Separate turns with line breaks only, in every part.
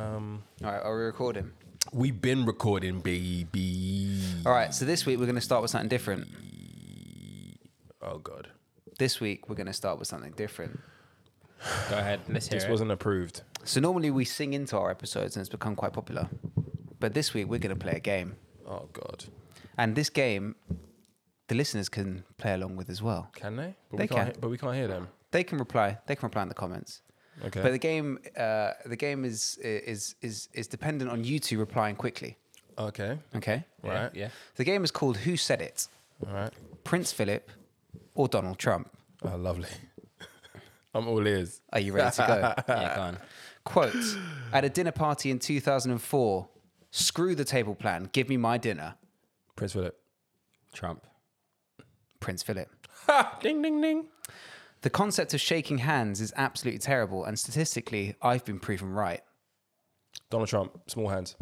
All right, are we recording?
We've been recording, baby.
All right, so this week we're going to start with something different.
Oh God,
This week we're going to start with something different.
Go ahead. Let's hear
this
it.
wasn't approved.
So normally we sing into our episodes and it's become quite popular. But this week we're going to play a game.
Oh God,
And this game, the listeners can play along with as well.
can they? But
They
we can't.
can.
he- But we can't hear them.
They can reply. They can reply in the comments.
Okay.
But the game, uh, the game is is is is dependent on you two replying quickly.
okay.
Okay.
Yeah,
Right.
Yeah.
The game is called Who Said It?
All right.
Prince Philip or Donald Trump?
Oh, lovely. I'm all ears.
Are you ready to go?
Yeah, go on.
Quote At a dinner party in 2004, screw the table plan, give me my dinner.
Prince Philip.
Trump.
Prince Philip.
Ha! Ding ding ding.
The concept of shaking hands is absolutely terrible, and statistically, I've been proven right.
Donald Trump. Small hands.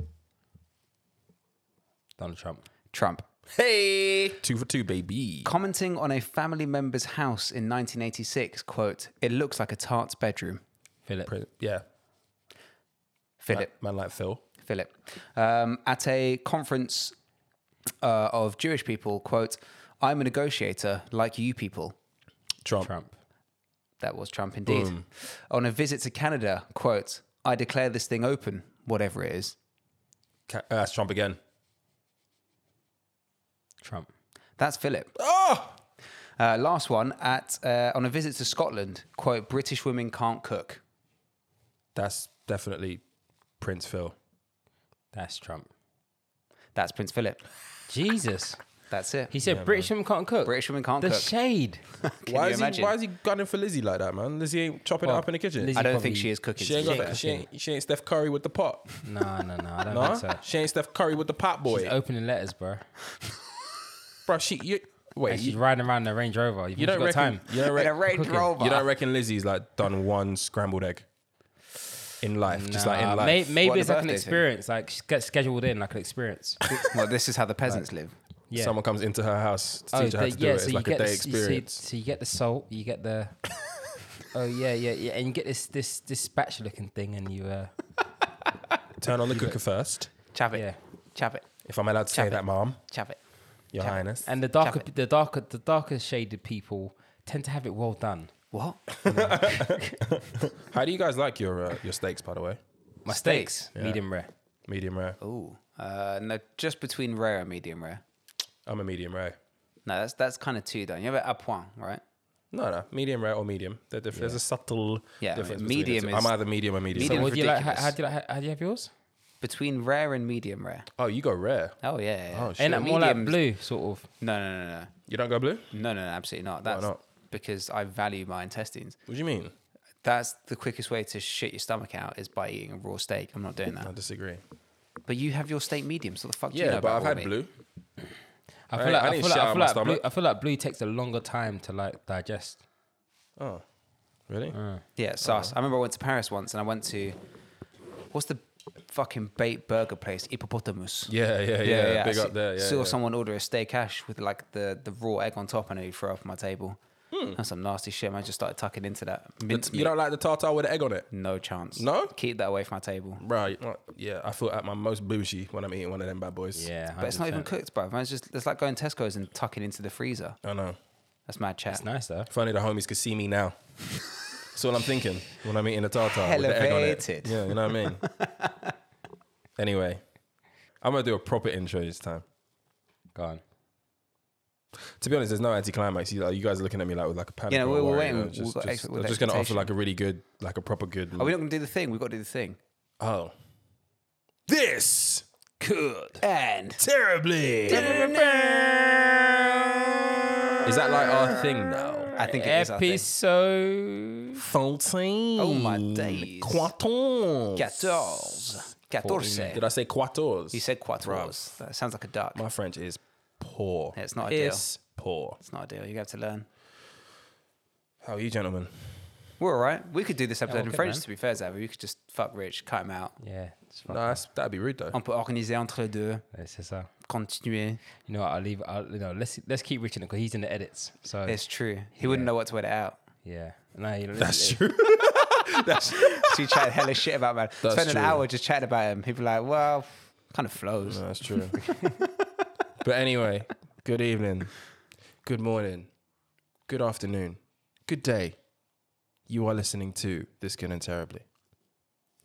Donald Trump.
Trump.
Hey. Two for two, baby.
Commenting on a family member's house in 1986, quote, It looks like a tart's bedroom.
Philip.
Prince, yeah.
Philip.
Man like Phil.
Philip. Um, at a conference uh, of Jewish people, quote, I'm a negotiator like you people.
Trump.
Trump.
That was Trump indeed. On a visit to Canada, quote, I declare this thing open, whatever it is.
Ca- uh, that's Trump again.
Trump.
That's Philip.
Oh.
Uh, last one at uh, on a visit to Scotland, quote, British women can't cook.
That's definitely Prince Phil.
That's Trump.
That's Prince Philip.
Jesus.
That's it.
He said British women can't cook.
British women can't
the
cook.
shade.
Can
Why
you
is
imagine?
he? Why is he gunning for Lizzie like that, man? Lizzie ain't chopping
Well,
it up in the kitchen.
Lizzie-
I don't
probably-
think she is cooking.
She ain't,
to be
got
fair.
that. She ain't, she ain't Steph Curry with the pot.
no, no, no. I don't
No,
think so.
she ain't Steph Curry with the pot boy.
She's opening letters, bro.
Bro, she you, wait.
And she's
You,
riding around in a Range Rover. You've
you
got
don't reckon?
time.
You don't,
In a
reckon
Range Rover.
you don't reckon Lizzie's like done one scrambled egg in life, just like
Nah,
in
may-
life.
maybe
What,
it's
the
like an
birthday thing?
experience. Like sh- get scheduled in, like an experience.
well, this is how the peasants live.
Yeah. Oh,
Someone comes into her house to teach her how
the-
to do it. It's like a day
the, s- you see-
experience.
so you get the salt, you get the. oh yeah, yeah, yeah, and you get this this this spatula looking thing, and you uh,
Turn on the cooker first,
Chap it.
yeah,
Chap it.
if I'm allowed to say
Chap it.
that, Mom,
Chap it.
Your
Chap it.
Highness.
and the darker the darker the darker shaded people tend to have it well done.
What?
How do you guys like your uh, your steaks, by the way?
My
Steaks.
steaks, medium rare.
Medium rare.
Ooh. Uh, no, just between rare and medium rare.
I'm a medium rare.
No, that's that's kind of two done. You have it à point, right?
No, no, medium rare or medium. There- there- There's a subtle
Yeah,
difference.
I mean,
between the
medium
two.
is-
I'm either medium or medium.
Medium-
What do you like? How,
Ridiculous.
how do you like? How, how do you have yours?
Between rare and medium rare.
oh, you go rare.
Oh yeah. yeah, yeah.
Oh, shit.
Ain't that more like
Mediums-
blue, sort of?
No, no, no, no.
You don't go blue?
No, no, no, absolutely not. That's
not?
because I value my intestines.
What do you mean?
That's the quickest way to shit your stomach out is by eating a raw steak. I'm not doing
I
that.
disagree.
But you have your steak medium, so the fuck do you
Yeah,
know
but
about
I've
raw
had
meat?
blue.
I
I-
feel like
I
I
didn't
feel like
shit
I
out
feel
my
like blue.
stomach.
I feel like blue takes a longer time to like digest.
Oh, really?
Yeah, it's sus.
Uh-huh.
I remember I went to Paris once and I went to what's the fucking bait burger place? Hippopotamus.
Yeah, yeah, yeah.
I
Big
see-
up there. Yeah,
saw
yeah.
someone order a steak hash with like the, the raw egg on top, and he threw up on my table. That's some nasty shit. Man, I just started tucking into that mince
Hmm. You
meat.
don't like the tartar with the egg on it,
No chance.
No?
keep that away from my table.
right? Oh, Yeah, I feel at my most bougie when I'm eating one of them bad boys.
Yeah,
But it's not even
100%.
cooked, bro. Man, it's just it's like going Tesco's and tucking into the freezer.
I know.
That's mad chat.
It's nice though.
If only the homies could see me now. That's all I'm thinking when I'm eating a tartar with the egg on it.
Elevated.
Yeah, you know what I mean. anyway, I'm gonna do a proper intro this time.
Go on.
To be honest, there's no anticlimax. You, like, you guys are looking at me like with like a panic.
Yeah,
or a
we're- we're
worry,
waiting.
you know,
We've
Just,
got ex-
just,
with
I'm just gonna offer
expectation.
like a really good, like a proper good.
Are we not gonna do the thing? We've got to do the thing.
oh, this could
And
terribly. Is that like our thing now?
I think it is. I think.
Episode.
14.
Oh my days.
Quatorze.
Quatorze. Quatorze.
Did I say quatorze?
You said quatorze. That sounds like a duck.
My French is poor.
Yeah, it's not ideal.
It's poor.
It's not ideal. You have to learn.
How are you, gentlemen?
We're all right. We could do this episode
we're
in
good,
French,
man.
to be fair, Zabby. We could just fuck Rich, cut him out.
Yeah. It's
No,
fine.
that's, that'd be rude though.
On peut organiser entre les deux,
Yeah, C'est ça.
continuer.
You know, what, I'll leave. I'll, you know, let's let's keep reaching it because he's in the edits. So
It's true. He wouldn't know what to edit out.
yeah, no, you know,
That's
let's-
true.
she chatted hella shit about man.
That's
Spend an
true.
hour just chatting about him. People are like, well, kind of flows.
No, that's true. but anyway, good evening, good morning, good afternoon, good day. You are listening to This Can End Terribly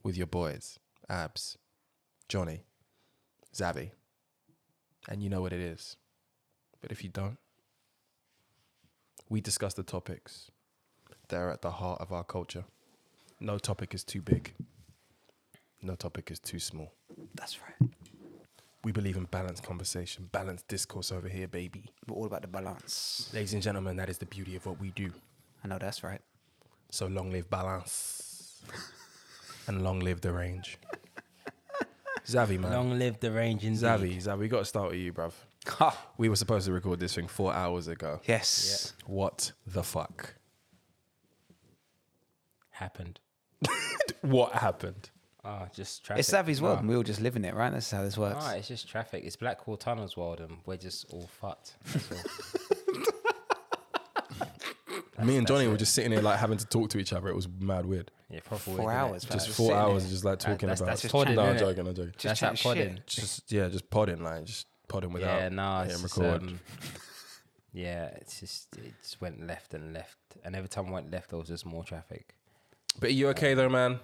with your boys, Abs, Johnny, Zabby. And you know what it is. But if you don't, we discuss the topics that are at the heart of our culture. No topic is too big. No topic is too small.
That's right.
We believe in balanced conversation, balanced discourse over here, baby.
We're all about the balance.
Ladies and gentlemen, that is the beauty of what we do.
I know that's right.
So long live balance. and long live the range. Zavi, man.
Long live the range in
Zavi, Zavi, we got to start with you, bruv.
Ha.
We were supposed to record this thing four hours ago.
Yes.
What the fuck?
happened.
What happened?
Ah, just traffic.
It's Savvy's world. and We all just live in it, right? That's how this works.
Ah, it's just traffic. It's Blackwall Tunnels world, and we're just all fucked. That's all.
Me and Johnny were just sitting here, like having to talk to each other. It was mad weird.
Yeah, proper
Four
weird, innit?
hours, man.
Just
Just
four
sitting
hours,
there.
just like talking
that's-
about.
that's just
no,
chatting,
I'm
innit?
joking. I'm joking.
Just
That's that
chatting shit.
podding.
Just yeah, just podding, like just podding without
yeah, nah,
hitting
it's just,
record.
um, yeah, it's just it just went left and left, and every time I went left, there was just more traffic.
But are you okay though, man?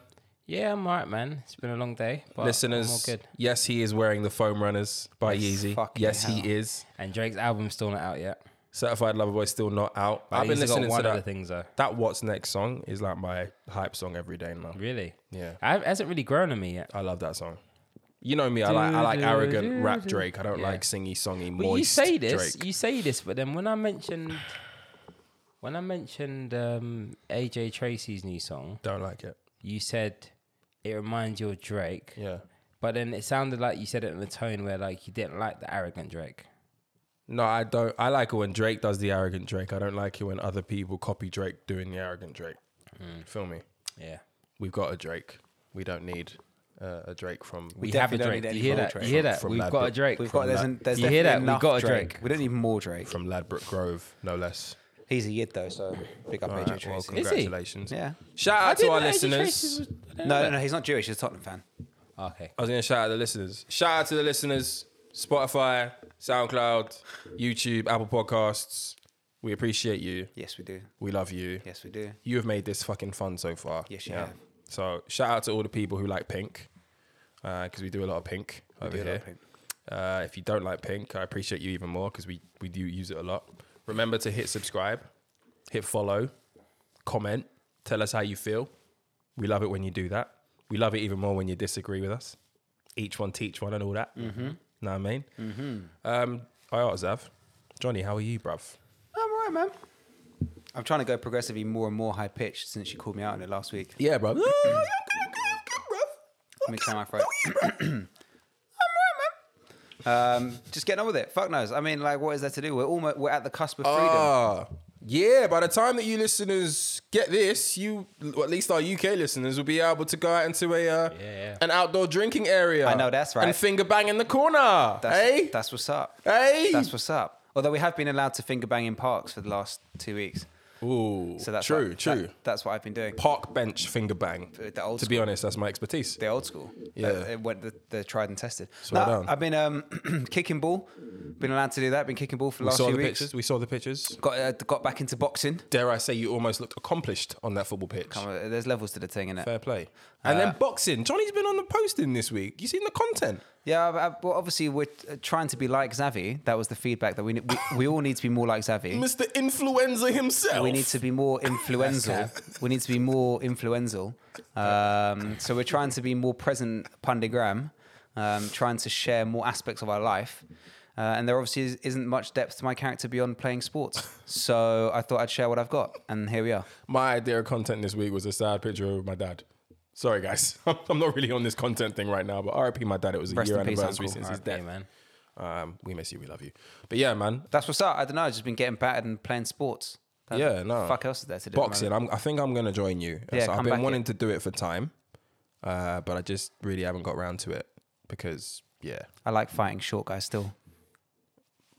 Yeah, I'm alright, man. It's been a long day, but I'm all
Listeners,
good.
yes, he is wearing the foam runners by Yeezy.
fucking
Yes,
hell.
he is.
And Drake's album's still not out yet.
Certified Lover Boy still not out.
But
I've been
he's got
listening
one
to
other
that.
things though.
That What's Next song is like my hype song every day now.
Really,
Yeah,
I it hasn't really grown on me yet.
I love that song. You know me, I like I like
Do, do,
arrogant rap
do.
Drake. I don't
Yeah.
like singy songy moist
Well, you say this,
Drake.
you say this, but then when I mentioned when I mentioned um, AJ Tracy's new song,
Don't like it.
you said it reminds you of Drake.
Yeah.
But then it sounded like you said it in a tone where like you didn't like the arrogant Drake.
No, I don't. I like it when Drake does the arrogant Drake. I don't like it when other people copy Drake doing the arrogant Drake.
Hmm.
Feel me?
Yeah.
We've got a Drake. We don't need uh, a Drake from.
We, have
definitely
a
don't need
Drake. Do
any
you hear
more
that?
Drake
You hear
from-
that?
from
We've
that
got a
bit.
Drake.
We've got there's, an, there's
you hear
definitely
that? We've
enough
got a
Drake.
Drake.
We don't need more Drake.
from Ladbroke Grove, no less.
He's a yid though, so big up AJ
Alright, well,
Tracy.
Is he?
congratulations.
yeah.
Shout out to
didn't
our
know AJ Tracy
listeners.
was-
No, no, no. He's not Jewish. He's a Tottenham fan.
Okay.
I was going to shout out the listeners. Shout out to the listeners. Spotify, SoundCloud, YouTube, Apple Podcasts. We appreciate you.
Yes, we do.
We love you.
Yes, we do.
You have made this fucking fun so far.
Yes, you have.
So shout out to all the people who like pink, because we do a lot of pink over
do a lot
here.
of pink.
Uh, if you don't like pink, I appreciate you even more because we we do use it a lot. Remember to hit subscribe, hit follow, comment, tell us how you feel. We love it when you do that. We love it even more when you disagree with us. Each one teach one and all that. Mm-hmm. Know what I mean? Mm-hmm. Um, I are Zav. Johnny, how are you, bruv?
I'm all right, man. I'm trying to go progressively more and more high pitched since you called me out on it last week.
Yeah, bruv.
Let me clear my throat. I'm right, man. Um, just getting on with it. Fuck knows. I mean, like, what is there to do? We're almost we're at the cusp of freedom.
Ah, yeah. By the time that you listeners get this, you well, at least our UK listeners will be able to go out into a uh,
yeah.
an outdoor drinking area.
I know, that's right.
And finger bang in the corner.
that's,
hey,
that's what's up.
hey.
That's what's up. Although we have been allowed to finger bang in parks for the last two weeks,
Ooh,
so that's
true,
what-
true.
that- that's what I've been doing.
Park bench finger bang.
The old
to be honest, that's my expertise.
the old school.
Yeah.
Uh, it went the, the tried and tested.
So well done.
I've been um, kicking ball. Been allowed to do that. Been kicking ball for the
We
last
saw
few
the
weeks.
pictures. We saw the pictures.
Got uh, got back into boxing.
Dare I say, you almost looked accomplished on that football pitch.
Come on, There's levels to the thing, innit?
Fair play. And then boxing. Johnny's been on the posting this week. You seen the content?
Yeah, I, I- well, obviously we're uh, trying to be like Xavi. That was the feedback that we ne- we, we all need to be more like Xavi.
Mr. Influenza himself.
We need to be more influential. we need to be more influential. Um, so we're trying to be more present, Pundigram, um, trying to share more aspects of our life. Uh, and there obviously is, isn't much depth to my character beyond playing sports. So I thought I'd share what I've got, and here we are.
My idea of content this week was a sad picture of my dad. Sorry, guys. I'm not really on this content thing right now, but RIP my dad. It was a
Rest
year
in peace,
anniversary
uncle.
since his
RIP,
death.
man.
Um, we miss you. We love you. But yeah, man.
That's what's up. I don't know. I've just been getting battered and playing sports. That-
Yeah, no.
Fuck else is there to do? at the
Boxing. I'm, I think I'm going to join you.
Yeah,
So
come
I've
back
been wanting
here.
to do it for time, uh, but I just really haven't got round to it because, yeah,
I like fighting short guys still.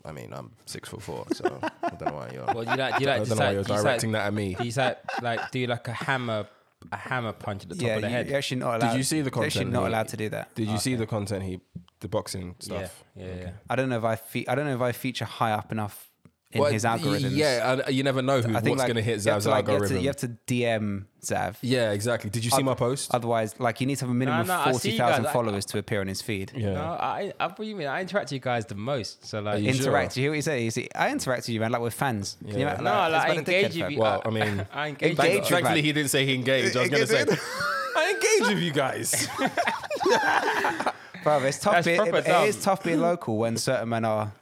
I mean, I'm six foot four, so I don't know why you're.
Well, do you like do you
I
like
don't
do
know why
you like,
you're
do you like,
directing that at me.
do you like like do you like a hammer a hammer punch at the top
yeah,
of the
you,
head.
you're actually not allowed.
Did you see the
you're
content?
Actually, not
he-
allowed to do that. Ah,
Did you see the content he, the boxing
yeah,
stuff?
yeah, yeah.
I don't know if I fe- I don't know if I feature high up enough in
Well,
his
y-
algorithms.
Yeah, I, you never know who,
I
what's
think like,
going to hit
you have
Zav's
to, like, you have to-
algorithm.
You have, to, DM Zav.
yeah, exactly. Did you see my post?
Otherwise, like you need to have a minimum
No,
of
no, I see
forty
you
thousand
guys. I-
followers to appear on his feed.
yeah.
No, I, I, what do you mean? I interact with you guys the most, so like,
you sure?
Interact. You hear what you say? You see, I interact with you, man, like we're fans. Can you
Yeah.
imagine-
no,
like,
like, I
it's about a dickhead
engage
fan.
with you.
Well, I mean-
I engage. with
Engage
you.
with-
Thankfully, he didn't say he engaged. I was going to say, I engage with you guys.
Bruv, it's tough.
That's
Being,
proper
it- it
dumb.
is tough being local when certain men are.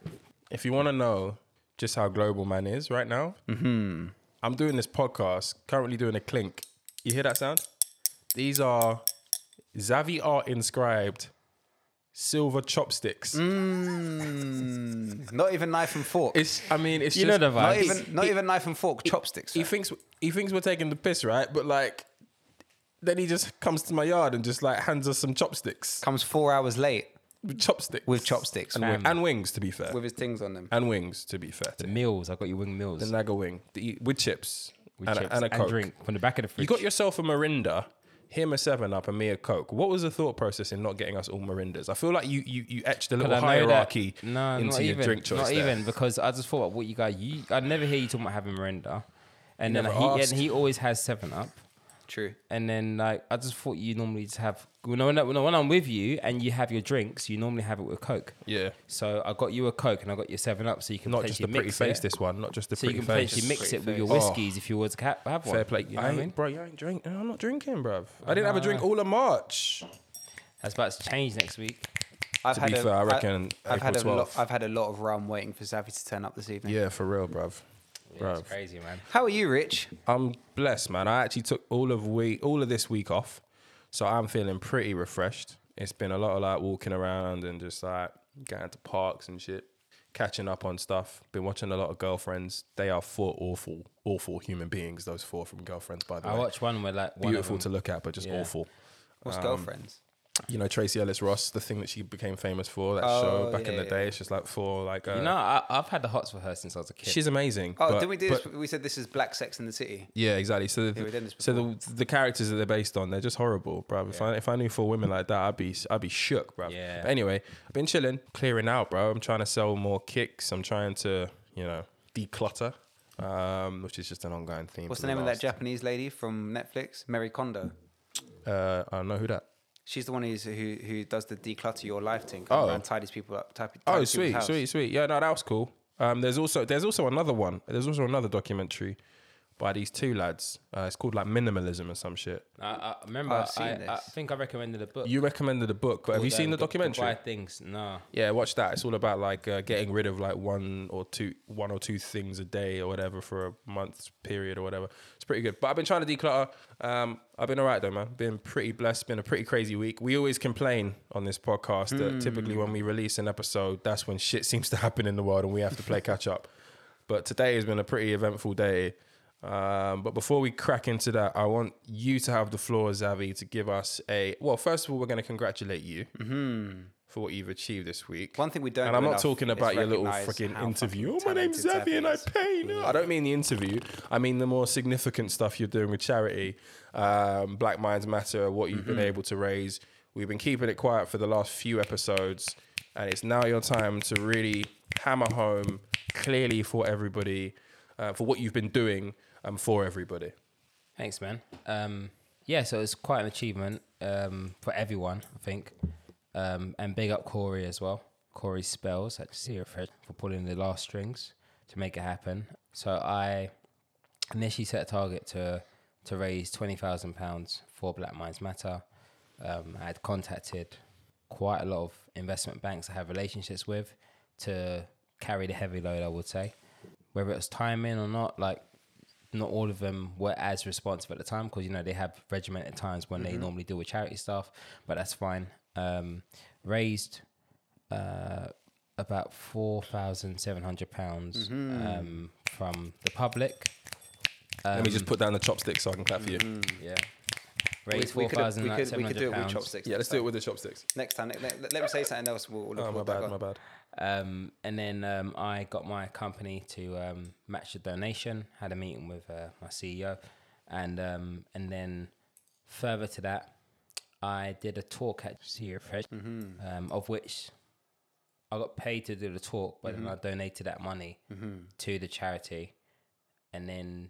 if you want to know just how global man is right now,
Mm-hmm.
I'm doing this podcast, currently doing a clink. You hear that sound? These are Zavi Art inscribed silver chopsticks.
Mm, not even knife and fork.
It's, I mean, it's
You
just,
know the
not
vibe.
even not
he-
even knife and fork. chopsticks.
He
fam.
thinks he thinks we're taking the piss, right? But like, then he just comes to my yard and just like hands us some chopsticks,
comes four hours late
with chopsticks,
with chopsticks
and, wi- and wings. To be fair,
with his things on them.
and wings. To be fair, to him.
Meals. I got you wing meals
the Naga wing the, with chips,
with
and,
chips
a, and a Coke.
drink from the back of the fridge.
You got yourself a Mirinda, him a Seven Up, and me a Coke. What was the thought process in not getting us all Mirindas? I feel like you you, you etched a
But
little
I know that-
hierarchy
no,
into
not
your
even,
drink choice.
Not
there.
even because I just thought, what you guys, you, I never hear you talking about having Miranda, and then
never
he
asked.
and he always has Seven Up,
True.
and then like I just thought you normally just have when, I, when, I, when I'm with you and you have your drinks, you normally have it with Coke.
Yeah.
So I got you a Coke and I got your Seven Up, so you can
Not just the
potentially
pretty
mix
face,
it.
this one. Not just the
so you
pretty
can
face.
potentially mix
Pretty
it with your
face.
whiskies if you were to ha- have one.
Fair play.
You know
I
what I
ain't-
mean?
Bro, you ain't drink. I'm not drinking, bruv. I didn't have a drink all of March.
That's about to change next week.
I've
To be fair, I reckon
have had a
April
lot.
12th.
I've had a lot of rum waiting for Zavi to turn up this evening.
Yeah, for real, bruv.
Yeah,
Bruv.
it's crazy, man.
How are you, Rich?
I'm blessed, man. I actually took all of week, all of this week off, so I'm feeling pretty refreshed. It's been a lot of like walking around and just like going to parks and shit, catching up on stuff. Been watching a lot of girlfriends. They are four awful, awful human beings. Those four from girlfriends, by the
I
way,
watched one where like one
beautiful
of
to
them,
look at, but just
Yeah.
awful.
What's
Um,
girlfriends?
You know Tracy Ellis Ross, the thing that she became famous for, that
Oh,
show back in
yeah,
the
yeah.
day. It's just like four, like uh,
You know, I, I've had the hots for her since I was a kid.
she's amazing.
Oh,
but-
did we do
but-
this? We said this is Black Sex in the City.
Yeah, exactly. So,
we've done this
the, so the the characters that they're based on, they're just horrible, bro. If I if I knew four women like that, I'd be I'd be shook, bro.
Yeah.
But anyway, I've been chilling, clearing out, bro. I'm trying to sell more kicks. I'm trying to you know declutter, um, which is just an ongoing theme.
What's
for
the name of that
last-
Japanese lady from Netflix? Mary Kondo.
Uh, I don't know who that.
She's the one who's, who who does the declutter your life thing.
Oh.
Oh, and tidies people up. Tidy,
Oh,
tidies people's
sweet,
house.
sweet, sweet. Yeah, no, that was cool. Um, there's also there's also another one. There's also another documentary by these two lads. Uh, it's called like minimalism or some shit.
I, I remember.
I've seen
I, I
this.
think I recommended a book.
You recommended a book, but have you
called,
seen
um,
the
Gu-
documentary?
Goodbye things. No.
Yeah, watch that. It's all about like uh, getting rid of like one or two, one or two things a day or whatever for a month's period or whatever. It's pretty good. But I've been trying to declutter. Um, I've been alright though, man. Been pretty blessed. Been a pretty crazy week. We always complain on this podcast that typically when we release an episode, that's when shit seems to happen in the world and we have to play catch up. But today has been a pretty eventful day. Um, but before we crack into that, I want you to have the floor, Zavi, to give us a. Well, first of all, we're going to congratulate you for what you've achieved this week.
One thing we don't
and
know
I'm not
enough
talking
is
about your little
recognise
freaking
how
interview. Oh,
fucking
my name's
talented
Zavi and I
Zavi is.
pay. No, I don't mean the interview. I mean the more significant stuff you're doing with charity, um, Black Minds Matter, what you've
Mm-hmm.
been able to raise. We've been keeping it quiet for the last few episodes, and it's now your time to really hammer home clearly for everybody uh, for what you've been doing um, for everybody.
Thanks, man. Um, yeah, so it's quite an achievement um, for everyone, I think. Um, and big up Corey as well. Corey Spells at Sierra Fred for pulling the last strings to make it happen. So I initially set a target to to raise twenty thousand pounds for Black Minds Matter. Um, I had contacted quite a lot of investment banks I have relationships with to carry the heavy load. I would say, whether it was timing or not, like not all of them were as responsive at the time because you know they have regimented times when
Mm-hmm.
they normally deal with charity stuff, but that's fine. Um, raised uh, about four thousand seven hundred pounds
Mm-hmm.
um, from the public. Um,
Let me
Um,
just put down the chopsticks so I can clap for you.
mm-hmm.
Yeah.
We-
Raised
we
four
could have-
thousand
we
like
could- we
seven
could do
hundred
it with
pounds.
chopsticks.
Yeah, let's do it with the chopsticks.
Next time, let, let- let me say something else. We'll, we'll
Oh, my
record
bad,
that
my
one.
bad.
Um, and then um, I got my company to E um, match the donation. Had a meeting with uh, my CEO, and um, and then Further to that, I did a talk at Sierra Fred, um, of which I got paid to do the talk, but then I donated that money to the charity and then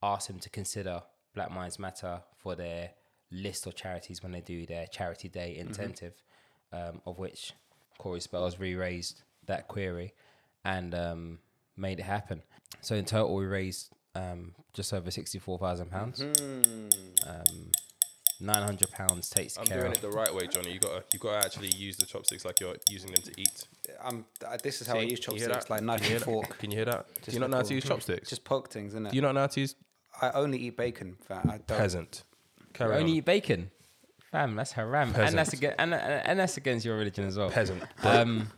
asked them to consider Black Minds Matter for their list of charities when they do their charity day incentive, um, of which Corey Spells re raised that query and um, made it happen. So in total, we raised um, just over £64,000. pounds Um, £900 takes
Mm-hmm. I'm
care
doing
of.
it the right way, Johnny. You gotta you gotta actually use the chopsticks like you're using them to eat.
I'm, uh, this is how I use
See, you hear
chopsticks,
that?
like knife
Can you
and
hear that?
fork.
Can you hear that? Do you not know how to use chopsticks?
Just poke things, isn't it?
Do you not know how to use
I only eat bacon. Fat. I don't.
peasant? Carry
only
on.
eat bacon. Fam, that's haram. And that's
Peasant.
against and, and, and that's against your religion as well.
peasant.
Um,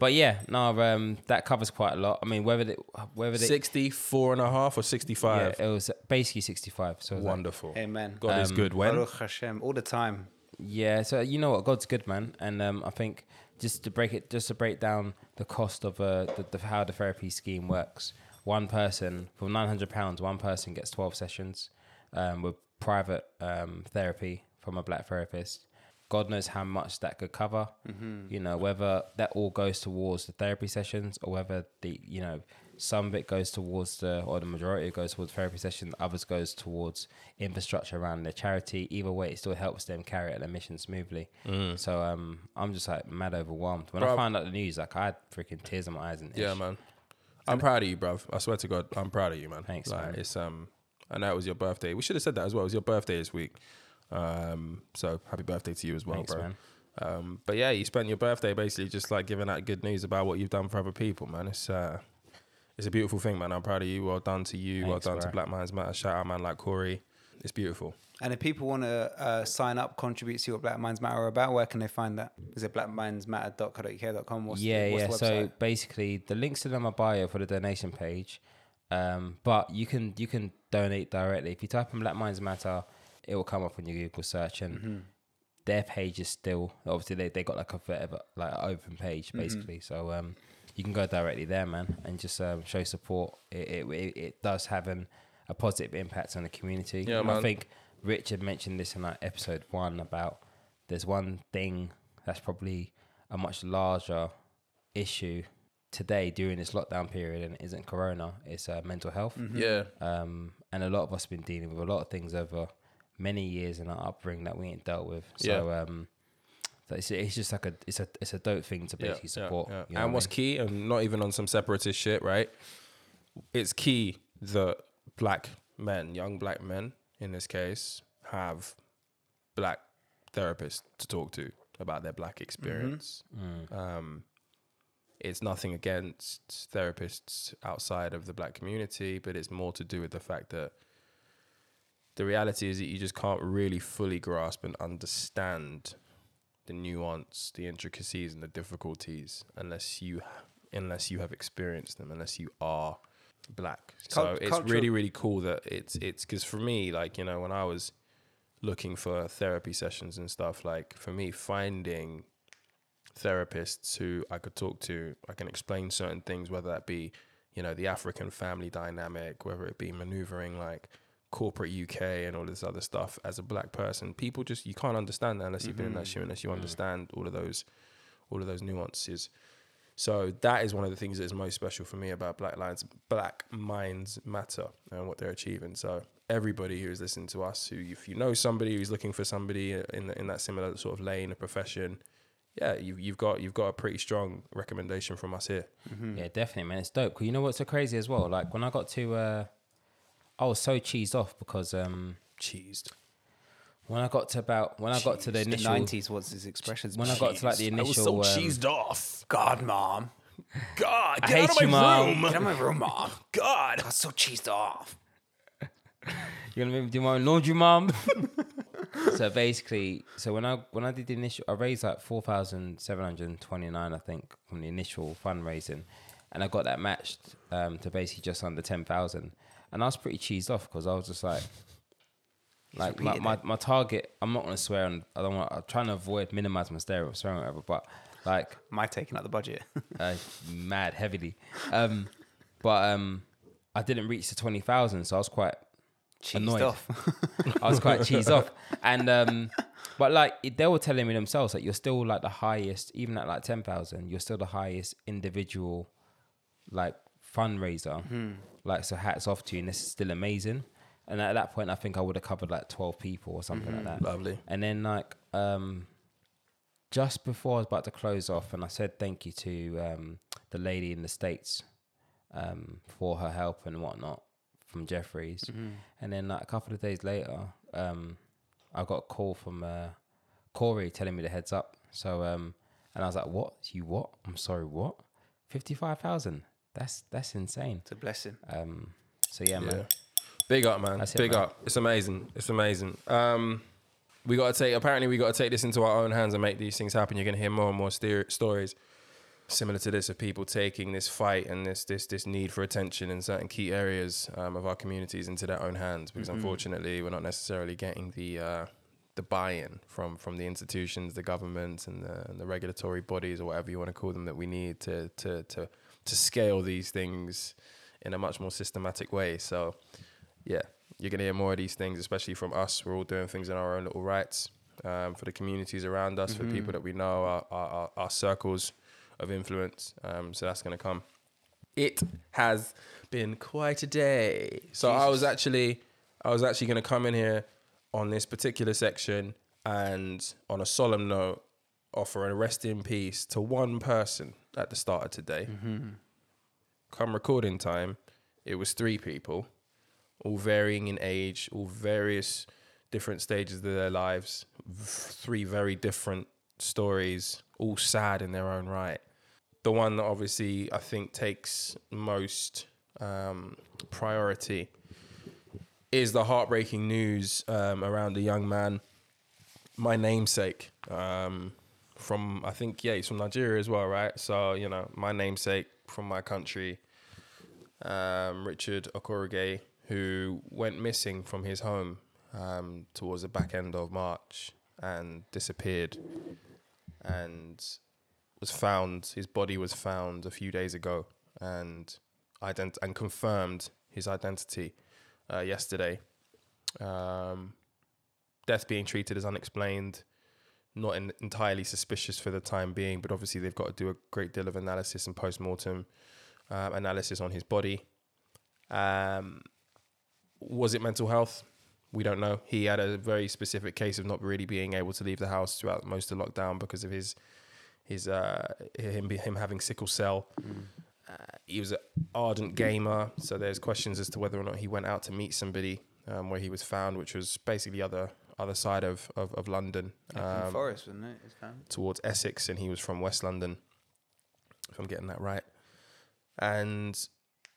but yeah, no, um, that covers quite a lot. I mean, whether they, whether they,
64 and a half or
yeah,
65.
it was basically sixty-five. So it was like-
Wonderful.
Amen.
God is good. When?
Baruch Hashem, all the time.
yeah, so you know what, God's good, man. And um, I think just to break it, just to break down the cost of uh, the, the how the therapy scheme works. One person for nine hundred pounds, one person gets twelve sessions um, with private um, therapy from a black therapist. God knows how much that could cover.
Mm-hmm.
You know, whether that all goes towards the therapy sessions or whether the you know some of it goes towards the or the majority goes towards therapy sessions, others goes towards infrastructure around their charity. Either way, it still helps them carry out their mission smoothly. So um, I'm just like mad overwhelmed when I
Mm. Bruv.
found out the news. Like I had freaking tears in my eyes and
Yeah,
ish.
man. I'm proud of you, bruv. I swear to God, I'm proud of you, man.
Thanks,
like,
man.
It's um, I know it was your birthday. We should have said that as well. It was your birthday this week. Um, so happy birthday to you as well,
Thanks,
bro.
man.
Um, but yeah, you spent your birthday basically just like giving out good news about what you've done for other people, man. It's uh, it's a beautiful thing, man. I'm proud of you. Well done to you. well
Thanks,
done to
bro.
Black Minds Matter. Shout out, man, like Corey. It's beautiful.
And if people want to uh, sign up, contribute, see what Black Minds Matter are about, where can they find that? Is it blackmindsmatter.co.uk.com? What's
yeah,
the, what's
yeah.
The
so
website?
basically, the links to them are bio for the donation page, um, but you can you can donate directly. If you type in Black Minds Matter, it will come up on your Google search, and
Mm-hmm.
their page is still obviously they they got like a forever like an open
Mm-hmm.
page basically. So um, you can go directly there, man, and just um, show support. It it, it it does have an a positive impact on the community.
Yeah,
And I
man.
think Richard mentioned this in like episode one about there's one thing that's probably a much larger issue today during this lockdown period and it isn't corona it's uh, mental health
Yeah,
um, and a lot of us been dealing with a lot of things over many years in our upbringing that we ain't dealt with so um so it's, it's just like a it's a it's a dope thing to basically support
yeah.
you know
and
what
what's
I mean?
key, and not even on some separatist shit, right? It's key that black men, young black men in this case, have black therapists to talk to about their black experience. Um, it's nothing against therapists outside of the black community, but it's more to do with the fact that the reality is that you just can't really fully grasp and understand the nuance, the intricacies, and the difficulties unless you unless you have experienced them, unless you are black.
Cul-
so it's
cultural-
really really cool that it's it's because for me, like you know, when I was looking for therapy sessions and stuff, like for me, finding therapists who I could talk to, I can explain certain things, whether that be, you know, the African family dynamic, whether it be maneuvering like corporate UK and all this other stuff as a black person. People just you can't understand that unless you've been in that shoe, unless you understand all of those all of those nuances. So that is one of the things that is most special for me about Black Lives Black Minds Matter and what they're achieving. So everybody who is listening to us, who if you know somebody who's looking for somebody in the, in that similar sort of lane, a profession, yeah, you, you've got you've got a pretty strong recommendation from us here.
yeah definitely man it's dope 'Cause you know what's so crazy as well like when i got to uh i was so cheesed off because um
Cheesed.
when i got to about when i got to the
the
initial
90s was his expressions.
when i got to like the initial um,
off.
God, mom.
God,
get hate out of you, my Mum. room.
Get out of my room, mom.
God.
I was so cheesed off.
You're gonna make me do my own laundry, mom. so basically, so when I when I did the initial, I raised like four thousand seven hundred twenty nine, I think, from the initial fundraising, and I got that matched um, to basically just under ten thousand, and I was pretty cheesed off because I was just like, like my,
repeating
my, my target. I'm not gonna swear, and I don't want. I'm trying to avoid minimize my stereo swearing, or whatever. But like,
My taking out the budget.
uh, mad heavily. Um, but um, I didn't reach the twenty thousand, so I was quite
Cheesed off.
I was quite cheesed off. And um, but like it- they were telling me themselves, like you're still like the highest, even at like ten thousand, you're still the highest individual like fundraiser.
Hmm.
Like so, hats off to you, and this is still amazing. And at that point, I think I would have covered like twelve people or something
Mm-hmm.
like that.
Lovely.
And then like um, just before I was about to close off, and I said thank you to um, the lady in the states um, for her help and whatnot from Jeffries. And then like, a couple of days later, um, I got a call from uh, Corey telling me the heads up. So um, and I was like, "What? You what? I'm sorry, what? Fifty five thousand? That's that's insane."
It's a blessing.
Um, so yeah, man.
Yeah. Big up, man.
That's it,
Big
man.
up. It's amazing. It's amazing. Um, we got to take. Apparently, we got to take this into our own hands and make these things happen. You're going to hear more and more steer- stories similar to this of people taking this fight and this this this need for attention in certain key areas um, of our communities into their own hands.
Mm-hmm.
Because unfortunately, we're not necessarily getting the uh, the buy-in from from the institutions, the governments, and the, and the regulatory bodies or whatever you want to call them that we need to to to to scale these things in a much more systematic way. So yeah, you're gonna hear more of these things, especially from us. We're all doing things in our own little rights um, for the communities around us, for the people that we know, our, our, our, our circles of influence. Um, so that's gonna come. It has been quite a day. So I was actually, I was actually gonna come in here on this particular section and on a solemn note, offer a rest in peace to one person at the start of today. Come recording time, it was three people all varying in age, all various different stages of their lives, v- three very different stories, all sad in their own right. The one that obviously I think takes most um, priority is the heartbreaking news um, around a young man, my namesake, um, from I think yeah he's from Nigeria as well, right? So you know my namesake from my country um, Richard Okorige, who went missing from his home um, towards the back end of March and disappeared and was found, his body was found a few days ago and, ident- and confirmed his identity uh, yesterday. Um, death being treated as unexplained, not in- entirely suspicious for the time being, but obviously they've got to do a great deal of analysis and post mortem um, analysis on his body. Um, was it mental health? We don't know. He had a very specific case of not really being able to leave the house throughout most of lockdown because of his his uh, him be- him having sickle cell. Uh, he was an ardent gamer, so there's questions as to whether or not he went out to meet somebody um, where he was found, which was basically the other other side of of, of London.
Up in
Um,
Forest, wasn't it? It's kind of-
towards Essex, and he was from West London, if I'm getting that right. And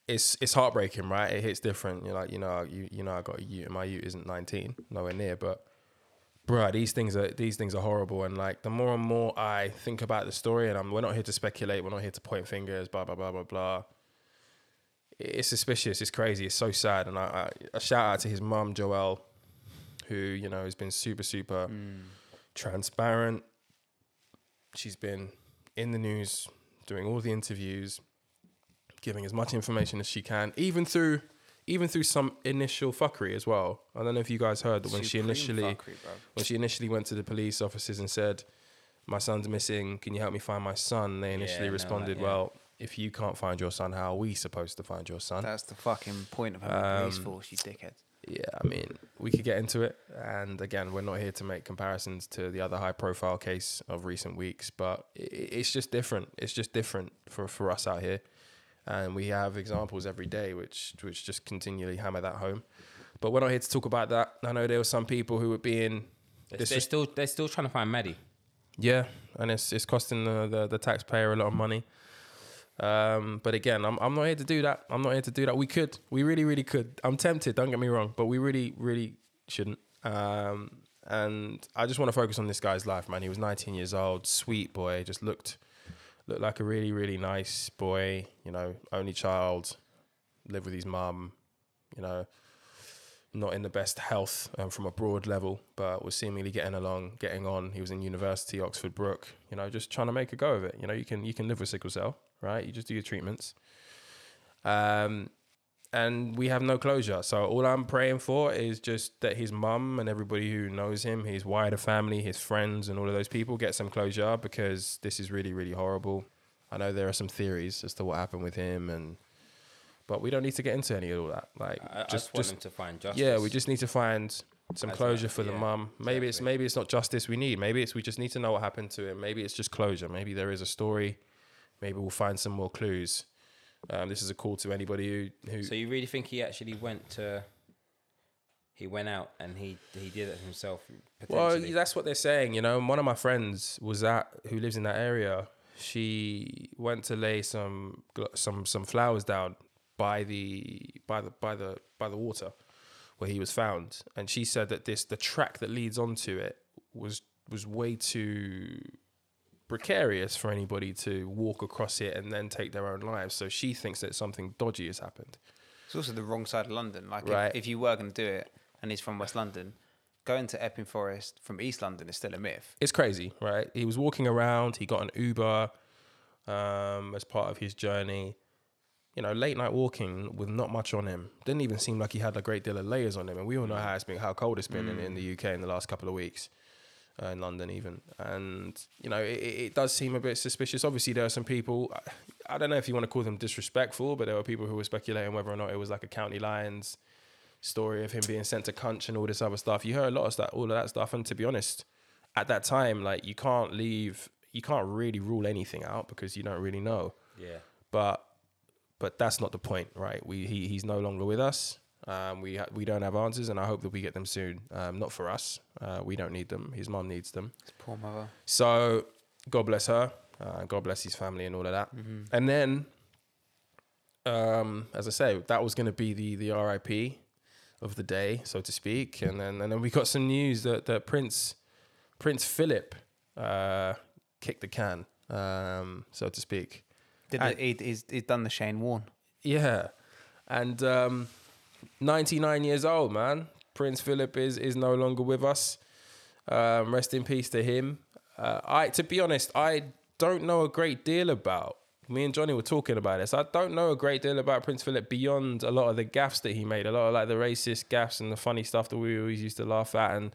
it's it's heartbreaking, right? It hits different. You're like, you know, you you know, I got a Ute, and my Ute isn't 19, nowhere near. But bruh, these things are these things are horrible. And like, the more and more I think about the story, and I'm, we're not here to speculate, we're not here to point fingers, blah blah blah blah blah. It's suspicious. It's crazy. It's so sad. And I, I a shout out to his mum, Joelle, who you know has been super super
Hmm.
transparent she's been in the news, doing all the interviews, giving as much information as she can, even through even through some initial fuckery as well. I don't know if you guys heard that when she
Supreme
initially
fuckery, bruv.
when she initially went to the police officers and said, "My son's missing. Can you help me find my son?" They initially
I know that,
responded,
yeah.
"Well, if you can't find your son, how are we supposed to find your son?"
That's the fucking point of having
Um,
a police force, you dickhead.
yeah, I mean, we could get into it. And again, we're not here to make comparisons to the other high profile case of recent weeks, but i- i- it's just different. It's just different for, for us out here. And we have examples every day which which just continually hammer that home. But we're not here to talk about that. I know there were some people who were being
They're,
this
they're still they're still trying to find Maddie.
yeah, and it's it's costing the, the, the taxpayer a lot of money. Um, but again, I'm I'm not here to do that. I'm not here to do that. We could, we really, really could. I'm tempted. Don't get me wrong, but we really, really shouldn't. Um, and I just want to focus on this guy's life, man. He was 19 years old, sweet boy, just looked looked like a really, really nice boy. You know, only child, lived with his mum. You know, not in the best health um, from a broad level, but was seemingly getting along, getting on. He was in university, Oxford Brook, you know, just trying to make a go of it. You know, you can you can live with sickle cell, right? You just do your treatments. Um, and we have no closure. So all I'm praying for is just that his mum and everybody who knows him, his wider family, his friends, and all of those people get some closure because this is really, really horrible. I know there are some theories as to what happened with him, and but we don't need to get into any of all that. Like,
I, I just,
just,
want
just
them to find justice.
yeah, we just need to find some
As
closure
well,
for the
yeah,
mum. Maybe it's
exactly.
maybe it's not justice we need. Maybe it's we just need to know what happened to him. Maybe it's just closure. Maybe there is a story. Maybe we'll find some more clues. Um, this is a call to anybody who, who
So you really think he actually went to? He went out and he he did it himself.
Well,
Potentially.
that's what they're saying, you know. And one of my friends was that who lives in that area. She went to lay some gl- some some flowers down by the by the by the by the water where he was found, and she said that this the track that leads onto it was was way too precarious for anybody to walk across it and then take their own lives. So she thinks that something dodgy has happened.
It's also the wrong side of London. Like,
Right.
if, if you were going to do it, and he's from West London, going to Epping Forest from East London is still a myth.
it's crazy, right? He was walking around. He got an Uber um, as part of his journey. You know, late night walking with not much on him. Didn't even seem like he had a great deal of layers on him. And we all know how it's been, how cold it's been in, in the UK in the last couple of weeks, uh, in London even. And you know, it, it it does seem a bit suspicious. Obviously, there are some people. I- I don't know if you want to call them disrespectful, but there were people who were speculating whether or not it was like a county lions story of him being sent to Cunch and all this other stuff. You heard a lot of that, all of that stuff. And to be honest, at that time, like you can't leave, you can't really rule anything out because you don't really know.
yeah.
But but that's not the point, right? We he, he's no longer with us. Um, we ha- we don't have answers, and I hope that we get them soon. Um, not for us. Uh, we don't need them. His mom needs them.
His poor mother.
So God bless her. Uh, God bless his family and all of that. And then, um, as I say, that was going to be the the RIP of the day, so to speak. And then and then we got some news that that Prince Prince Philip uh, kicked the can, um, so to speak.
Did
I-
the, he, he's, he's done the Shane Warne.
Yeah, and um, 99 years old, man. Prince Philip is is no longer with us. Um, rest in peace to him. Uh, I, to be honest, I don't know a great deal about. Me and Johnny were talking about this. I don't know a great deal about Prince Philip beyond a lot of the gaffes that he made, a lot of like the racist gaffes and the funny stuff that we always used to laugh at and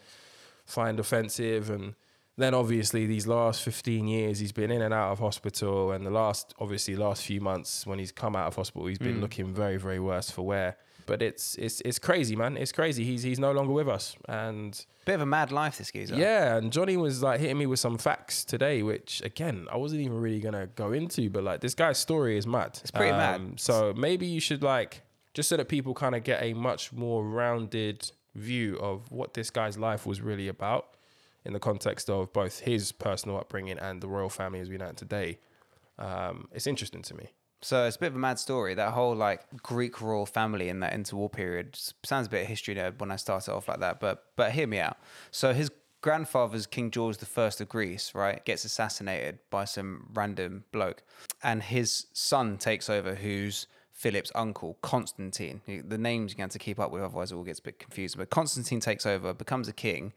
find offensive. And then obviously these last 15 years, he's been in and out of hospital. And the last, obviously, last few months when he's come out of hospital, he's been looking very, very worse for wear. But it's it's it's crazy, man. It's crazy. He's he's no longer with us, and
Bit of a mad life, this geezer.
yeah, and Johnny was like hitting me with some facts today, which again I wasn't even really gonna go into, but like this guy's story is mad. It's
pretty mad.
So maybe you should like just so that people kind of get a much more rounded view of what this guy's life was really about in the context of both his personal upbringing and the royal family as we know it today. Um, it's interesting to me.
So it's a bit of a mad story. That whole like Greek royal family in that interwar period S- sounds a bit history nerd when I start it off like that. But but hear me out. So his grandfather's King George the First of Greece, right, gets assassinated by some random bloke, and his son takes over, who's Philip's uncle Constantine. The names you have to keep up with, otherwise it all gets a bit confusing. But Constantine takes over, becomes a king,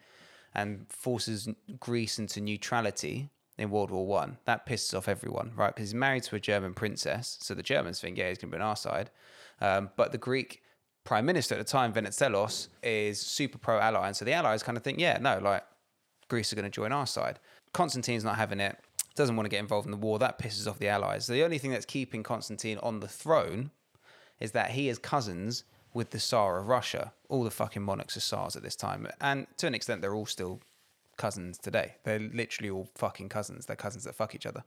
and forces Greece into neutrality in World War One. That pisses off everyone, right? Because he's married to a German princess, so the Germans think, yeah, he's going to be on our side. Um, but the Greek prime minister at the time, Venizelos, is super pro-ally, and so the allies kind of think, yeah, no, like Greece are going to join our side. Constantine's not having it. Doesn't want to get involved in the war. That pisses off the allies. So the only thing that's keeping Constantine on the throne is that he is cousins with the Tsar of Russia. All the fucking monarchs are Tsars at this time. And to an extent, they're all still cousins today. They're literally all fucking cousins. They're cousins that fuck each other.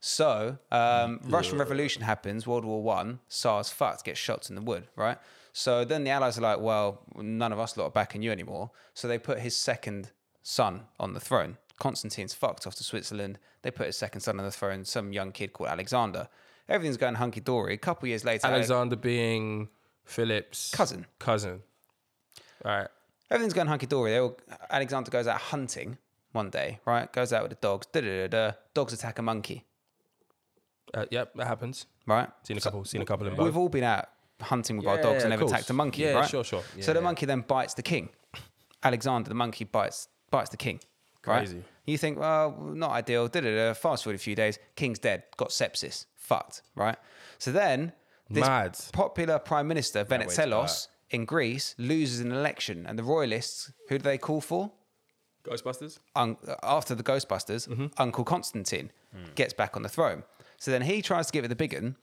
So, um, Russian Revolution happens, World War One, Tsar's fucked, gets shot in the wood, right? So then the Allies are like, well, none of us lot are backing you anymore. So they put his second son on the throne. Constantine's fucked off to Switzerland. They put his second son on the throne, some young kid called Alexander. Everything's going hunky dory. A couple years later, Alex-
Alexander being Philip's
Cousin.
Cousin. All right.
everything's going hunky dory. They all Alexander goes out hunting one day, right? Goes out with the dogs. Da da da. da. Dogs attack a monkey,
Uh, yep, that happens.
right?
Seen a couple. Seen a couple of them.
We've all been out hunting with our
Yeah,
dogs
yeah,
and
of
they've
course.
attacked a monkey,
Yeah,
right?
sure, sure.
so the monkey then bites the king. Alexander, the monkey bites bites the king. Right?
Crazy.
You think, well, not ideal. Da da da. Fast forward a few days, king's dead. Got sepsis. Fucked. Right. So then This
Mad.
popular prime minister
waves
Venizelos in Greece loses an election, and the royalists, who do they call for?
Ghostbusters?
un- uh, after the Ghostbusters, Uncle Constantine gets back on the throne. So then he tries to give it the big un,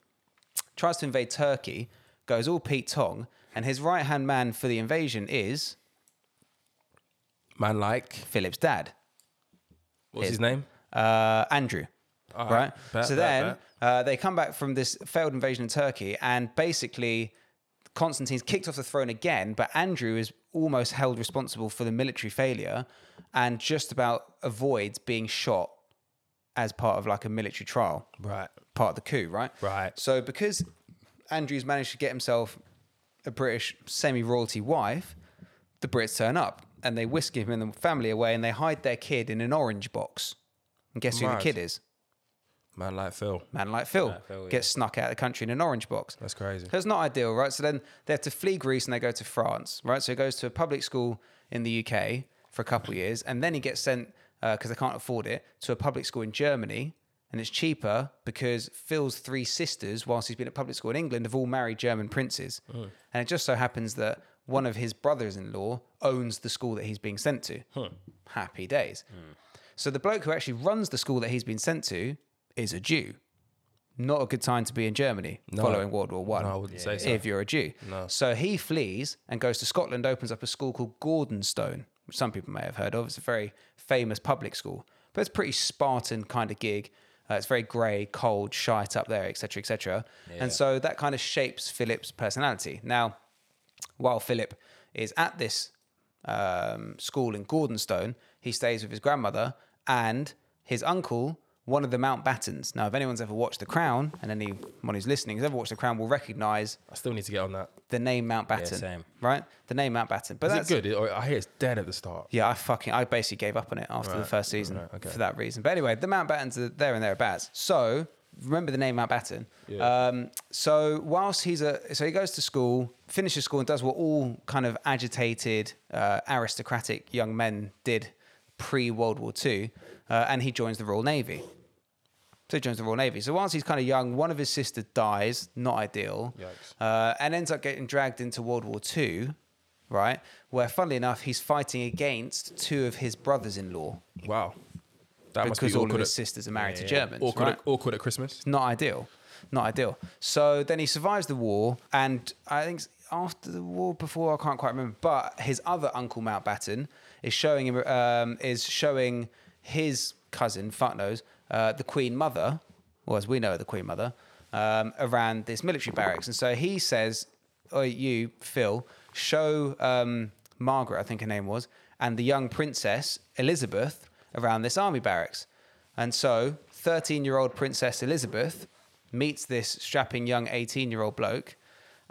tries to invade Turkey, goes all Pete Tong, and his right hand man for the invasion is
Man like.
Philip's dad,
What's
Is-
his name?
uh, Andrew.
All
right?
right. Bet,
so
bet,
then Uh, they come back from this failed invasion in Turkey, and basically Constantine's kicked off the throne again, but Andrew is almost held responsible for the military failure and just about avoids being shot as part of like a military trial
Right.
part of the coup, right?
Right.
So because Andrews managed to get himself a British semi-royalty wife, the Brits turn up and they whisk him and the family away and they hide their kid in an orange box. And guess who the
Mad.
kid is?
Man like Phil.
Man like Phil,
Phil, yeah.
gets snuck out of the country in an orange box.
That's crazy.
So it's not ideal, right? So then they have to flee Greece and they go to France, right? So he goes to a public school in the UK for a couple of years, and then he gets sent because they can't afford it to a public school in Germany, and it's cheaper because Phil's three sisters, whilst he's been at public school in England, have all married German princes, and it just so happens that one of his brothers-in-law owns the school that he's being sent to. Happy days. So the bloke who actually runs the school that he's been sent to is a Jew. Not a good time to be in Germany
No.
following World War One
No, I wouldn't say so.
if you're a Jew.
No.
So he flees and goes to Scotland, opens up a school called Gordonstone, which some people may have heard of. It's a very famous public school, but it's a pretty Spartan kind of gig. Uh, it's very grey, cold, shite up there, etc., etc. And so that kind of shapes Philip's personality. Now, while Philip is at this um, school in Gordonstone, he stays with his grandmother and his uncle, one of the Mountbattens. Now, if anyone's ever watched The Crown, and anyone who's listening who's ever watched The Crown will recognise
I still need to get on that.
the name Mountbatten.
same.
Right? The name Mountbatten. But
Is
that's
it good? It- I hear it's dead at the start.
Yeah, I fucking I basically gave up on it after the
Right,
first season
right, okay.
for that reason. But anyway, the Mountbattens are there and thereabouts. So remember the name Mountbatten.
Yeah.
Um, so whilst he's a so he goes to school, finishes school, and does what all kind of agitated uh, aristocratic young men did pre World War II, uh, and he joins the Royal Navy. So he joins the Royal Navy. So whilst he's kind of young, one of his sisters dies, not ideal,
Yikes.
uh, and ends up getting dragged into World War II, right? Where, funnily enough, he's fighting against two of his brothers-in-law
Wow. That must
because
be
all of
awkward.
his
At,
sisters are married to
yeah.
Germans.
awkward,
right?
at, awkward at Christmas.
Not ideal. Not ideal. So then he survives the war, and I think after the war, before I can't quite remember, but his other uncle Mountbatten is showing him um, is showing his cousin Futnose, uh, the Queen Mother, or as we know her, the Queen Mother, um, around this military barracks, and so he says, "Oh, you Phil, show um, Margaret, I think her name was, and the young princess Elizabeth around this army barracks." And so, 13 year old Princess Elizabeth meets this strapping young 18 year old bloke,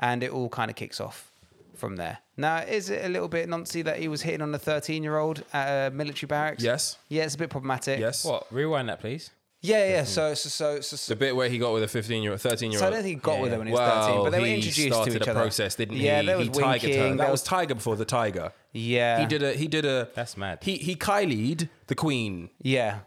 and it all kind of kicks off from there. Now, is it a little bit noncy that he was hitting on a 13 year old at a military barracks?
Yes.
Yeah, it's a bit problematic.
Yes.
What? Rewind that, please.
Yeah, yeah. So, so, so, so,
The
so,
bit where he got with a 15 year old, 13 year
so I
old.
don't think he got with her when he was 13, but they were introduced
started
to each
a
other.
process, didn't he?
Yeah, there was
he tigered her.
winking,
That
there
was
was-
Tiger before the Tiger.
Yeah.
He did a. He did a.
That's mad.
He he Kylie'd the Queen.
Yeah.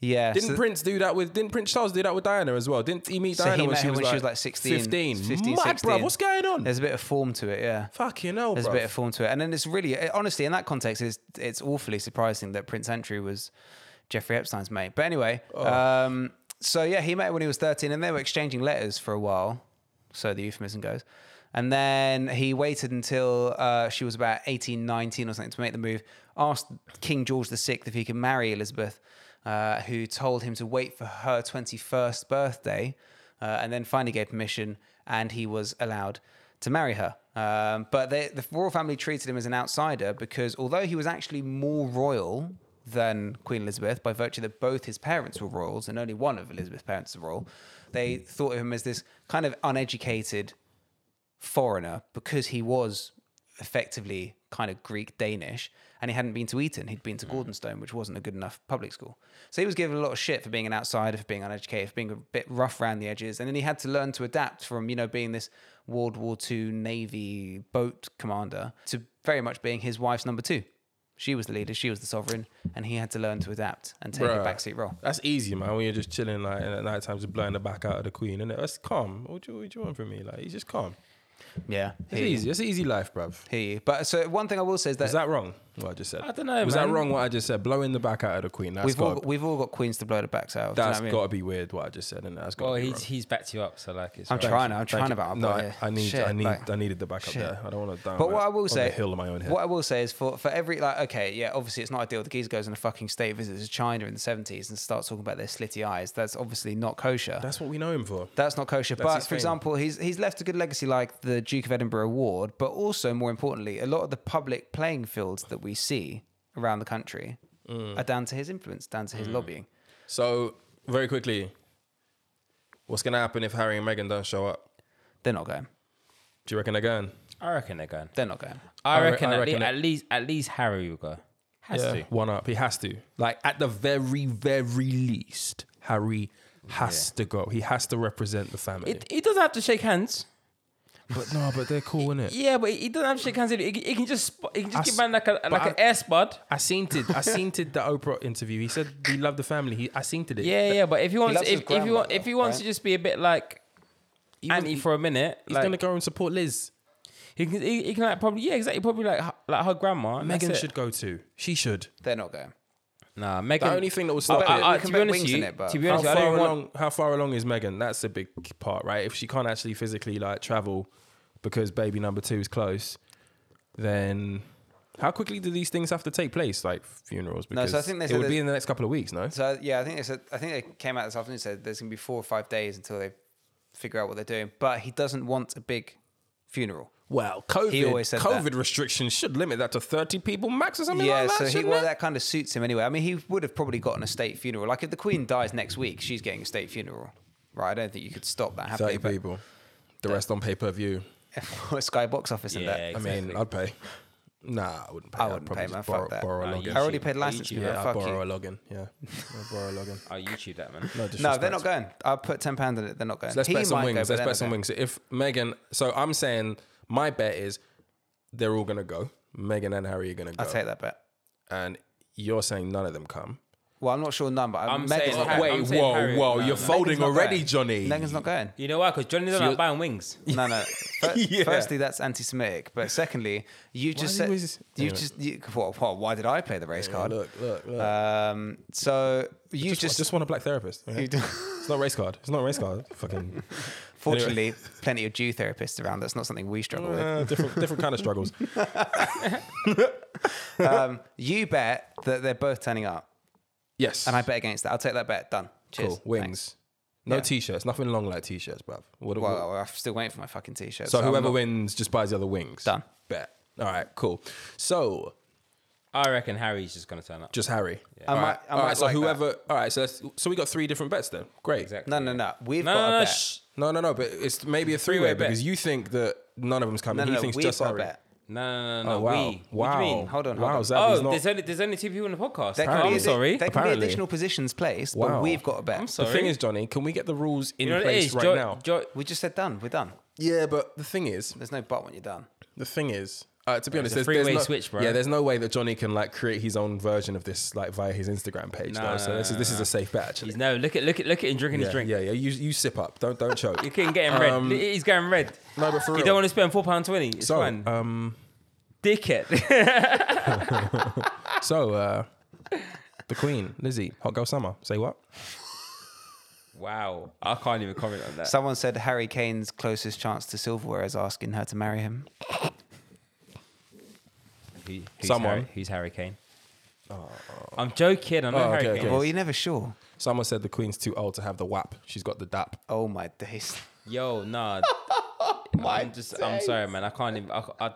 Yeah.
Didn't
so-
Prince do that with? Didn't Prince Charles do that with Diana as well? Didn't he meet
So he
Diana when,
met
she,
her
was
when
like
she was like 16,
15.
15,
Mad, bro.
16.
What's going on?
There's a bit of form to it, yeah.
Fucking hell,
There's
bro.
a bit of form to it, and then it's really it- honestly in that context, it's it's awfully surprising that Prince Andrew was Jeffrey Epstein's mate. But anyway, um, so yeah, he met her when he was 13, and they were exchanging letters for a while. So the euphemism goes. And then he waited until uh, she was about 18, 19 or something to make the move. Asked King George VI if he could marry Elizabeth, uh, who told him to wait for her 21st birthday, uh, and then finally gave permission, and he was allowed to marry her. Um, but they, the royal family treated him as an outsider because although he was actually more royal than Queen Elizabeth by virtue that both his parents were royals and only one of Elizabeth's parents was royal, they thought of him as this kind of uneducated foreigner because he was effectively kind of Greek Danish and he hadn't been to Eton. He'd been to
Hmm.
Gordonstone, which wasn't a good enough public school. So he was given a lot of shit for being an outsider, for being uneducated, for being a bit rough around the edges. And then he had to learn to adapt from, you know, being this World War II Navy boat commander to very much being his wife's number two. She was the leader, she was the sovereign, and he had to learn to adapt and take
Bruh.
a backseat role.
That's easy, man. When you're just chilling, like and at night time, just blowing the back out of the queen, and that's calm. What do, you, what do you want from me? Like, he's just calm.
Yeah,
It's
hear you.
easy. It's an easy life, bruv.
Hear you. But uh, so one thing I will say is that,
Is that wrong? What I just said.
I dunno,
Was that
man.
wrong? What I just said? Blowing the back out of the queen. That's
we've all
got.
got, we've all got queens to blow their backs out. of, do you know
That's
what I mean?
got to be weird. What I just said, and that's got.
Well,
to be
he's he's backed you up, so like it's.
I'm
fine.
trying. I'm trying about.
wrong.
it,
No,
but
I,
yeah.
I need.
Shit,
I need.
like-
I needed the back up
shit.
there. I don't want to down.
But what I will
on
say,
the hill of my own head.
what I will say is for, for every like, okay, yeah, obviously it's not ideal. The geezer goes on a fucking state visit to China in the seventies and starts talking about their slitty eyes. That's obviously not kosher. That's,
That's what we know him for.
not kosher.
That's
but
his
for
thing.
example, he's he's left a good legacy like the Duke of Edinburgh Award, but also more importantly, a lot of the public playing fields that we see around the country
Mm.
are down to his influence, down to his lobbying.
So very quickly, what's gonna happen if Harry and Meghan don't show up?
They're not going.
Do you reckon they're going?
I reckon they're going.
They're not going.
I,
I re-
reckon,
I
at,
reckon
lea-
it-
at least at least Harry will go. Has to.
one up. He has to. Like at the very, very least, Harry has to go. He has to represent the family.
It, he doesn't have to shake hands.
but no, but they're cool, innit?
Yeah, but he doesn't have to shake hands. He, he can just sp- he can just
I
give
s-
man like a
but
like
I-
an air spud.
I seen it. I seen it. The Oprah interview. He said he loved the family. He, I seen it.
Yeah, yeah. But if he wants
loves his
if, if he
grandma,
want, if he wants
right?
to just be a bit like
He was-
anti for a minute,
he's
like
gonna go and support Liz.
he can he, he can like probably yeah exactly probably like hu- like her grandma. and that's
Megan
it.
should go too. She should.
They're not going.
Nah, Megan.
The only thing that will
I,
stop
I-
it.
I-
we
to
can
be
bet
honest, with
wings
you,
in it, but-
to be
how
honest, I
far
don't
along?
want.
How far along is Megan? That's a big part, right? If she can't actually physically like travel because baby number two is close, then how quickly do these things have to take place, like funerals?
No,
Because
so I think they
it
said
would be
that-
in the next couple of weeks. No,
So yeah, I think they said, I think they came out this afternoon and said there's gonna be four or five days until they figure out what they're doing. But he doesn't want a big funeral.
well, COVID,
He always said
COVID
that.
restrictions should limit that to thirty people max or something
yeah,
like that.
so he
shouldn't
well
it?
that kind of suits him anyway. I mean, he would have probably gotten a state funeral. Like if the Queen dies next week, she's getting a state funeral, right? I don't think you could stop that
thirty
happening. but-
people, the rest on pay per view.
Sky box office and
Yeah,
that.
I mean, I'd pay. Nah, I wouldn't pay.
I
I'd
wouldn't
probably
pay,
just
man.
Borrow,
Fuck that.
borrow a
Nah,
login.
you
I already
YouTube.
paid
Oh,
license for
YouTube.
that.
Yeah, I'd
Fuck
borrow
you.
a login. Yeah, I'd borrow a login.
I YouTube that man.
No,
No,
disrespect.
they're not going. I put ten pounds on it. They're not going.
Let's
He
bet some
might go,
wings.
but
Let's
they're not
bet some
going.
wings. If Megan, so I'm saying my bet is they're all gonna go. Megan and Harry are gonna go,
I'll take that bet.
and you're saying none of them come.
Well, I'm not sure none, but
I'm
I'm
saying Harry-
not
Wait, I'm saying whoa, Harry- whoa, no, you're no.
folding
not already, going.
Johnny.
Megan's not going.
You know why? Because Johnny's not buying wings.
No, no. Fir-
Yeah.
Firstly, that's anti-Semitic. But secondly, you just
he
said
was-
you
Anyway.
just you, well, well, why did I play the race card?
Look, look, look.
Um, so you
just,
just,
I Uh, just want a black therapist. Yeah.
you do-
It's not a race card. It's not a race card. Fucking
fortunately plenty of Jew therapists around. That's not something we struggle with.
uh, different, different kind of struggles.
Um, you bet that they're both turning up,
Yes,
and I bet against that. I'll take that bet. Done. Cheers.
cool wings.
Thanks.
No
Yeah.
t-shirts. Nothing long like t-shirts, bruv. What, what,
Well, I'm still waiting for my fucking t-shirt.
so
I'm
whoever
not-
wins just buys the other wings.
Done.
Bet. All right. Cool. So
I reckon Harry's just gonna turn up.
Just Harry.
I
All
might-
right.
I
all right.
might
So
like that.
whoever. All right. So that's, so we got three different bets then. Great.
Exactly.
No, no, no. We've
No,
got
no,
a
no.
bet.
shh.
No, no, no. But it's maybe a three-way
Three-way bet.
because you think that none of them's coming.
no,
he
no, no.
thinks
We've
just
got a
Harry.
bet.
No, no, no,
Oh
no.
wow!
We.
Wow.
What do you mean?
Hold on,
Wow.
hold on.
Zab, he's
Oh,
not-
there's only there's only two people in the podcast.
There can
I'm
be,
sorry.
There can be
Apparently.
additional positions placed, but
Wow.
we've got a bet.
I'm
the
sorry.
thing is, Johnny, can we get the rules in
you know what it
place
is?
right
Jo-
now?
Jo-
We just said done. We're done.
yeah, but the thing is,
There's no but when you're done.
the thing is. Uh, to be honest,
a
there's,
three-way
there's no,
switch, bro.
Yeah, there's no way that Johnny can like create his own version of this like via his Instagram page.
Nah,
No, so this is this is a safe bet actually.
he's no. Look at look at look at him drinking
yeah,
his drink.
yeah, yeah. You you sip up. Don't don't choke.
You can get him red.
Um,
He's getting red.
no, but for
You
real.
don't want to spend four pound twenty. It's
so
fine.
um,
Dickhead.
So, uh, the Queen, Lizzie, Hot Girl Summer. Say what?
wow. I can't even comment on that.
Someone said Harry Kane's closest chance to silverware is asking her to marry him.
Who- who's
Someone.
Harry, who's Harry Kane? I'm joking. I'm not
Oh,
Harry
okay,
Kane.
okay.
Well, you're never sure.
Someone said the Queen's too old to have the WAP. She's got the DAP.
Oh my days.
Yo, nah. I'm just. I'm sorry, man. I can't even. I. I,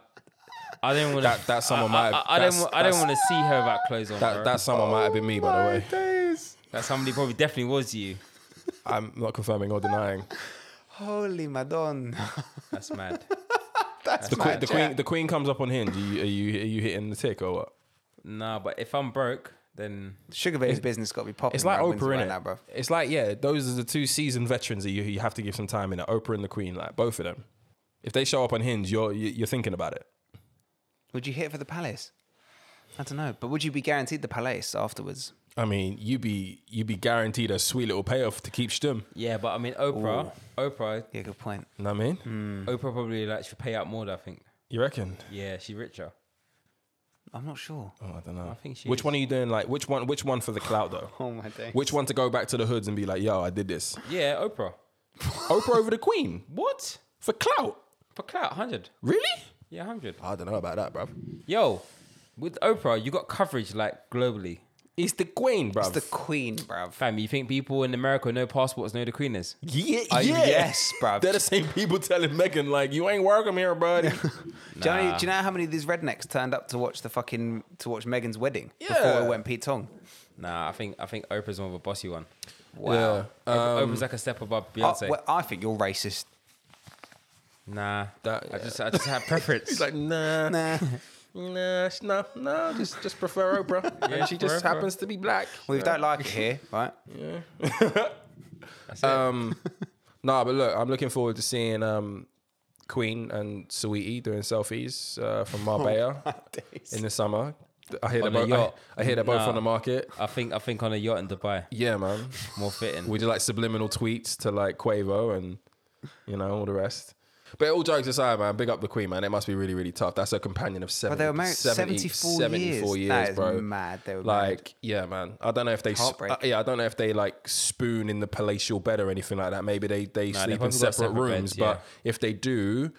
I didn't want
That- that's someone
I,
might
I,
have-
I,
that's-
don't. I don't
that's-
want to see her without clothes on.
That,
bro.
that someone might have been me,
Oh
by the way.
days.
That somebody probably definitely was you.
I'm not confirming or denying.
Holy Madonna.
That's mad.
That's
The, Queen,
mad.
the,
yeah.
Queen, the Queen comes up on Hinge. Are you, are you, are you hitting the tick or what?
nah, but if I'm broke, then
Sugar Baby's business got to be popping.
It's like
around Windsor
Oprah,
right
innit?
now, bro.
It's like, yeah, those are the two seasoned veterans that you, you have to give some time in Oprah and the Queen, like both of them. If they show up on Hinge, you're, you- you're thinking about it.
Would you hit for the palace? I don't know. But would you be guaranteed the Palais afterwards?
I mean, you be you be guaranteed a sweet little payoff to keep Stum.
Yeah, but I mean, Oprah, Oprah,
Yeah, good point.
You know what I mean?
Oprah probably like should pay out more. though, I think.
You reckon?
Yeah, she's richer.
I'm not sure.
Oh, I don't know.
I think she
which
is.
one are you doing? Like, which one? Which one for the clout though?
Oh my day.
Which one to go back to the hoods and be like, "Yo, I did this."
Yeah, Oprah.
Oprah over the Queen
What?
for clout?
For clout, hundred.
Really?
Yeah, hundred.
I don't know about that, bruv.
Yo, with Oprah, you got coverage like globally.
It's the Queen, bruv.
It's the Queen, bruv.
Fam, you think people in America with no passports know who the Queen is?
yeah,
Uh,
yeah.
yes, bruv.
They're the same people telling Megan like, "You ain't welcome here, buddy."
Do, you know, do you know how many of these rednecks turned up to watch the fucking to watch Megan's wedding before
Yeah.
it went Pete Tong?
Nah, I think I think Oprah's more of a bossy one.
Yeah. Um,
Oprah's like a step
uh,
above
Oh,
Beyonce.
well, I think you're racist.
nah,
That-
I just I just have preference.
He's like, nah,
Nah.
nah, sh- nah, nah. Just, just prefer Oprah.
Yeah,
and she just
prefer Oprah.
happens to be black.
We don't like it here, right?
That's it.
Um, nah, but look, I'm looking forward to seeing um, Queen and Sweetie doing selfies uh, from
Oh,
Marbella in the summer. I hear
On
they're
a
both.
yacht.
I, I hear they're both
Nah.
on the market.
I think I think on a yacht in Dubai,
Yeah, man.
more fitting.
We do like subliminal tweets to like Quavo and you know all the rest. But all jokes aside, man, big up the Queen, man. It must be really, really tough. That's a companion of 70,
But they were married
70
74,
74 years,
That is
bro.
mad. They were married.
Like, yeah, man. I don't know if they, s-
Heartbreak.
uh, yeah, I don't know if they like spoon in the palatial bed or anything like that. Maybe they they
they
sleep in
probably got
separate,
separate
rooms,
beds,
but if they do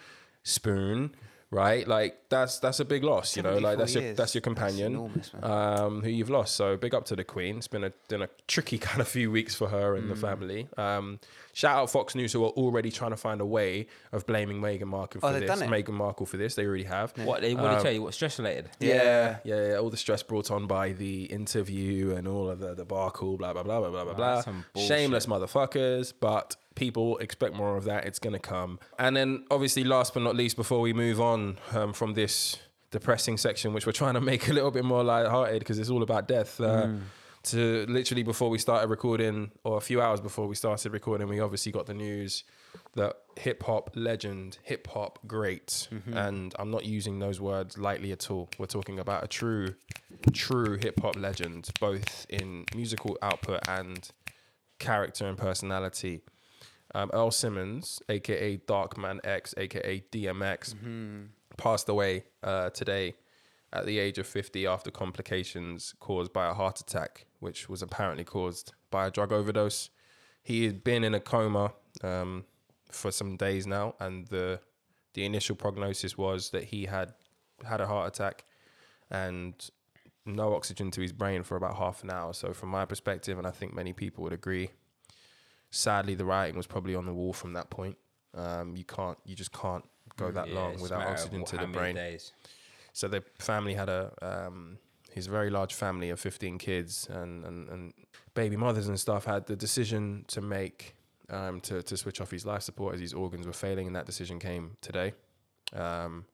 spoon, right, like that's that's a big loss, you know.
74
Like that's your
years.
that's your
That's
companion,
enormous, man.
um, who you've lost. So big up to the Queen. It's been a been a tricky kind of few weeks for her and the family. Um, shout out Fox News who are already trying to find a way of blaming Meghan Markle for
they've
this.
done it.
Meghan Markle for this. They already have.
what they want to tell you? What stress related?
Yeah.
Uh, Yeah, yeah, yeah. All the stress brought on by the interview and all of the debacle, blah, blah, blah, blah, blah, blah, blah.
that's some bullshit.
Shameless motherfuckers, but people expect more of that. It's going to come. And then, obviously, last but not least, before we move on um, from this depressing section, which we're trying to make a little bit more lighthearted because it's all about death. Uh, To literally before we started recording, or a few hours before we started recording, we obviously got the news that hip hop legend, hip hop great, and I'm not using those words lightly at all. We're talking about a true, true hip hop legend, both in musical output and character and personality. Um, Earl Simmons, aka Darkman X, aka DMX, passed away uh, today at the age of 50 after complications caused by a heart attack, which was apparently caused by a drug overdose. He had been in a coma um, for some days now, and the the initial prognosis was that he had had a heart attack and no oxygen to his brain for about half an hour. So, from my perspective, and I think many people would agree, sadly, the writing was probably on the wall from that point. Um, you can't, you just can't go that
Mm, Yeah,
long
it's
without
a matter of
oxygen
what-
to
how
the
many
brain.
Days.
So the family had a um, his very large family of fifteen kids and, and, and baby mothers and stuff had the decision to make um, to to switch off his life support as his organs were failing, and that decision came today. Um,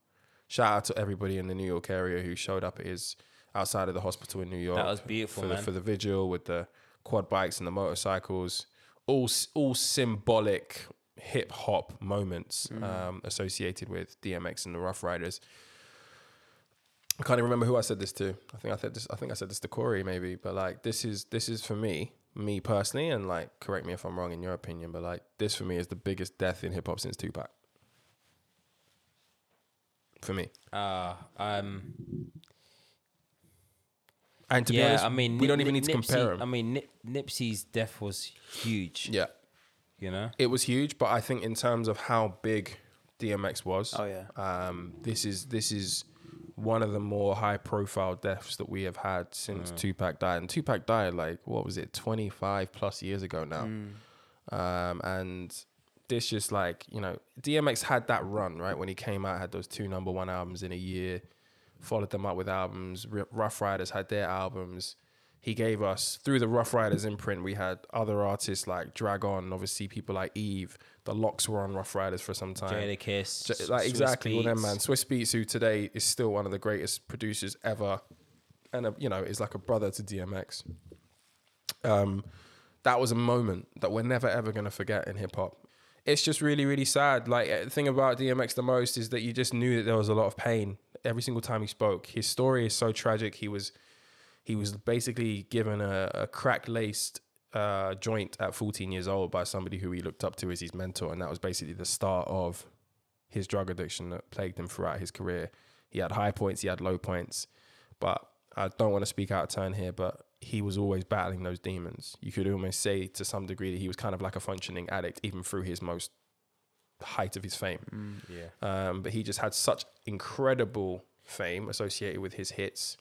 shout out to everybody in the New York area who showed up at his outside of the hospital in New York.
was beautiful,
for the
man.
for the vigil with the quad bikes and the motorcycles, all s- all symbolic hip hop moments
Mm.
um, associated with DMX and the Rough Riders. I can't even remember who I said this to. I think I said this. I think I said this to Corey maybe. But like, this is this is for me, me personally, and like, correct me if I'm wrong in your opinion. But like, this for me is the biggest death in hip hop since Tupac. For me,
Uh, um,
and to
yeah,
be honest,
I mean,
we don't
Nip-
even need to
Nipsey-
compare them.
I mean, Nip, Nipsey's death was huge.
yeah,
You know,
it was huge, but I think in terms of how big DMX was,
Oh, yeah.
um, this is this is one of the more high profile deaths that we have had since
Mm.
Tupac died, and Tupac died like what was it, twenty five plus years ago now,
Mm.
um, and this just like you know DMX had that run right when he came out, had those two number one albums in a year, followed them up with albums. R- Rough Riders had their albums. He gave us through the Rough Riders imprint. We had other artists like Dragon, obviously people like Eve. The Locks were on Rough Riders for some time.
Jada Kiss,
J- like exactly all them man. Swiss Beats, who today is still one of the greatest producers ever, and a, you know is like a brother to DMX. Um, that was a moment that we're never ever gonna forget in hip hop. It's just really really sad. Like uh, the thing about DMX the most is that you just knew that there was a lot of pain every single time he spoke. His story is so tragic. He was he was basically given a, a crack laced uh, joint at 14 years old by somebody who he looked up to as his mentor, and that was basically the start of his drug addiction that plagued him throughout his career. He had high points, he had low points, but I don't want to speak out of turn here, but he was always battling those demons. You could almost say to some degree that he was kind of like a functioning addict, even through his most height of his fame.
Yeah.
Um, but he just had such incredible fame associated with his hits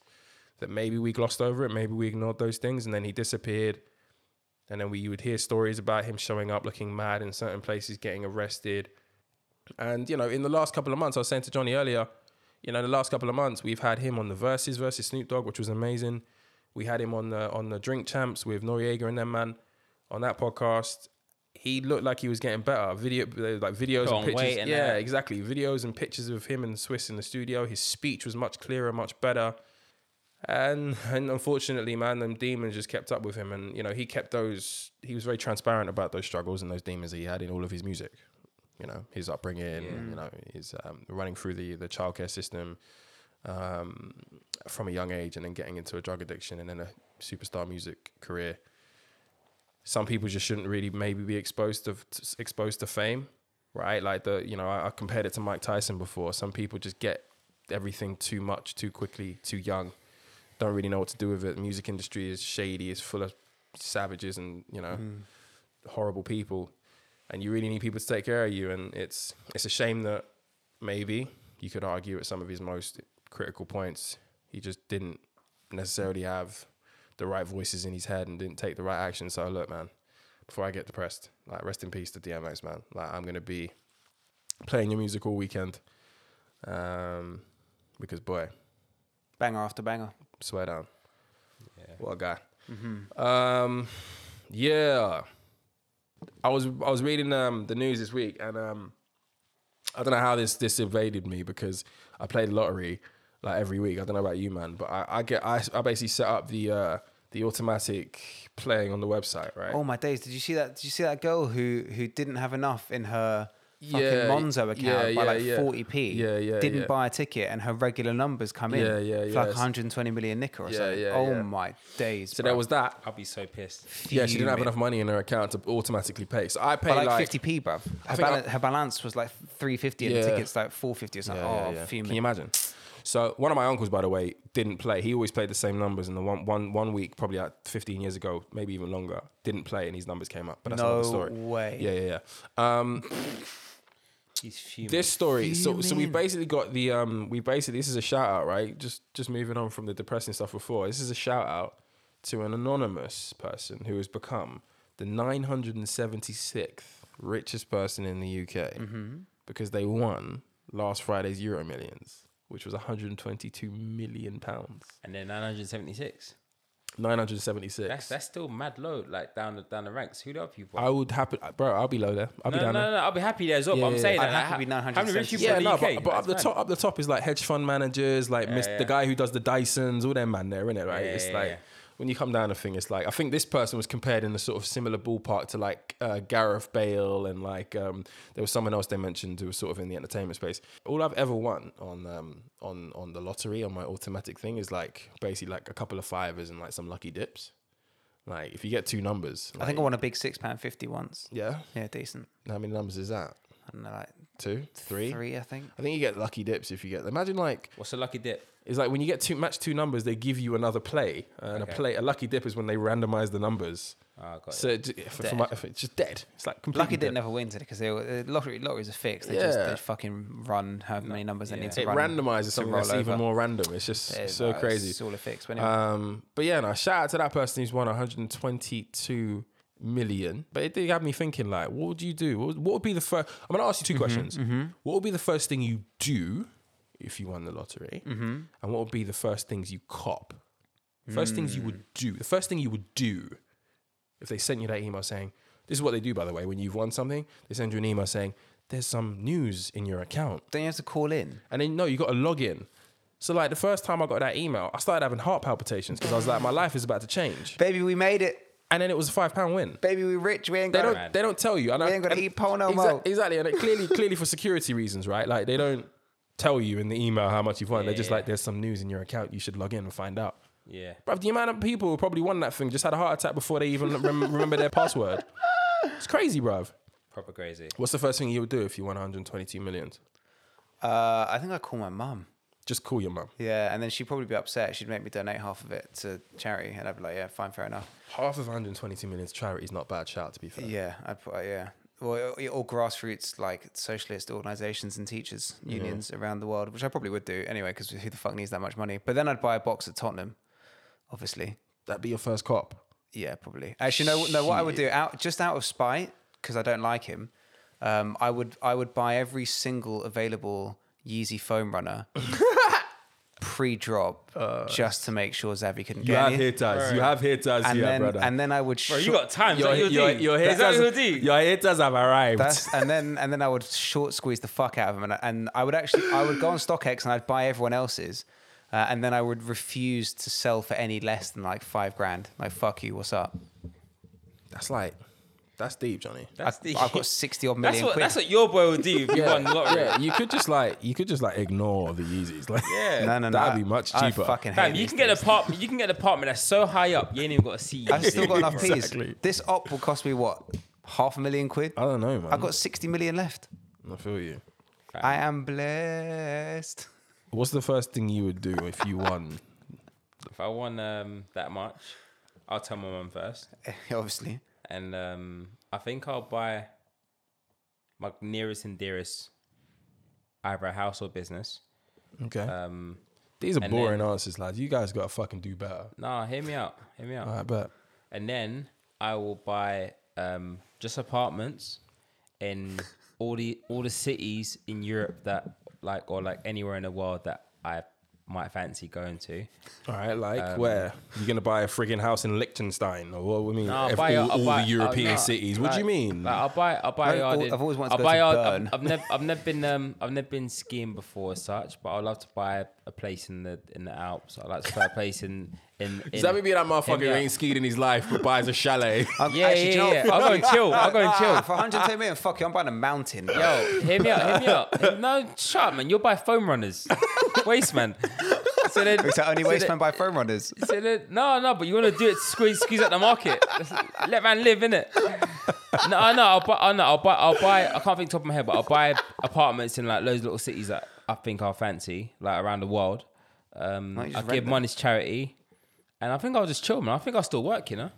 that maybe we glossed over it, maybe we ignored those things, and then he disappeared. And then we you would hear stories about him showing up looking mad in certain places, getting arrested. And you know, in the last couple of months, I was saying to Johnny earlier, you know, the last couple of months we've had him on the verses versus Snoop Dogg, which was amazing. We had him on the on the Drink Champs with Noriega and them man on that podcast. He looked like he was getting better. Video like videos
Put on
and pictures.
weight and
yeah,
that.
exactly. Videos and pictures of him and Swiss in the studio. His speech was much clearer, much better. And and unfortunately, man, them demons just kept up with him. And you know, he kept those. He was very transparent about those struggles and those demons that he had in all of his music. You know, his upbringing. You know, his um, running through the the childcare system um, from a young age, and then getting into a drug addiction, and then a superstar music career. Some people just shouldn't really maybe be exposed to t- exposed to fame, right? Like the you know, I, I compared it to Mike Tyson before. Some people just get everything too much, too quickly, too young don't really know what to do with it. The music industry is shady, it's full of savages and, you know, horrible people. And you really need people to take care of you. And it's it's a shame that maybe you could argue at some of his most critical points, he just didn't necessarily have the right voices in his head and didn't take the right action. So look, man, before I get depressed, like rest in peace to DMX, man. Like I'm gonna be playing your music all weekend. Um because boy,
Banger after banger.
swear down.
Yeah.
What a guy.
Mm-hmm.
Um, yeah. I was I was reading um, the news this week, and um, I don't know how this this evaded me because I played lottery like every week. I don't know about you, man, but I, I get I, I basically set up the uh, the automatic playing on the website, right?
Oh my days! Did you see that? Did you see that girl who who didn't have enough in her fucking
Yeah,
Monzo account
yeah, yeah,
by like
yeah.
forty p?
Yeah, yeah,
Didn't
yeah.
buy a ticket, and her regular numbers come in.
Yeah, yeah,
for
yeah.
Like one hundred and twenty million nicker or
Yeah,
something.
yeah,
oh
yeah.
my days!
so there was that.
I'll be so pissed.
Yeah, she didn't have enough money in her account to automatically pay. So I paid
But like
like
fifty p, bruv. Her,
think I-
balan- her balance was like three fifty, and the
Yeah.
tickets like four fifty or something.
Yeah,
oh,
yeah, yeah.
fuming.
Can you imagine? So one of my uncles, by the way, didn't play. He always played the same numbers, and the one one one week, probably like fifteen years ago, maybe even longer, didn't play, and his numbers came up. But that's another
No
story.
way.
Yeah, yeah, yeah. Um,
He's fuming.
this story. So, so we
Fuming.
basically got the um. We basically this is a shout out, right? Just just moving on from the depressing stuff before. This is a shout out to an anonymous person who has become the 976th richest person in the UK
Mm-hmm.
because they won last Friday's Euro Millions, which was 122 million pounds.
and then 976.
976.
That's that's still mad low, like down the down the ranks. Who the other people?
I would happen, bro. I'll be low there. I'll
no,
be
no,
down there.
no, I'll be happy there as well.
Yeah,
but I'm
yeah, yeah.
saying
I'd
like,
have to be
how- How many rich
976.
people in the
but,
UK?
but
Like,
up the
it's
top,
mad.
up the top is like hedge fund managers, like Mr.
yeah.
the guy who does the Dysons, all them man there, innit? Right?
Yeah,
it's
yeah,
like
yeah.
when you come down to thing, it's like I think this person was compared in a sort of similar ballpark to like uh, Gareth Bale and like um, there was someone else they mentioned who was sort of in the entertainment space. All I've ever won on um, on on the lottery on my automatic thing is like basically like a couple of fivers and like some lucky dips. Like if you get two numbers,
I think
like-
I won a big six pound fifty once.
yeah.
Yeah, decent.
How many numbers is that?
I don't know, like
Two, three.
three, I think.
I think you get lucky dips if you get. Imagine like
What's a lucky dip?
It's like when you get two match two numbers, they give you another play, and
Okay.
a play a lucky dip is when they randomize the numbers.
Oh, I got it.
So it, j- for, for my, for- it's just dead. It's like completely
Lucky
dead.
didn't ever win today because they were, uh, lottery lotteries are fixed. They just they
Yeah.
fucking run however many numbers they
Yeah.
need to
It
run.
randomizes something
roll
that's even
over.
more random. It's just
Yeah,
so
but It's
crazy.
all a fix. But anyway,
Um, but yeah, no, shout out to that person who's won 122 million. But it did have me thinking, like, what would you do? What would, what would be the first? I'm gonna ask you 2 questions. What would be the first thing you do if you won the lottery? And what would be the first things you cop? First things you would do. The first thing you would do if they sent you that email saying, this is what they do, by the way, when you've won something, they send you an email saying, there's some news in your account.
don't you have to call in?
And then no, you got to log in. So like the first time I got that email, I started having heart palpitations because I was like, my life is about to change.
Baby, we made it.
And then it was a five pound win.
Baby, we rich. We ain't
They
got
don't. They don't tell you. And I
ain't gonna
and
eat porno
exac-
mo.
Exactly. And it clearly, clearly for security reasons, right? Like they don't. tell you in the email how much you've won. They're just
Yeah.
like, there's some news in your account. You should log in and find out.
Yeah.
Bruv, the amount of people who probably won that thing just had a heart attack before they even rem- remember their password. It's crazy, bruv.
Proper crazy.
What's the first thing you would do if you won 122 million?
Uh, I think I call my mum.
Just call your mum.
Yeah, and then she'd probably be upset. She'd make me donate half of it to charity, and I'd be like, "Yeah, fine, fair enough."
Half of 122 million to charity is not bad. Shout out to be fair.
Yeah, I'd put, uh, yeah. Well, all grassroots like socialist organisations and teachers unions around the world, which I probably would do anyway, because who the fuck needs that much money? But then I'd buy a box at Tottenham, obviously.
That'd be your first cop.
Yeah, probably. Actually, no, no. What I would do out just out of spite because I don't like him, um, I would I would buy every single available Yeezy foam runner pre-drop
Uh.
just to make sure Zavi couldn't
You
get
have
any.
hair ties. You have hair ties
and
here,
then
brother.
and then I would. Bro,
you got time. Is that your
your,
thing?
your,
Is that
haters,
your thing?
your haters have arrived.
That's, and then and then I would short squeeze the fuck out of them, and I, and I would actually I would go on StockX and I'd buy everyone else's, uh, and then I would refuse to sell for any less than like five grand. Like fuck you, what's up?
That's like, that's deep, Johnny.
That's the.
I've got sixty odd
that's
million
what
quid.
that's what your boy would do if you won the lottery.
you could just like, you could just like ignore the Yeezys. Like,
Yeah.
no, no, no.
that'd
I-
be much
I
cheaper.
fucking hate
Fam, you
these
can get an apartment. You can get an apartment that's so high up, you ain't even got to see.
I've still got enough peas.
Exactly.
This op will cost me what? Half a million quid?
I don't know, man.
I've got 60 million left.
I feel you.
I am blessed.
What's the first thing you would do if you won?
If I won um, that much, I'll tell my mum first,
Obviously.
and um, I think I'll buy my nearest and dearest either a house or business.
Okay.
Um,
Uh, These are
and
boring answers, lads. You guys gotta fucking do better.
nah, hear me out. Hear me out.
I bet.
and then I will buy um, just apartments in all the all the cities in Europe that like or like anywhere in the world that I might fancy going to.
All right, like
Um,
where you're gonna buy a friggin' house in Liechtenstein or what? I mean,
Nah,
if
buy a-
all,
I'll
all
buy-
the
I'll-
European
nah,
cities. What do you
like-
mean?
Like, I'll buy. I'll buy.
I've
a yard
al-
in-
I've always wanted to go
I'll buy
to
a yard-
Bern.
I've, I've never. I've never been. Um, I've never been skiing before as such. But I'd love to buy a place in the in the Alps. I'd like to buy a place in in. in
Does that mean that
in
motherfucker
the-
who ain't skied in his life but buys a chalet?
I'm,
Yeah,
actually, do you know what?
yeah, yeah.
Fuck
I'll go
you.
and chill. I'll go and
Ah,
chill.
For 110 million, fuck you. I'm buying a mountain.
Yo, hear me out, hear me out. No, shut up, man. You'll buy foam runners. Waste, man. So then,
It's the only
so
way
then-
spent by phone runners.
so then- no, no, but you want to do it to squeeze, squeeze out the market. Let man live, innit? No, I know. I'll buy. I know. I'll buy. I'll buy. I can't think top of my head, but I'll buy apartments in like loads of little cities that I think are fancy, like around the world. Um,
Why don't you
I
just
give
rent
money to charity, and I think I'll just chill, man. I think I'll still work, you know.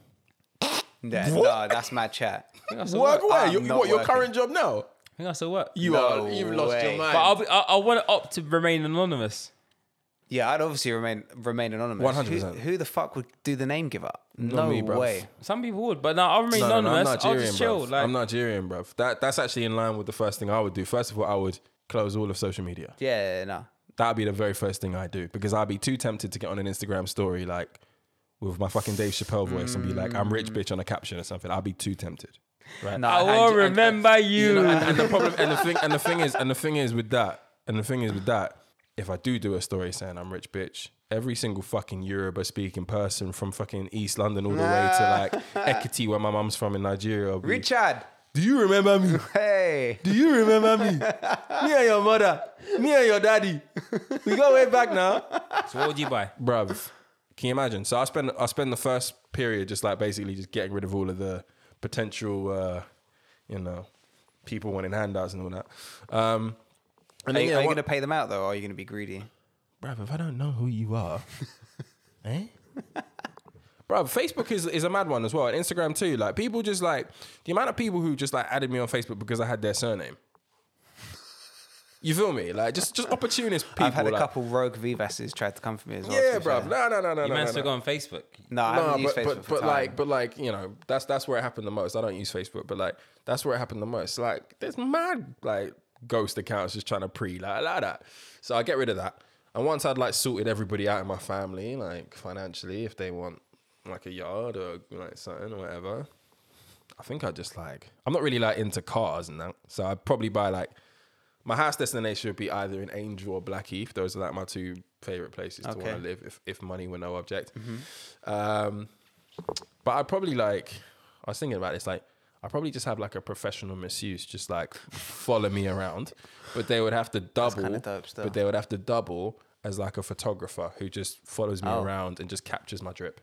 Yeah, no, that's mad chat.
I think I'll still work.
Work where?
I'm
You,
not
what your
working.
current job now?
I think I'll still work.
You
No
are. You've lost
way.
your mind.
but I'll be, I, I want to opt to remain anonymous.
Yeah, I'd obviously remain remain anonymous.
100%.
Who, who the fuck would do the name give up? No
me, bruv.
way.
Some people would, but no, I'll remain
No, no, no,
anonymous. I'll
Nigerian,
just chill.
bruv.
Like,
I'm Nigerian, bruv. That that's actually in line with the first thing I would do. First of all, I would close all of social media.
Yeah, no.
That'd be the very first thing I do because I'd be too tempted to get on an Instagram story like with my fucking Dave Chappelle voice and be like, "I'm rich, bitch" on a caption or something. I'd be too tempted. Right.
no
I
and-
will
and- and-
remember you.
You know, and, and the problem, and the thing, and the thing is, and the thing is with that, and the thing is with that, if I do do a story saying I'm rich, bitch, every single fucking Yoruba speaking person from fucking East London all the way to like Ekiti, where my mum's from in Nigeria, will be,
Richard,
do you remember me?
hey.
Do you remember me? me and your mother, me and your daddy. We go way back now,
so what would you buy?
bruv. Can you imagine? So I spend I spend the first period just like basically just getting rid of all of the potential, uh, you know, people wanting handouts and all that. Um, and
Are
then,
you,
yeah,
are you
what-
going to pay them out though, or are you going to be greedy?
bruv, if I don't know who you are, eh? Bruv, Facebook is, is a mad one as well, and Instagram too. Like people just like the amount of people who just like added me on Facebook because I had their surname. You feel me? Like just just opportunist people.
I've had a
like-
couple rogue Vivasses tried to come for me as well.
Yeah,
to be
bruv.
fair.
No, no, no, no,
You
no.
man
no, no.
still go on Facebook.
No, I
No,
haven't used
but,
Facebook
but,
for
but
time.
like, but like, you know, that's that's where it happened the most. I don't use Facebook, but like, that's where it happened the most. Like, there's mad like ghost accounts just trying to pre like, like that. So I get rid of that. And once I'd like sorted everybody out in my family, like financially, if they want like a yard or like something or whatever, I think I just like I'm not really like into cars and that. So I'd probably buy like my house destination would be either in Angel or Blackheath. Those are like my two favorite places to
Okay. Mm-hmm.
want to live if, if money were no object. Um, but I'd probably like I was thinking about this like I probably just have like a professional masseuse, just like follow me around. But they would have to double.
kinda dope still.
but they would have to double as like a photographer who just follows me
Oh.
around and just captures my drip,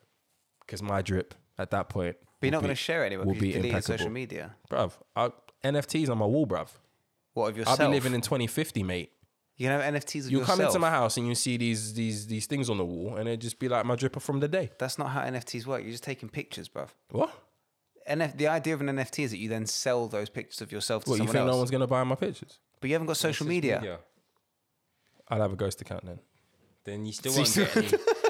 because my drip at that point.
But you're
will
not
be-
going to share it anywhere
will
because you
be
deleted
impeccable.
social media.
bruv. I, NFTs on my wall, bruv.
What of yourself?
I'll be living in 2050, mate.
You can have NFTs of
You
yourself.
come into my house and you see these these these things on the wall, and it just be like my dripper from the day.
That's not how NFTs work. You're just taking pictures, bruv.
What?
NF- the idea of an NFT is that you then sell those pictures of yourself to
What you
someone
think
else.
no one's gonna buy my pictures?
but you haven't got social media.
I'll have a ghost account then.
Then you still won't get any.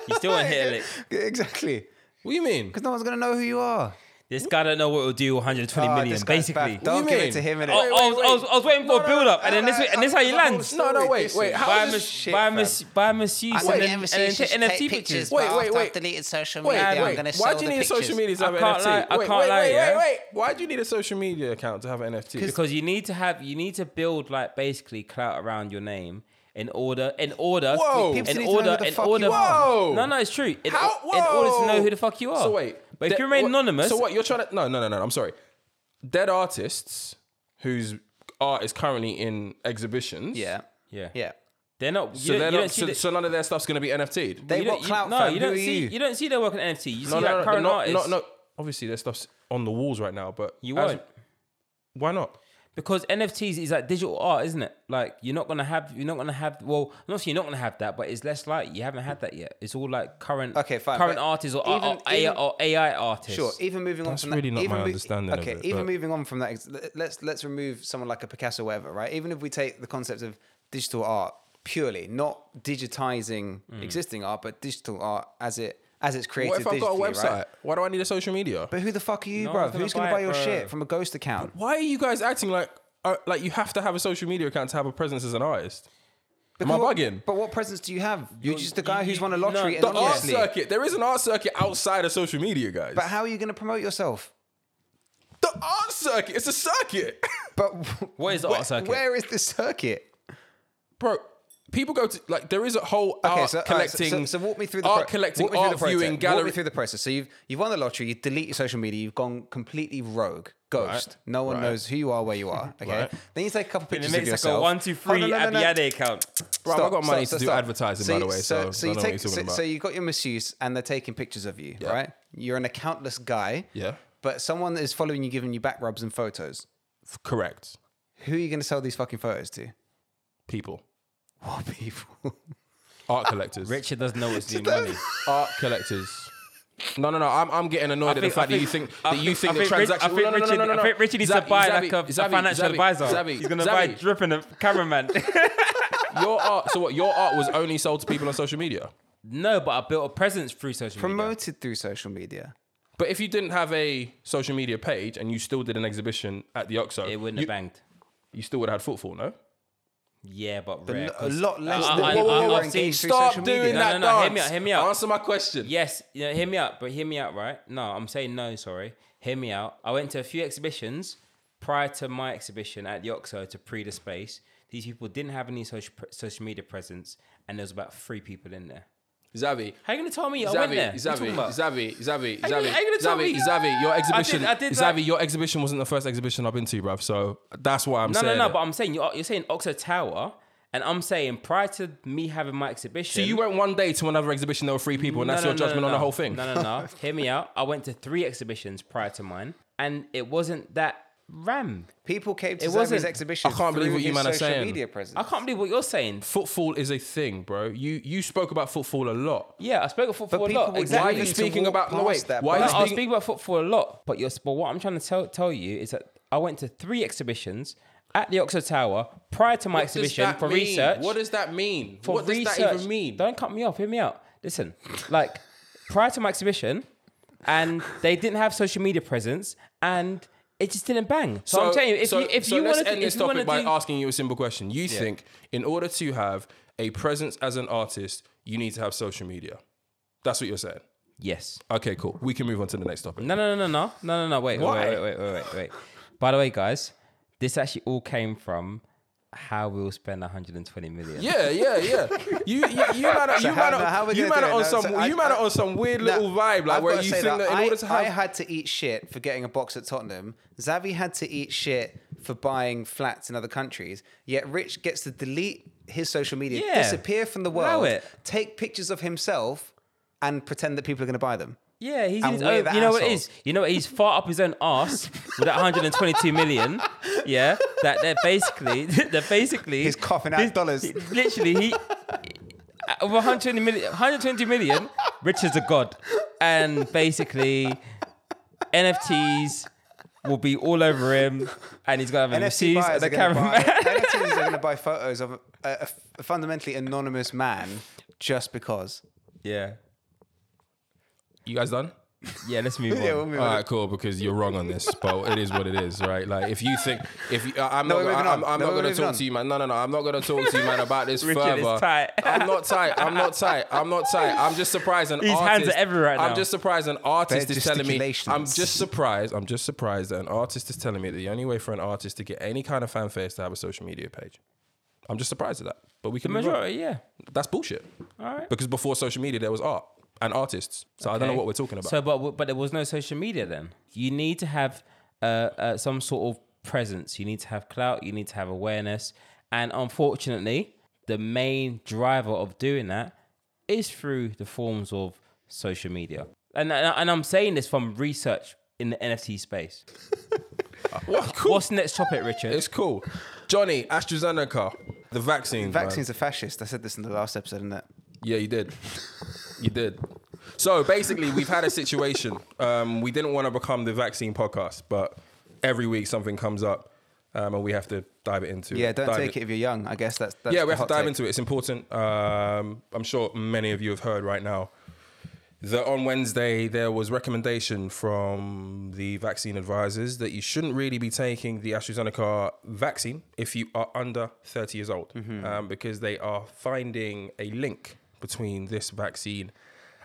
You still won't hit a lick.
Exactly.
What do you mean?
Because no one's going to know who you are.
This guy don't know what it'll do 120
Ah,
million.
this guy's
basically.
bad. Don't
you
give
mean?
it to him.
I,
Innit?
Oh,
I
wait,
was,
wait.
I, was, I was waiting for
No,
a
no,
build up,
no,
and then
no,
this way,
no,
and this how
no,
he
no, no,
lands.
No, no, wait, wait. How
Buy
is
a
this-
mis- buy a mis- buy a
I
misuse
said
and then and
NFTs
then
just
take
take
NFT
pictures,
pictures.
but
Wait,
after
wait,
I've
wait.
deleted social
Wait,
media, I'm
wait.
going to
Why
sell
do
the
you need
pictures.
social media to
I
have an
can't
NFT?
lie- I
wait,
can't
wait,
lie,
wait,
yeah.
wait, wait. Why do you need a social media account to have an NFT?
because you need to have you need to build like basically clout around your name in order in order
Whoa.
in
People need to know
order
who the
in
fuck
order
you
are. Whoa.
no no it's true in,
How?
in order to know
Whoa.
who the fuck you are
So wait,
but if
de-
you remain
what-
anonymous
so what? You're trying to? No, no, no, no. I'm sorry. Dead artists whose art is currently in exhibitions.
Yeah.
yeah
Yeah.
they're not you
So,
don't,
they're
you
not,
don't see
so,
the-
so none of their stuff's going to be NFT'd.
They
you
got
don't,
clout,
you, no
fam.
you
Who
don't
are
see
you?
you don't see their work on NFT you
no,
see
no,
like
no,
current
no,
artists
no, no. Obviously, their stuff's on the walls right now, but
you
as-
won't
Why not?
because NFTs is like digital art isn't it like you're not gonna have you're not gonna have well not so you're not gonna have that but it's less like you haven't had that yet it's all like current
Okay, fine,
current
but
artists or,
even-
or, AI,
even-
or AI artists
Sure. Even moving on
That's
from that,
really not
even
my understanding of
Okay,
it,
even
but-
moving on from that, ex- le- let's let's remove someone like a Picasso, or whatever. Right. Even if we take the concept of digital art purely, not digitizing existing art, but digital art as it as it's created.
Hmm. What if I've got a
digitally,
website?
Right?
Why do I need a social media?
But who the fuck are you,
No
bro?
one's gonna
Who's going
buy
to buy
it,
your
bruv.
shit from a ghost account?
Why are you guys acting like uh, like you have to have a social media account to have a presence as an artist? Am I
Because what-
bugging?
But what presence do you have? You're just the guy
you-
who's won a
no,
lottery
the
in
The
the
art
Champions League.
circuit. There is an art circuit outside of social media, guys.
But how are you going to promote yourself?
the art circuit. It's a circuit,
But
What is the
where-
art circuit?
Where is the circuit?
bro. People go to like there is a whole
Okay,
art
so, all right, so-
collecting.
so, so walk me through the
art
pro-
collecting,
walk me through
art
the process.
viewing
Walk me
gallery.
through the process. So you've you've won the lottery. You delete your social media. You've gone completely rogue, ghost.
Right.
No one
Right.
knows who you are, where you are. Okay.
Right.
Then you take a couple
And
pictures
it
of
makes like
yourself.
a one, two,
Oh,
three
no, no, no, no.
Abiyade account.
Bro, I've got
Stop,
money
stop,
to do
stop.
advertising,
So
by
you-
the way. So,
so
I
you
don't know
take
what you're
so,
talking
so
about.
you got your masseuse and they're taking pictures of you, right? You're an accountless guy.
Yeah.
But someone is following you, giving you back rubs and photos.
Correct.
Who are you going to sell these fucking photos to?
People,
What people?
art collectors,
Richard doesn't know what's doing money.
art collectors. No, no, no! I'm, I'm getting annoyed at the
think-
fact
I
that you think
think-
that
I
you
think-
think
I
the
think Rich- I
transaction. Oh,
think
No, no, no,
Richard-
no, no, no,
I think Richard needs to
Zabi,
buy
Zabi,
like a,
Zabi,
a financial
Zabi,
advisor.
Zabi,
He's gonna buy
Zabi.
dripping a cameraman.
Your art. So what? Your art was only sold to people on social media.
no, but I built a presence through social media.
Promoted through social media.
But if you didn't have a social media page and you still did an exhibition at the Oxo,
It wouldn't
you,
have banged.
you still would have had footfall, no?
Yeah, but
A
rare.
lo- a lot less
I-
than
I-
people
I-
who
I've
are
seen-
engaged through
Stop
social
doing
media.
that.
No, no, no, hear
dance.
me out, hear me out.
Answer my question.
Yes, you know, hear me out, but hear me out, right? No, I'm saying no, sorry. Hear me out. I went to a few exhibitions prior to my exhibition at the Oxo to pre the space. These people didn't have any social social media presence, and there was about three people in there.
Zavi.
How you gonna tell me I went
Zavi,
there? uh, What you talking
Zavi,
about?
Zavi, Zavi, Zavi,
Are you- are you gonna tell
Zavi,
me-
Zavi, your
I did-
exhibition,
I did
Zavi,
like-
your exhibition wasn't the first exhibition I've been to, bruv. So that's why I'm
No, no,
saying.
no.
it.
But I'm saying you're, you're saying Oxo Tower, and I'm saying prior to me having my exhibition.
so you went one day to another exhibition. There were three people, and that's your judgment on the whole thing.
No, no, no. Hear me out. I went to three exhibitions prior to mine, and it wasn't that ram.
People came to
It
Zavi's
wasn't-
exhibition.
I can't believe
through
what you
his
man are
social
saying.
Media presence.
I can't believe what you're saying.
Footfall is a thing, bro. You you spoke about footfall a lot.
Yeah, I spoke about football
But
a
people
lot.
would
Why are
Exactly.
you
To
speaking
walk
about? No, wait.
past that,
Why
bro.
are
No,
you
No,
I
speaking?
speak about football a lot, but your but what I'm trying to tell tell you is that I went to three exhibitions at the Oxford Tower prior to my
What does
exhibition
that
for
mean?
research.
What does that mean?
for
what
research.
does that even mean?
Don't cut me off. Hear me out. Listen, like prior to my exhibition, and they didn't have social media presence, and it just didn't bang. So, I'm telling you, if
so-
you if
so
you
let's
want to,
end
if
this
you want
topic
to
by
do,
asking you a simple question. You think in order to have a presence as an artist, you need to have social media. That's what you're saying.
yes.
Okay, cool. We can move on to the next topic.
No, no, no, no, no, no, no, no. Wait, wait,
Why?
wait, wait, wait, wait, wait. By the way, guys, this actually all came from how we'll spend 120 million.
Yeah, yeah, yeah. You you, you might have-
So
you
how-
might
now how we
have- you
gonna
might
do
have
it?
on
No,
some
so
you
I-
might have
I-
on some weird little
No,
vibe like
I've
where
gotta
you
say
think that, in
I,
order to
I
have
had to eat shit for getting a box at Tottenham. Xavi had to eat shit for buying flats in other countries. Yet Rich gets to delete his social media,
Yeah.
disappear from the
Allow
world,
it.
take pictures of himself, and pretend that people are going to buy them.
Yeah, he's in
And
his
we're
own,
the
you know what it
assholes.
is. You know what he's far up his own ass with that 122 million. Yeah, that they're basically they're basically
He's coughing out
this-
dollars.
Literally, he uh, over 120 million. 120 million. Rich is a god, and basically NFTs will be all over him, and he's gonna have
NFC
NFTs
buyers are
and a
going to buy.
cameraman.
NFTs are going to buy photos of a, a, a fundamentally anonymous man just because.
Yeah,
You guys done?
yeah. Let's move on.
Yeah, we'll move
All
on.
right, cool. Because you're wrong on this, but it is what it is, right? Like, if you think, if you, I- I'm
No,
not,
we're
gonna-
moving
I'm,
on.
I'm
No,
not
we're
going to
moving
talk
on.
to you, man. No, no, no. I'm not going to talk to you, man, about this
Richard is
further.
tight.
I'm not tight. I'm not tight. I'm not tight. I'm just surprised an
His hands
artist.
are everywhere right now.
I'm just surprised an artist
Their
is telling me. I'm
gesticulations.
just surprised. I'm just surprised that an artist is telling me that the only way for an artist to get any kind of fanfare is to have a social media page. I'm just surprised at that. But we can. move on.
Majority, yeah.
That's bullshit.
All right.
Because before social media, there was art and artists. So I don't know
Okay.
what we're talking about.
So, but but there was no social media then. You need to have uh, uh, some sort of presence. You need to have clout. You need to have awareness. And unfortunately, the main driver of doing that is through the forms of social media. And and, and I'm saying this from research in the NFT space.
what? Cool.
What's next topic, Richard?
It's cool. Johnny, AstraZeneca, the vaccine.
Vaccines are fascist. I said this in the last episode, didn't it?
Yeah, you did. You did. So basically, we've had a situation. Um, we didn't want to become the vaccine podcast, but every week something comes up um, and we have to dive it into.
Yeah, don't
dive
take it if you're young. I guess that's, that's
yeah, we
the
have to
hot
dive
take.
into it. It's important. Um, I'm sure many of you have heard right now that on Wednesday there was recommendation from the vaccine advisors that you shouldn't really be taking the AstraZeneca vaccine if you are under 30 years old,
Mm-hmm.
um, because they are finding a link between this vaccine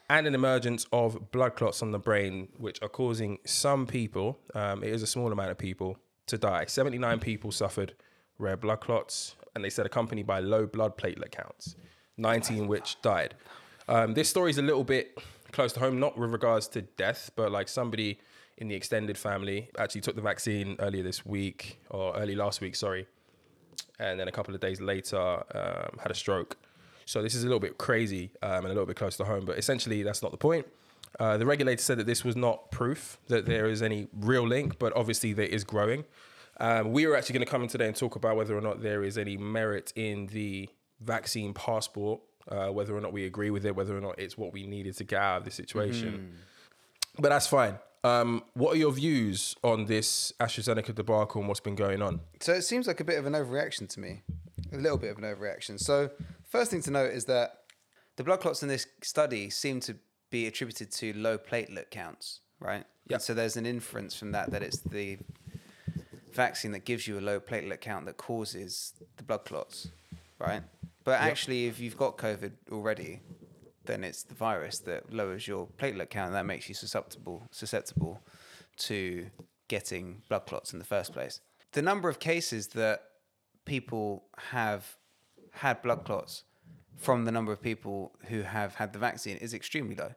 and an emergence of blood clots on the brain, which are causing some people, um, it is a small amount of people, to die. 79 people suffered rare blood clots, and they said accompanied by low blood platelet counts, 19 which died. Um, this story is a little bit close to home, not with regards to death, but like somebody in the extended family actually took the vaccine earlier this week or early last week, sorry, and then a couple of days later um, had a stroke. So this is a little bit crazy um, and a little bit close to home, but essentially that's not the point. Uh, the regulator said that this was not proof that there is any real link, but obviously there is growing. Um, we are actually going to come in today and talk about whether or not there is any merit in the vaccine passport, uh, whether or not we agree with it, whether or not it's what we needed to get out of the situation. But that's fine. Um, what are your views on this AstraZeneca debacle and what's been going on?
So it seems like a bit of an overreaction to me, a little bit of an overreaction. So first thing to note is that the blood clots in this study seem to be attributed to low platelet counts, right? Yeah. So there's an inference from that that it's the vaccine that gives you a low platelet count that causes the blood clots, right? But actually, if you've got COVID already, then it's the virus that lowers your platelet count and that makes you susceptible susceptible to getting blood clots in the first place. The number of cases that people have had blood clots from the number of people who have had the vaccine is extremely low.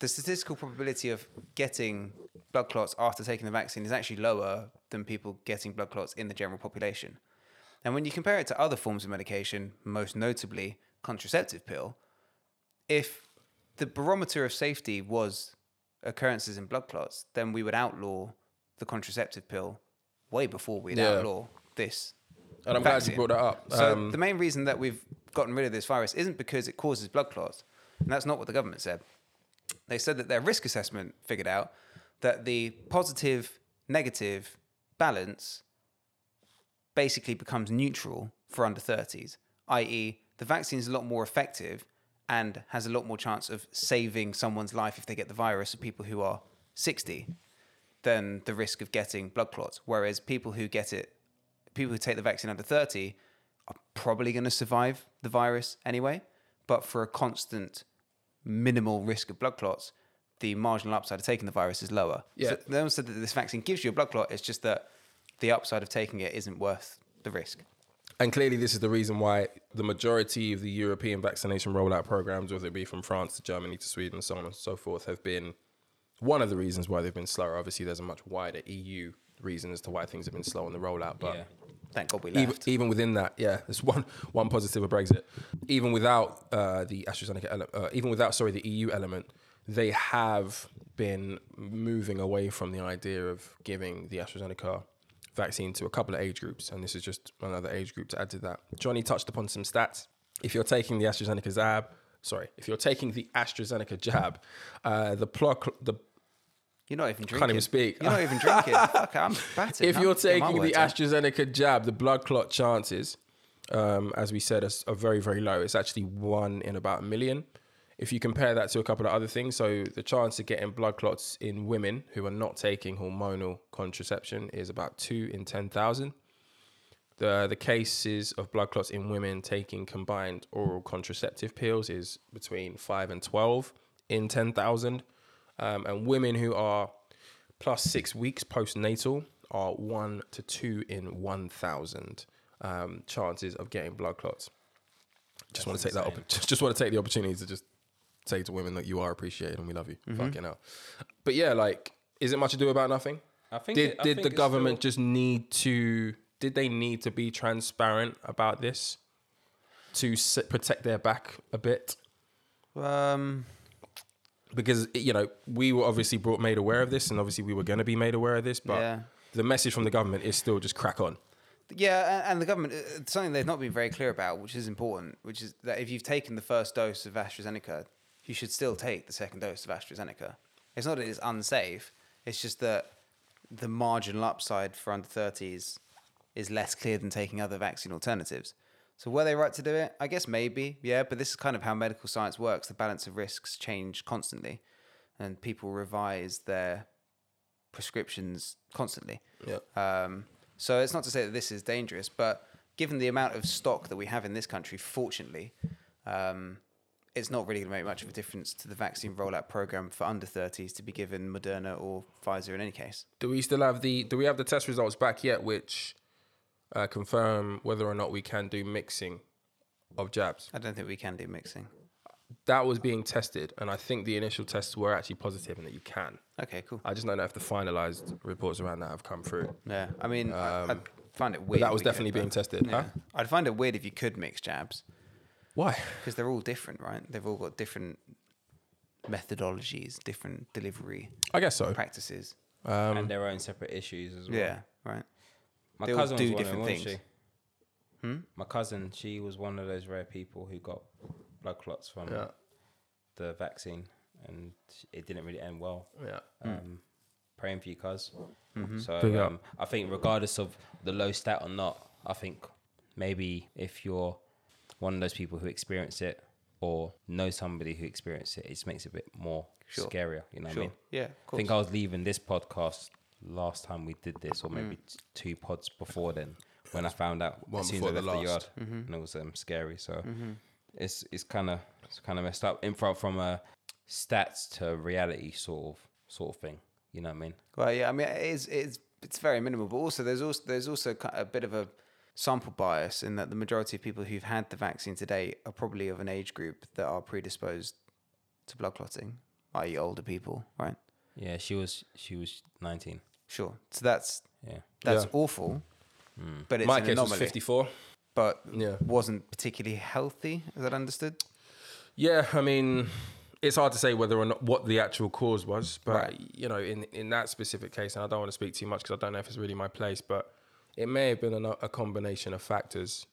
The statistical probability of getting blood clots after taking the vaccine is actually lower than people getting blood clots in the general population. And when you compare it to other forms of medication, most notably contraceptive pill, if the barometer of safety was occurrences in blood clots, then we would outlaw the contraceptive pill way before we'd
Yeah.
outlaw this.
And I'm glad
vaccine.
you brought that up.
So
Um,
the main reason that we've gotten rid of this virus isn't because it causes blood clots, and that's not what the government said. They said that their risk assessment figured out that the positive negative balance basically becomes neutral for under 30s, i.e., the vaccine is a lot more effective and has a lot more chance of saving someone's life if they get the virus of people who are 60 than the risk of getting blood clots. Whereas people who get it, people who take the vaccine under 30 are probably going to survive the virus anyway. But for a constant minimal risk of blood clots, the marginal upside of taking the virus is lower.
Yeah.
So no one said that this vaccine gives you a blood clot. It's just that the upside of taking it isn't worth the risk.
And clearly, this is the reason why the majority of the European vaccination rollout programs, whether it be from France to Germany to Sweden and so on and so forth, have been one of the reasons why they've been slower. Obviously, there's a much wider EU reason as to why things have been slow on the rollout, but.
Yeah.
Thank God we left.
Even, even within that, yeah, there's one one positive of Brexit. Even without uh, the AstraZeneca, ele- uh, even without sorry, the EU element, they have been moving away from the idea of giving the AstraZeneca vaccine to a couple of age groups, and this is just another age group to add to that. Johnny touched upon some stats. If you're taking the AstraZeneca jab, sorry, if you're taking the AstraZeneca jab, uh, the pluck, the
You're not even drinking.
even speak.
You're not even drinking. Fuck, I'm battered.
if
I'm-
you're
get my
taking the
words out.
AstraZeneca jab, the blood clot chances, um, as we said, are, s- are very, very low. It's actually one in about a million. If you compare that to a couple of other things, so the chance of getting blood clots in women who are not taking hormonal contraception is about two in 10,000. The, the cases of blood clots in women taking combined oral contraceptive pills is between 5 and 12 in 10,000. Um, and women who are plus six weeks postnatal are 1 to 2 in 1,000 um, chances of getting blood clots. Just want to take that opp- just, just want to take the opportunity to just say to women that you are appreciated and we love you.
Mm-hmm.
Fucking hell. But yeah, like, is it much ado about nothing?
I think
did
it- I
did
think
the
it's
government just need to did they need to be transparent about this to s protect their back a bit
Um,
because you know we were obviously brought made aware of this and obviously we were going to be made aware of this but
Yeah.
the message from the government is still just crack on
Yeah, a- and the government uh, something they've not been very clear about, which is important, which is that if you've taken the first dose of AstraZeneca, you should still take the second dose of AstraZeneca. It's not that it's unsafe; it's just that the marginal upside for under thirties is less clear than taking other vaccine alternatives. So were they right to do it? I guess maybe, yeah. But this is kind of how medical science works: the balance of risks change constantly, and people revise their prescriptions constantly.
Yeah.
Um, so it's not to say that this is dangerous, but given the amount of stock that we have in this country, fortunately, um, it's not really going to make much of a difference to the vaccine rollout program for under 30s to be given Moderna or Pfizer in any case.
do we still have the do we have the test results back yet which uh, confirm whether or not we can do mixing of jabs
I don't think we can do mixing.
that was being tested and i think the initial tests were actually positive and that you can
Okay, cool.
I just don't know if the finalized reports around that have come through.
Yeah, I mean, I, I'd find it weird.
Um, But that
if
was
we
definitely
could,
being
but-
tested.
Yeah.
Huh?
I'd find it weird if you could mix jabs
Why?
because they're all different, right? They've all got different methodologies, different delivery
I guess so.
practices.
um,
and their own separate issues as well.
Yeah, right.
My
They all
cousin
do
was one
different
of them,
things.
Wasn't she? Hmm? My cousin, she was one of those rare people who got blood clots from
Yeah.
the vaccine, and sh- it didn't really end well.
Yeah.
Um, praying for you, because
Big
So
up.
um, I think, regardless of the low stat or not, I think maybe if you're one of those people who experience it or know somebody who experienced it, it just makes it a bit more
Sure.
scarier. You know what I
Sure.
mean?
Yeah, of
I
course.
think I was leaving this podcast last time we did this, or maybe t two pods before then, when I found out
One
as soon as
before
I left
the
the, yard,
last.
and it was um, scary. So it's it's kind of it's kind of messed up. In front from a stats to reality sort of sort of thing. You know what I mean?
Well, yeah, I mean, it's it's it's very minimal, but also there's also there's also ki- a bit of a sample bias in that the majority of people who've had the vaccine today are probably of an age group that are predisposed to blood clotting, i.e., older people, right?
Yeah, she was she was nineteen.
Sure. So that's
Yeah,
that's
Yeah. Hmm.
awful, but it's
My
an
case was
anomaly.
54.
but
Yeah.
wasn't particularly healthy, as I understood.
Yeah, I mean, it's hard to say whether or not what the actual cause was, but
Right.
you know, in in that specific case, and I don't want to speak too much because I don't know if it's really my place, but it may have been a, a combination of factors.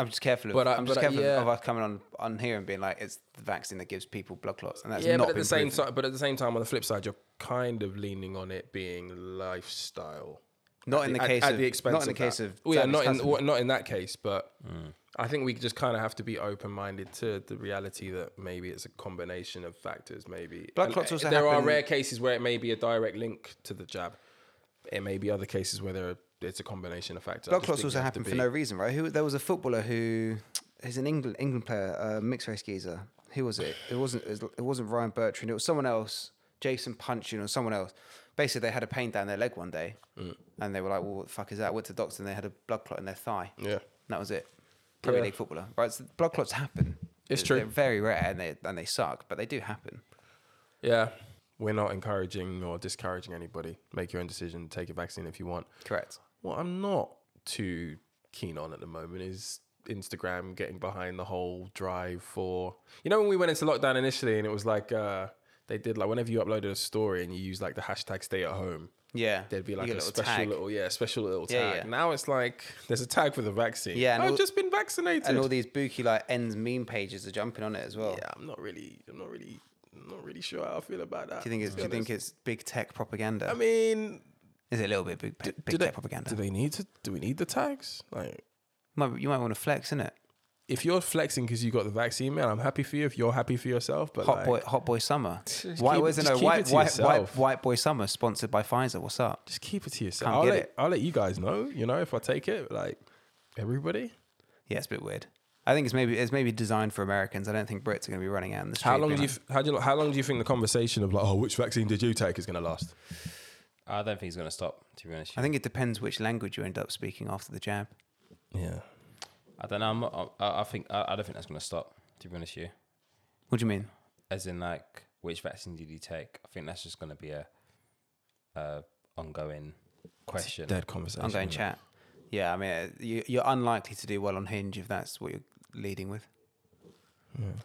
I'm just careful. Of,
But I-
I'm just
but I-
careful
yeah.
of us coming on on here and being like, it's the vaccine that gives people blood clots, and that's
yeah,
not
but at
been
the same
proven.
time, but at the same time, on the flip side, you're kind of leaning on it being lifestyle.
Not
At
in the
at-
case
at
of-
the expense
not in
of
the case
that.
of Hmm.
well, yeah,
Zappy's
not in
cousin.
well, not in that case, but I think we just kind of have to be open minded to the reality that maybe it's a combination of factors. Maybe
Blood
And,
clots
uh,
also
There are
happen-
rare cases where it may be a direct link to the jab. It may be other cases where there are, it's a combination of factors. I
Blood
just
clots
think
also
you have to
happen for
be-
no reason, right? Who there was a footballer who he's an England England player, a mixed race geezer. Who was it? It wasn't it wasn't Ryan Bertrand. It was someone else, Jason Punchin or someone else. Basically, they had a pain down their
Mm.
leg one day, and they were like, "Well, what the fuck is that?" Went to the doctor and they had a blood clot in their thigh.
Yeah.
And that was it. Premier
Yeah.
League footballer, right? So blood clots happen.
It's
They're-
true.
They're very rare and they and they suck, but they do happen.
Yeah. We're not encouraging or discouraging anybody. Make your own decision. Take a vaccine if you want.
Correct.
What I'm not too keen on at the moment is Instagram getting behind the whole drive for. You know, when we went into lockdown initially and it was like, uh, they did like whenever you uploaded a story and you use like the hashtag stay at home,
Yeah.
there'd be
You
like
get
a, special little, yeah, special little
Yeah,
tag.
yeah.
Now it's like there's a tag for the vaccine.
Yeah, and
I've
all-
just been vaccinated.
and all these bookie like ends meme pages are jumping on it as well.
yeah, I'm not really, I'm not really, I'm not really sure how I feel about that.
Do you think it's do you think it's big tech propaganda?
I mean,
Is it a little bit big, big
do
tech
they,
propaganda?
do they need to? Do we need the tags? Like,
might, you might want to flex, innit?
if you're flexing because you got the vaccine, man, I'm happy for you. If you're happy for yourself, but
Hot
like,
boy, hot boy summer. Why
keep it-
wasn't
just
no
keep it
white,
to
white, white,
yourself.
white boy summer sponsored by Pfizer? What's up?
just keep it to yourself.
Can't
I'll
get
let,
it.
I'll let you guys know. You know, if I take it, like everybody.
Yeah, it's a bit weird. I think it's maybe it's maybe designed for Americans. I don't think Brits are going to be running out in the street.
How long
being
do you
like,
f- how do you how long do you think the conversation of like, oh, which vaccine did you take is going to last?
I don't think he's going to stop, to be honest.
I think it depends which language you end up speaking after the jab.
Yeah,
I don't know. I'm not, I, I think I, I don't think that's going to stop, to be honest with you.
What do you mean?
As in, like, which vaccine did you take? I think that's just going to be a, a ongoing question.
dead conversation.
I'm going chat. Yeah, I mean, uh, you, you're unlikely to do well on Hinge if that's what you're leading with.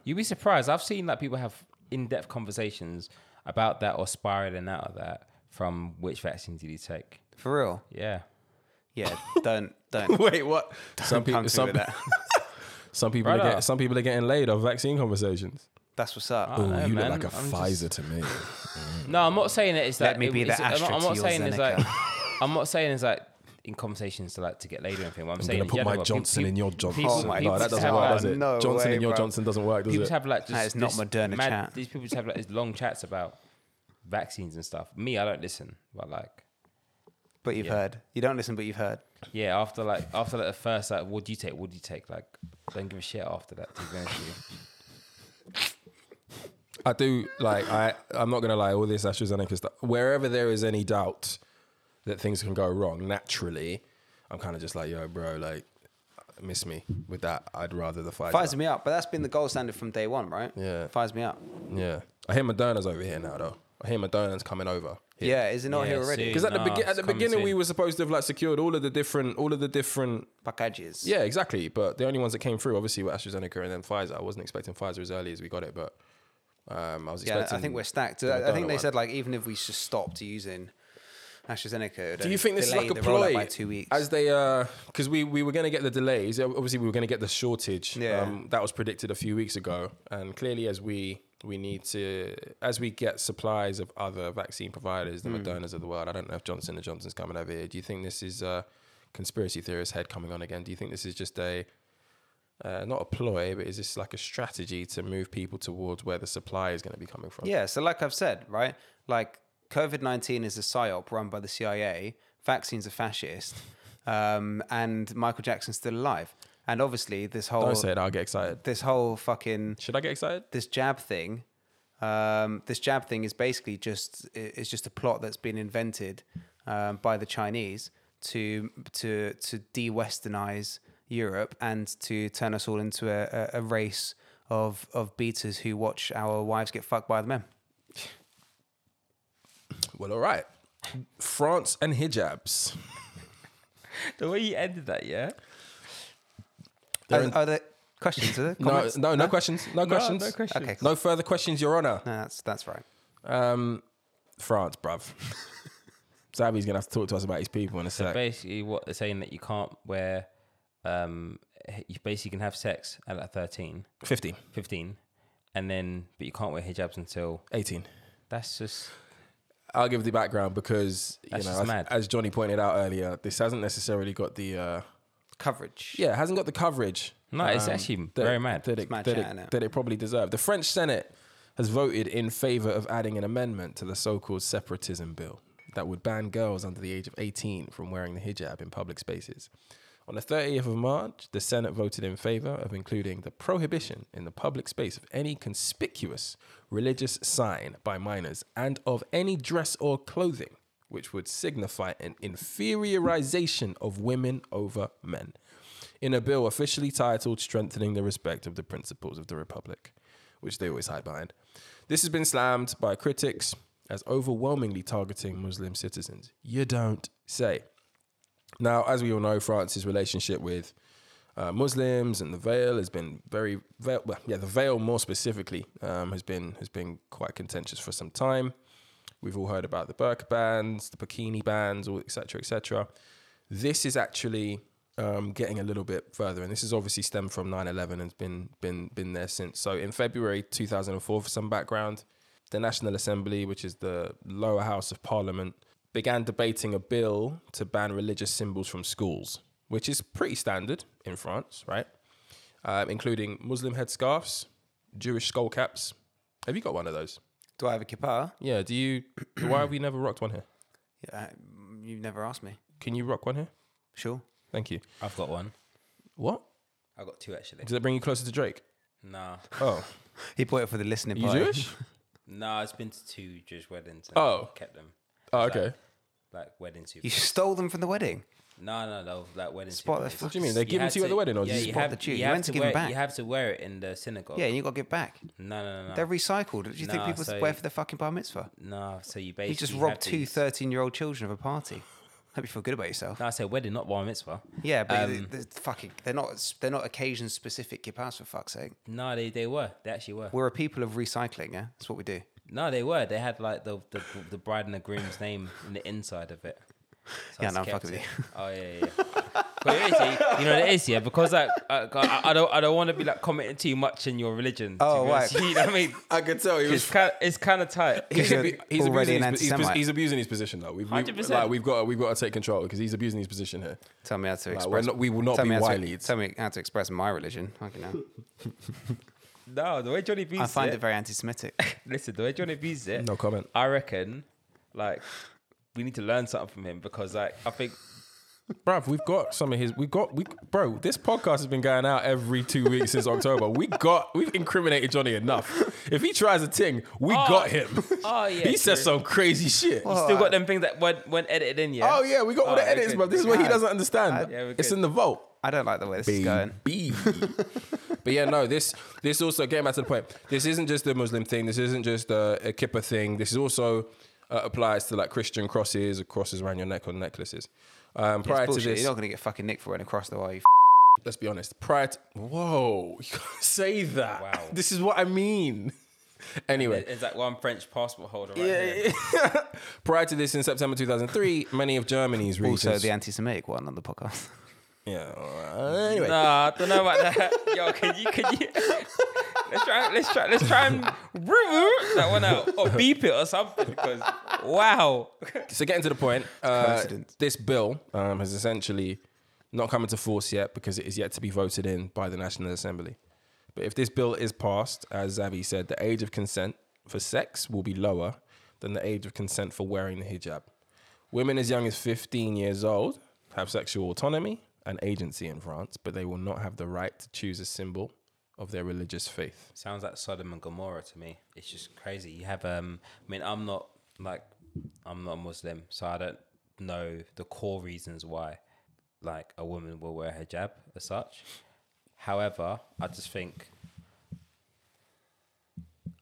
You'd be surprised. I've seen like people have in-depth conversations about that or spiraling out of that from which vaccine did you take?
For real?
Yeah.
Yeah. Don't don't.
Wait, what? Some
come
people,
to me
some,
with that.
some people, are
Right
getting,
up.
some people are getting laid on vaccine conversations.
That's what's up.
Ah,
Oh, know, you look man. like a I'm
Pfizer to me.
No, I'm not saying that it's
Let
that.
me
it-
be
it's-
the
I'm not,
Astra
I'm
to
not
your
saying it's
Zeneca.
like. I'm not saying it's like in conversations to like to get laid or anything. What I'm, saying
gonna put
in
my
general, people-
Johnson in your Johnson.
Oh my
no,
God.
that doesn't
have,
work,
like,
does it?
No
Johnson
way,
and your
bro.
Johnson doesn't work, does
People
it?
just have like just
That is not
this
Moderna
mad-
chat.
These people just have like these long chats about vaccines and stuff. Me, I don't listen, but like,
But you've
Yeah.
heard. You don't listen, but you've heard.
yeah, after like after like, the first like, what do you take? What do you take? Like, don't give a shit after that. To be honest with you.
I do like I. I'm not gonna lie. All this AstraZeneca stuff. Wherever there is any doubt that things can go wrong, naturally, I'm kind of just like, yo, bro, like, miss me with that. I'd rather the Pfizer.
Fires me up, but that's been the gold standard from day one, right?
Yeah.
Fires me up.
Yeah, I hear Moderna's over here now, though. I hear Moderna's coming over. here.
Yeah, is it not
Yeah,
here already?
see.
Because at the
Nah,
begin at
it's
the
coming
beginning, we
soon.
were supposed to have like secured all of the different, all of the different.
Packages.
Yeah, exactly. But the only ones that came through, obviously, were AstraZeneca and then Pfizer. I wasn't expecting Pfizer as early as we got it, but um, I was
Yeah,
expecting.
I think we're stacked.
the
I, I think
Moderna
they
one.
said like even if we just stopped using AstraZeneca, it would
Do
only
you think this is
delay
like a
the rollout
ploy
by two weeks?
as they because we we were going to get the delays. Ob- Obviously, we were going to get the shortage. um,
Yeah.
that was predicted a few weeks ago, and clearly, as we we need to as we get supplies of other vaccine providers,
Hmm.
the Modernas of the world. I don't know if Johnson and Johnson's coming over here. Do you think this is uh, conspiracy theorist head coming on again? Do you think this is just a uh, not a ploy, but is this like a strategy to move people towards where the supply is going to be coming from?
Yeah, so like I've said, right? Like COVID 19 is a psyop run by the CIA, vaccines are fascist, um, and Michael Jackson's still alive. And obviously, this whole
Don't say it. I'll get excited.
this whole fucking
Should I get excited?
this jab thing, um, this jab thing is basically just i- it's just a plot that's been invented um, by the Chinese to to to de-westernize Europe and to turn us all into a, a, a race of of beaters who watch our wives get fucked by the men.
Well, all right. France and hijabs.
The way you ended that, yeah.
Are, are there questions? Are there
No,
comments?
no, no, questions. No, questions.
no questions.
Okay, cool.
No further questions, Your Honor.
No, that's that's right.
Um, France, bruv. Zabi's gonna have to talk to us about his people in a sec.
Basically, what they're saying that you can't wear, um, you basically can have sex at like 13,
15,
15, and then but you can't wear hijabs until
18.
that's just
I'll give the background because you
That's
know,
just
as,
mad.
as Johnny pointed out earlier, this hasn't necessarily got the uh,
Coverage.
yeah, it hasn't got the coverage. um,
No, it's actually very mad.
that
It's
it,
mad
that,
chat,
it,
innit?
that it probably deserved. The French Senate has voted in favor of adding an amendment to the so-called separatism bill that would ban girls under the age of 18 from wearing the hijab in public spaces. On the 30th of March, the Senate voted in favor of including the prohibition in the public space of any conspicuous religious sign by minors and of any dress or clothing which would signify an inferiorization of women over men. in a bill officially titled Strengthening the Respect of the Principles of the Republic, which they always hide behind. This has been slammed by critics as overwhelmingly targeting Muslim citizens. You don't say. Now, as we all know, France's relationship with uh, Muslims and the veil has been very, veil, well, yeah, the veil more specifically um, has been has been quite contentious for some time. We've all heard about the burqa bans, the bikini bans, all etc. etc. This is actually um, getting a little bit further, and this has obviously stemmed from 9/11 and has been been been there since. So in February 2004, for some background, the National Assembly, which is the lower house of Parliament, began debating a bill to ban religious symbols from schools, which is pretty standard in France, right? Um, including Muslim headscarves, Jewish skullcaps. Have you got one of those?
Do I have a kippah?
Yeah. Do you? why have we never rocked one here?
Yeah, you've never asked me.
Can you rock one here?
Sure.
Thank you.
I've got one.
What?
I've got two actually.
Does that bring you closer to Drake?
Nah,
Oh,
He pointed for the listening
you
party.
Jewish?
nah. It's been to two Jewish weddings. And
Oh.
I've kept them
Oh, okay.
like wedding soup.
You stole them from the wedding.
No, no, no. Like wedding
Spot the
souvenirs.
fuck- What
do you mean? They give them
had
to you at the wedding, or
yeah,
you
you
spot
have
the Jew?
You,
You
have
meant to
to
give
wear,
'em back.
You have to wear it in the synagogue.
Yeah, and you got to give back.
No, no, no,
They're
no.
recycled. Do you think
Nah,
people
so-
wear for their fucking bar mitzvah?
No, so you basically
You just
have
robbed
to
two
use-
13 year old children of a party. Hope you feel good about yourself.
No, I said wedding, not bar mitzvah.
Yeah, but
Um,
th- th- fucking, they're not they're not occasion specific kippas for fuck's sake.
No, they, they were. They actually were.
We're a people of recycling. Yeah, that's what we do.
No, they were. They had like the the, the bride and the groom's name in the inside of it. So I
Yeah,
just
no, I'm
kept
fucking with
it. Oh yeah, yeah. yeah. but it is, yeah, you know, it is, yeah, because like I, I, I don't, I don't want to be like commenting too much in your religion. to
Oh,
be honest.
right.
you know what I mean?
I could tell he
It's kind, it's kind of tight.
He's
he's,
a-
abu- he's
already
abusing
an
his, he's,
anti-Semite.
he's abusing his position though. We've, we,
100%.
like, we've got we've got to take control because he's abusing his position here.
Tell me how to
Like,
express.
we're not, we will not
tell
be
me how to,
wileys.
tell me how to express my religion. Fucking hell.
No, the way Johnny B's
I find
it,
it very anti-Semitic.
listen, the way Johnny B's it,
No comment.
I reckon, like, we need to learn something from him because, like, I think
Bruv, we've got some of his. We got we bro. This podcast has been going out every two weeks since October. We got we've incriminated Johnny enough. If he tries a ting, we got him.
Oh, yeah,
he says
true.
some crazy shit.
Oh.
you still got them things that weren't, weren't edited in yet.
Oh yeah, we got all the
Alright,
edits,
okay.
bro. This is what he doesn't understand.
Yeah, we're
it's
good.
in the vault.
I don't like the way this is going.
Baby. but yeah, no, this this also getting back to the point. This isn't just a Muslim thing. This isn't just a, a kippah thing. This is also uh, applies to like Christian crosses or crosses around your neck or necklaces. Um,
It's
prior to
bullshit.
this,
You're not gonna get fucking nicked for running across the wire. You
let's be honest. Prior to whoa, you can't say that.
Wow.
This is what I mean. Anyway,
There's that one French passport holder right here.
prior to this, in September 2003, many of Germany's
f- also
regions.
the anti-Semitic one on the podcast.
yeah. all right. Anyway,
Nah, I don't know about that. Yo, can you can you let's try let's try let's try and that one out or beep it or something because wow.
so getting to the point, uh,
coincidence.
this bill um, has essentially not come into force yet because it is yet to be voted in by the National Assembly. But if this bill is passed, as Zabi said, the age of consent for sex will be lower than the age of consent for wearing the hijab. Women as young as 15 years old have sexual autonomy and agency in France, but they will not have the right to choose a symbol of their religious faith.
Sounds like Sodom and Gomorrah to me. It's just crazy. You have um I mean I'm not like I'm not Muslim, so I don't know the core reasons why like a woman will wear hijab as such. However, I just think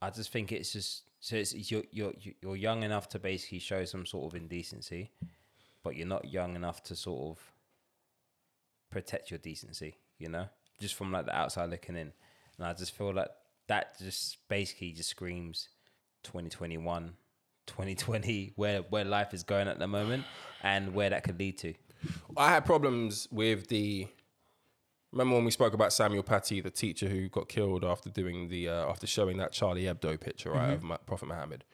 I just think it's just so it's, it's you're you're you're young enough to basically show some sort of indecency, but you're not young enough to sort of protect your decency, you know, just from like the outside looking in. And I just feel like that just basically just screams 2021, 2020, where where life is going at the moment and where that could lead to.
I had problems with the. Remember when we spoke about Samuel Paty, the teacher who got killed after doing the uh, after showing that Charlie Hebdo picture right, of Ma- Prophet Muhammad.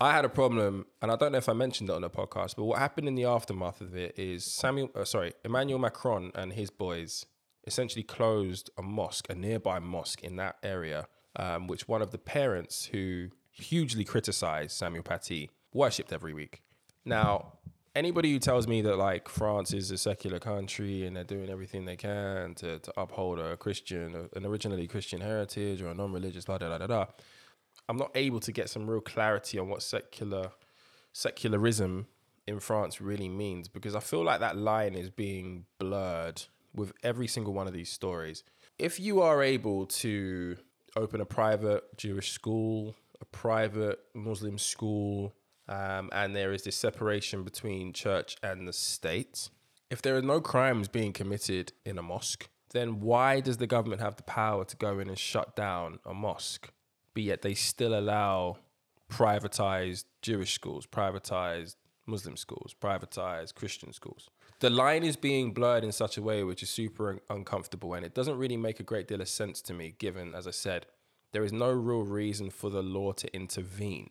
I had a problem, and I don't know if I mentioned it on the podcast, but what happened in the aftermath of it is Samuel, uh, sorry, Emmanuel Macron and his boys essentially closed a mosque, a nearby mosque in that area, um, which one of the parents who hugely criticised Samuel Paty worshipped every week. Now, anybody who tells me that like France is a secular country and they're doing everything they can to, to uphold a Christian, an originally Christian heritage or a non-religious, da da da da da. I'm not able to get some real clarity on what secular secularism in France really means because I feel like that line is being blurred with every single one of these stories. If you are able to open a private Jewish school, a private Muslim school, um, and there is this separation between church and the state, if there are no crimes being committed in a mosque, then why does the government have the power to go in and shut down a mosque? But yet they still allow privatized Jewish schools, privatized Muslim schools, privatized Christian schools. The line is being blurred in such a way which is super un- uncomfortable, and it doesn't really make a great deal of sense to me, given, as I said, there is no real reason for the law to intervene.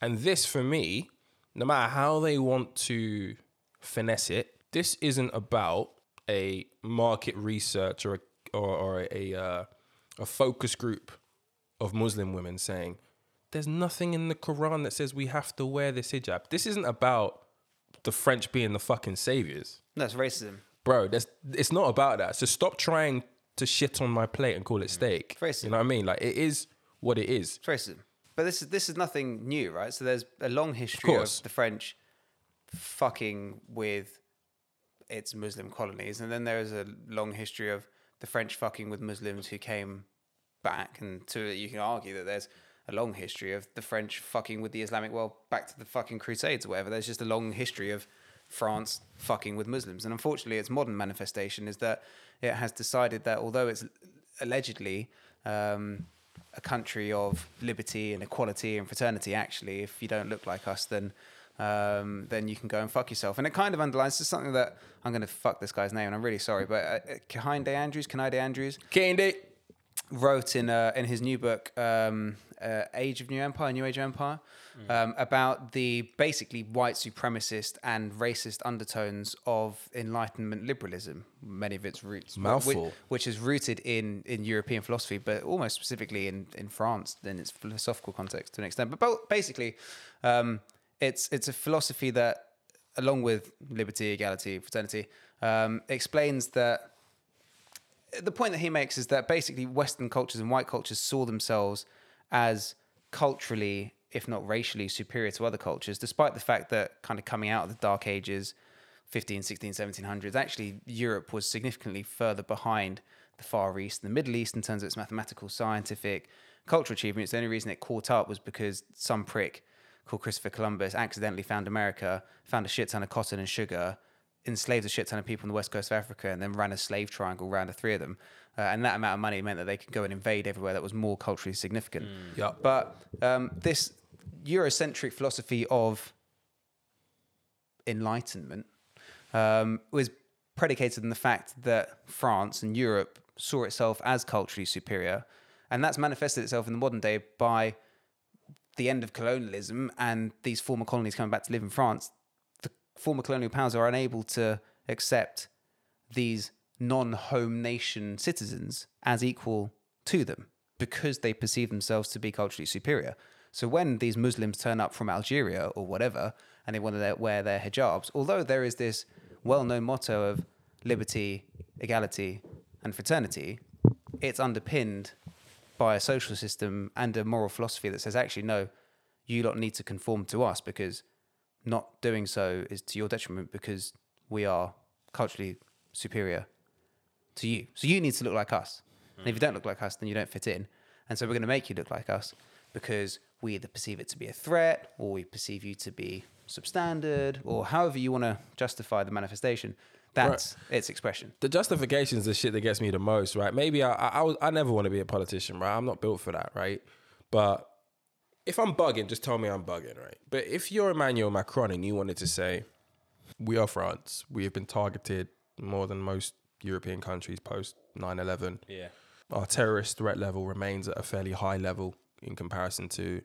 And this, for me, no matter how they want to finesse it, this isn't about a market research or a, or, or a, uh, a focus group of Muslim women saying, there's nothing in the Quran that says we have to wear this hijab. This isn't about the French being the fucking saviors.
That's racism.
Bro, that's, it's not about that. So stop trying to shit on my plate and call it steak.
Racist.
You know what I mean? Like, it is what it is.
It's racism. But this is this is nothing new, right? So there's a long history of,
course.
the French fucking with its Muslim colonies, and then there is a long history of the French fucking with Muslims who came back, and to it you can argue that there's a long history of the French fucking with the Islamic world back to the fucking Crusades or whatever. There's just a long history of France fucking with Muslims, and unfortunately, its modern manifestation is that it has decided that although it's allegedly um, a country of liberty and equality and fraternity. Actually, if you don't look like us, then um, then you can go and fuck yourself. And it kind of underlines it's something that I'm going to fuck this guy's name, and I'm really sorry, but uh, uh, Kahinde Andrews, Kahinde Andrews
Candy.
wrote in uh, in his new book, um, uh, Age of New Empire, New Age of Empire, um, about the basically white supremacist and racist undertones of Enlightenment liberalism, many of its roots, wh- whi-
Mouthful.
Which, is rooted in in European philosophy, but almost specifically in in France in its philosophical context to an extent. But bo- basically, um, it's it's a philosophy that, along with liberty, equality, fraternity, um, explains that the point that he makes is that basically Western cultures and white cultures saw themselves as culturally, if not racially, superior to other cultures, despite the fact that kind of coming out of the Dark Ages, 15, 16, 1700s, actually Europe was significantly further behind the Far East and the Middle East in terms of its mathematical, scientific, cultural achievements. The only reason it caught up was because some prick called Christopher Columbus accidentally found America, found a shit ton of cotton and sugar, enslaved a shit ton of people on the west coast of Africa, and then ran a slave triangle around the three of them. Uh, and that amount of money meant that they could go and invade everywhere that was more culturally significant.
Yup.
But um, this Eurocentric philosophy of enlightenment um, was predicated on the fact that France and Europe saw itself as culturally superior. And that's manifested itself in the modern day by the end of colonialism and these former colonies coming back to live in France. The former colonial powers are unable to accept these non home nation citizens as equal to them because they perceive themselves to be culturally superior. So when these Muslims turn up from Algeria or whatever and they want to wear their hijabs, although there is this well known motto of liberty, equality, and fraternity, it's underpinned by a social system and a moral philosophy that says, actually, no, you lot need to conform to us because not doing so is to your detriment because we are culturally superior to you. So you need to look like us. And if you don't look like us, then you don't fit in. And so we're going to make you look like us because we either perceive it to be a threat or we perceive you to be substandard or however you want to justify the manifestation. That's its expression.
The justifications the shit that gets me the most, right? Maybe I, I, I, was, I never want to be a politician, right? I'm not built for that, right? But if I'm bugging, just tell me I'm bugging, right? But if you're Emmanuel Macron and you wanted to say, we are France, we have been targeted more than most European countries post 9 11.
Yeah.
Our terrorist threat level remains at a fairly high level in comparison to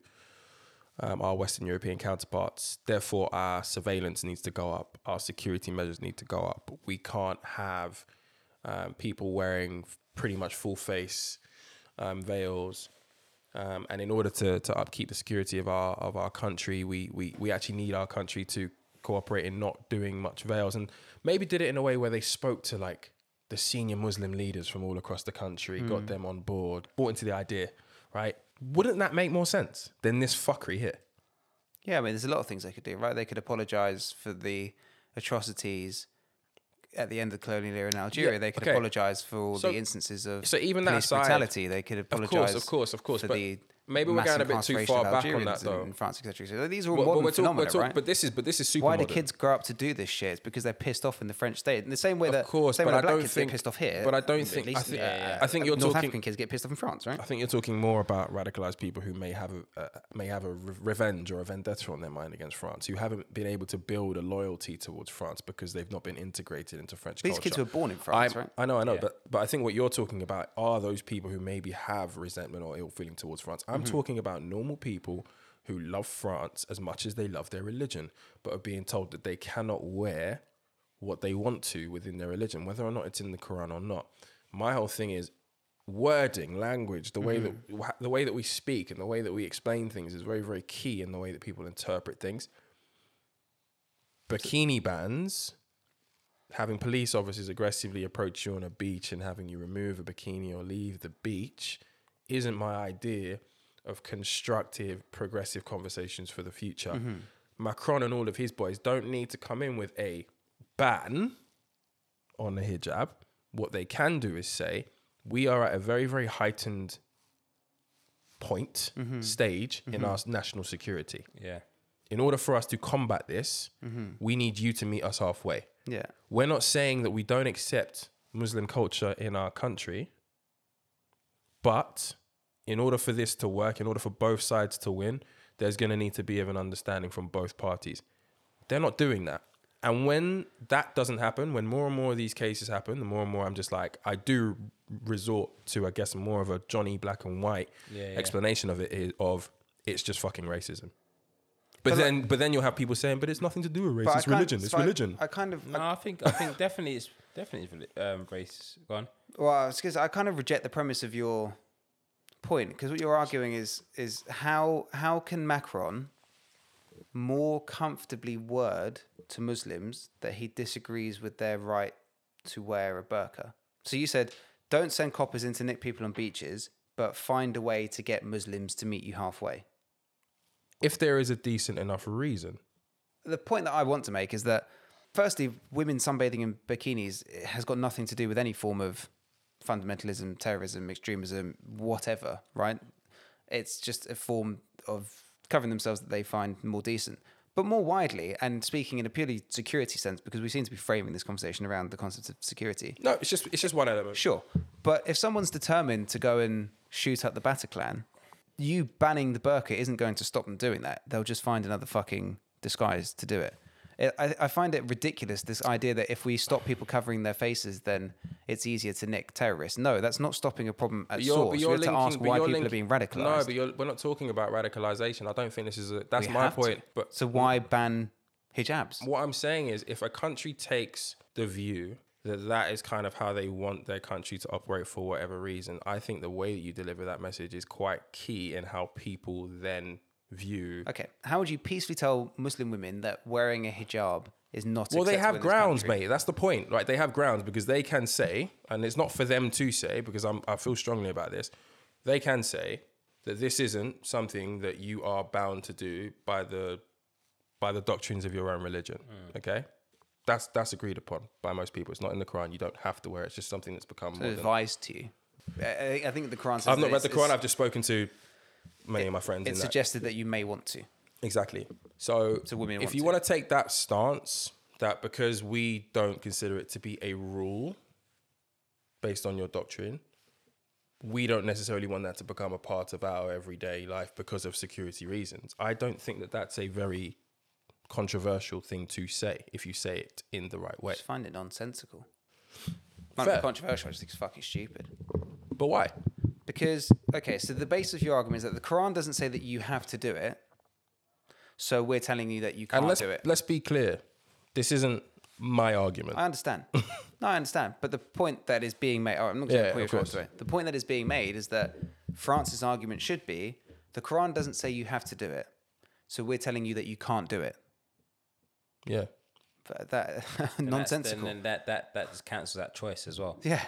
um, our Western European counterparts. Therefore, our surveillance needs to go up. Our security measures need to go up. We can't have um, people wearing pretty much full face um, veils. Um, and in order to, to upkeep the security of our of our country, we, we we actually need our country to cooperate in not doing much veils. And maybe did it in a way where they spoke to like the senior Muslim leaders from all across the country, got them on board, bought into the idea, right? Wouldn't that make more sense than this fuckery here?
Yeah, I mean, there's a lot of things they could do, right? They could apologize for the atrocities at the end of the colonial era in Algeria,
Yeah,
they could
okay.
apologise for all
So-
the instances of
so even that
police
aside-
brutality. They could
course, of
apologise.
course, of course,
for
but
the
maybe we're
mass
going a bit too
incarceration
far
of
back on
Algerians
that, though.
In, in France, etc. So these are all
But, but
modern
we're talking.
phenomena,
We're talking.
right?
But this is. But this is super.
Why do
modern.
kids grow up to do this shit? It's because they're pissed off in the French state. In the same way that
Of course,
same
but
way
I
black
don't
kids
think.
get pissed off here.
But I don't
at
think. I
least, uh,
think,
yeah, yeah.
I think you're
North
talking.
African kids get pissed off in France, right?
I think you're talking more about radicalized people who may have a uh, may have a re- revenge or a vendetta on their mind against France, who haven't been able to build a loyalty towards France because they've not been integrated into French
These
culture.
kids were born in France,
I,
right?
I know, I know, but but I think what you're talking about are those people who maybe have resentment or ill feeling towards France. I'm talking about normal people who love France as much as they love their religion, but are being told that they cannot wear what they want to within their religion, whether or not it's in the Quran or not. My whole thing is wording, language, the way that wha- the way that we speak and the way that we explain things is very, very key in the way that people interpret things. Bikini bans having police officers aggressively approach you on a beach and having you remove a bikini or leave the beach isn't my idea of constructive, progressive conversations for the future. Macron and all of his boys don't need to come in with a ban on the hijab. What they can do is say, we are at a very, very heightened point, stage in our national security.
Yeah.
In order for us to combat this, we need you to meet us halfway
Yeah.
we're not saying that we don't accept Muslim culture in our country, but in order for this to work, in order for both sides to win, there's going to need to be of an understanding from both parties. They're not doing that. And when that doesn't happen, when more and more of these cases happen, the more and more I'm just like, I do resort to, I guess, more of a Johnny black and white
Yeah, yeah.
explanation of it is of it's just fucking racism. But, then, but then you'll have people saying, but it's nothing to do with race.
But I
It's
kind-
religion. It's
so I-
religion.
I kind of
No, I think I think definitely it's definitely it's, um, race gone.
Well, I, was gonna say, I kind of reject the premise of your point because what you're arguing is is how how can Macron more comfortably word to Muslims that he disagrees with their right to wear a burqa? So you said don't send coppers in to nick people on beaches, but find a way to get Muslims to meet you halfway.
if there is a decent enough reason.
the point that I want to make is that, firstly, women sunbathing in bikinis has got nothing to do with any form of fundamentalism, terrorism, extremism, whatever, right? It's just a form of covering themselves that they find more decent. But more widely, and speaking in a purely security sense, because we seem to be framing this conversation around the concept of security.
No, it's just it's just one element.
Sure. But if someone's determined to go and shoot up the Bataclan, you banning the burqa isn't going to stop them doing that. They'll just find another fucking disguise to do it. It- I, I find it ridiculous this idea that if we stop people covering their faces, then it's easier to nick terrorists. No, that's not stopping a problem at source. we have to ask
but
why
you're
people are
linking-
being radicalized.
No, but you're, we're not talking about radicalization. I don't think this is a, that's
We
my
have to.
point. But
so why ban hijabs?
what I'm saying is, if a country takes the view that that is kind of how they want their country to operate for whatever reason, I think the way that you deliver that message is quite key in how people then view.
Okay, how would you peacefully tell Muslim women that wearing a hijab is not?
Well, they
acceptable in
have
this
grounds,
country?
mate. That's the point. Like they have grounds because they can say, and it's not for them to say because I'm, I feel strongly about this. They can say that this isn't something that you are bound to do by the by the doctrines of your own religion.
Mm.
Okay, that's that's agreed upon by most people. It's not in the Quran. You don't have to wear it. It's just something that's become. More than,
advice to you. I, I- I think the Quran says
I've
that
not read the
it's-
Quran.
it's-
I've just spoken to many of my friends.
It's
in that.
suggested that you may want to.
Exactly. So,
women
if
want
you
to.
want to take that stance, that because we don't consider it to be a rule based on your doctrine, we don't necessarily want that to become a part of our everyday life because of security reasons. I don't think that that's a very controversial thing to say if you say it in the right way.
Just find it nonsensical. Might
Fair.
be controversial. I just think it's fucking stupid.
But why?
Because okay, so the base of your argument is that the Quran doesn't say that you have to do it. So we're telling you that you can't
And let's
do it.
let's be clear. This isn't my argument.
I understand. no, I understand. But the point that is being made, oh, I'm not going
Yeah,
to put
of
your course.
course.
away. The point that is being made is that France's argument should be the Quran doesn't say you have to do it. So we're telling you that you can't do it.
yeah.
But that
And that's-
nonsensical.
Then, then that that that just cancels that choice as well.
yeah.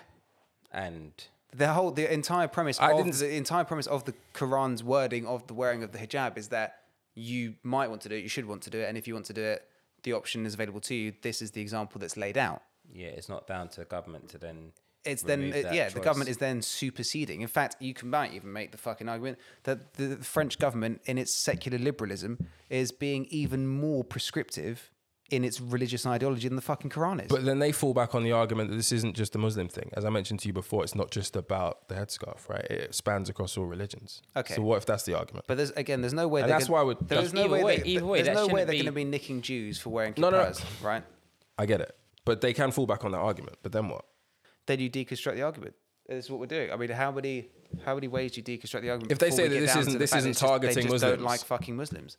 And
The whole, the entire premise
I
of
didn't-
the entire premise of the Quran's wording of the wearing of the hijab is that you might want to do it, you should want to do it, and if you want to do it, the option is available to you. This is the example that's laid out.
yeah, it's not down to the government to then.
it's then
remove
it,
that
yeah the
choice.
government is then superseding in fact you can might even make the fucking argument that the french government in its secular liberalism is being even more prescriptive in its religious ideology than the fucking quran is
But then they fall back on the argument that this isn't just a Muslim thing. As I mentioned to you before, it's not just about the headscarf, right? It spans across all religions.
Okay.
So what if that's the argument?
But there's again, there's no way.
And
they're
that's
gonna-
why I would-
There is no
Either
way.
way-
they,
either way,
there's
that
no way
shouldn't
they're going to
be-
be nicking Jews for wearing kippas,
No, no, no.
right?
I get it. But they can fall back on that argument. But then what?
Then you deconstruct the argument. That's what we're doing. I mean, how many how many ways do you deconstruct the argument?
If they
before
say
we
that
get
this
down to
isn't-
the
this
fact that
isn't
it's just-
targeting
they just
Muslims.
don't like fucking Muslims.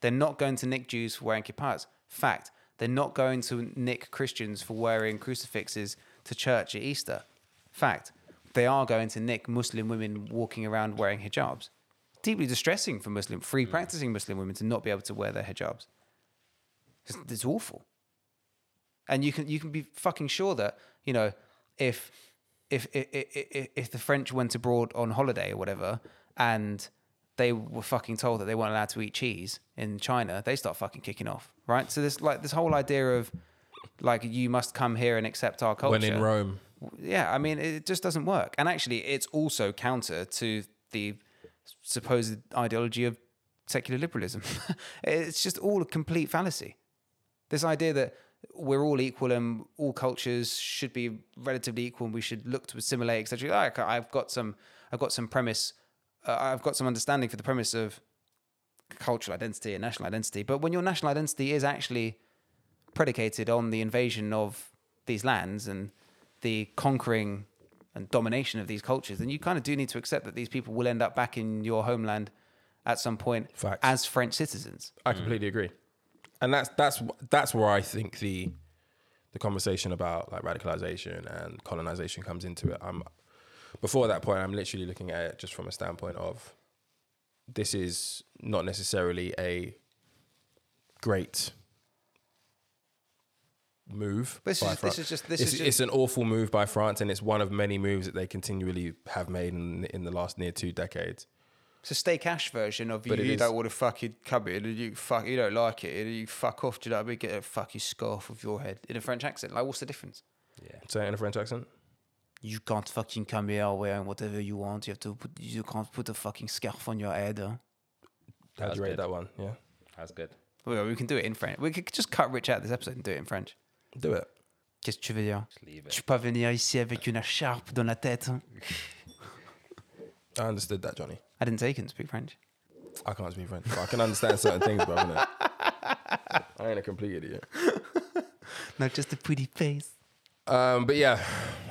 They're not going to nick Jews for wearing kippas. Fact. They're not going to nick Christians for wearing crucifixes to church at Easter. Fact. They are going to nick Muslim women walking around wearing hijabs. Deeply distressing for Muslim, free
Hmm.
practicing Muslim women to not be able to wear their hijabs. It's, it's awful. And you can you can be fucking sure that you know if if if if, if the French went abroad on holiday or whatever, and they were fucking told that they weren't allowed to eat cheese in China, they start fucking kicking off, right? So this like this whole idea of like you must come here and accept our culture
When in Rome.
yeah, I mean, it just doesn't work. And actually, it's also counter to the supposed ideology of secular liberalism. it's just all a complete fallacy. This idea that we're all equal and all cultures should be relatively equal and we should look to assimilate, etc. Like, I've got some, I've got some premise, uh, I've got some understanding for the premise of cultural identity and national identity. But when your national identity is actually predicated on the invasion of these lands and the conquering and domination of these cultures, then you kind of do need to accept that these people will end up back in your homeland at some point
Facts.
as French citizens.
I completely agree, and that's that's that's where I think the the conversation about like radicalization and colonization comes into it. I'm before that point, I'm literally looking at it just from a standpoint of this is not necessarily a great move.
This
by
is-
Fran-
this is just- this
it's,
is just-
it's an awful move by France, and it's one of many moves that they continually have made in, in the last near two decades.
It's a stay cash version of
But it
you
is-
don't want to fucking come in and you fuck you don't like it and you fuck off. Do you know what I mean? Get a fucking scarf off your head in a French accent. Like, what's the difference?
Yeah.
Say it in a French accent.
You can't fucking come here wearing whatever you want. You have to put you can't put a fucking scarf on your head. Huh?
How'd
was
you rate
good.
that one? Yeah,
That's good.
Well, we can do it in French. We could just cut Rich out of this episode and do it in French.
do it.
Qu'est-ce que tu veux dire?
Just leave
Tu
it.
peux pas venir ici avec une charpe dans la tête.
I understood that, Johnny.
I didn't say you couldn't speak French.
I can't speak French, but I can understand certain things, bro. innit? I ain't a complete idiot.
Not just a pretty face.
Um, but yeah,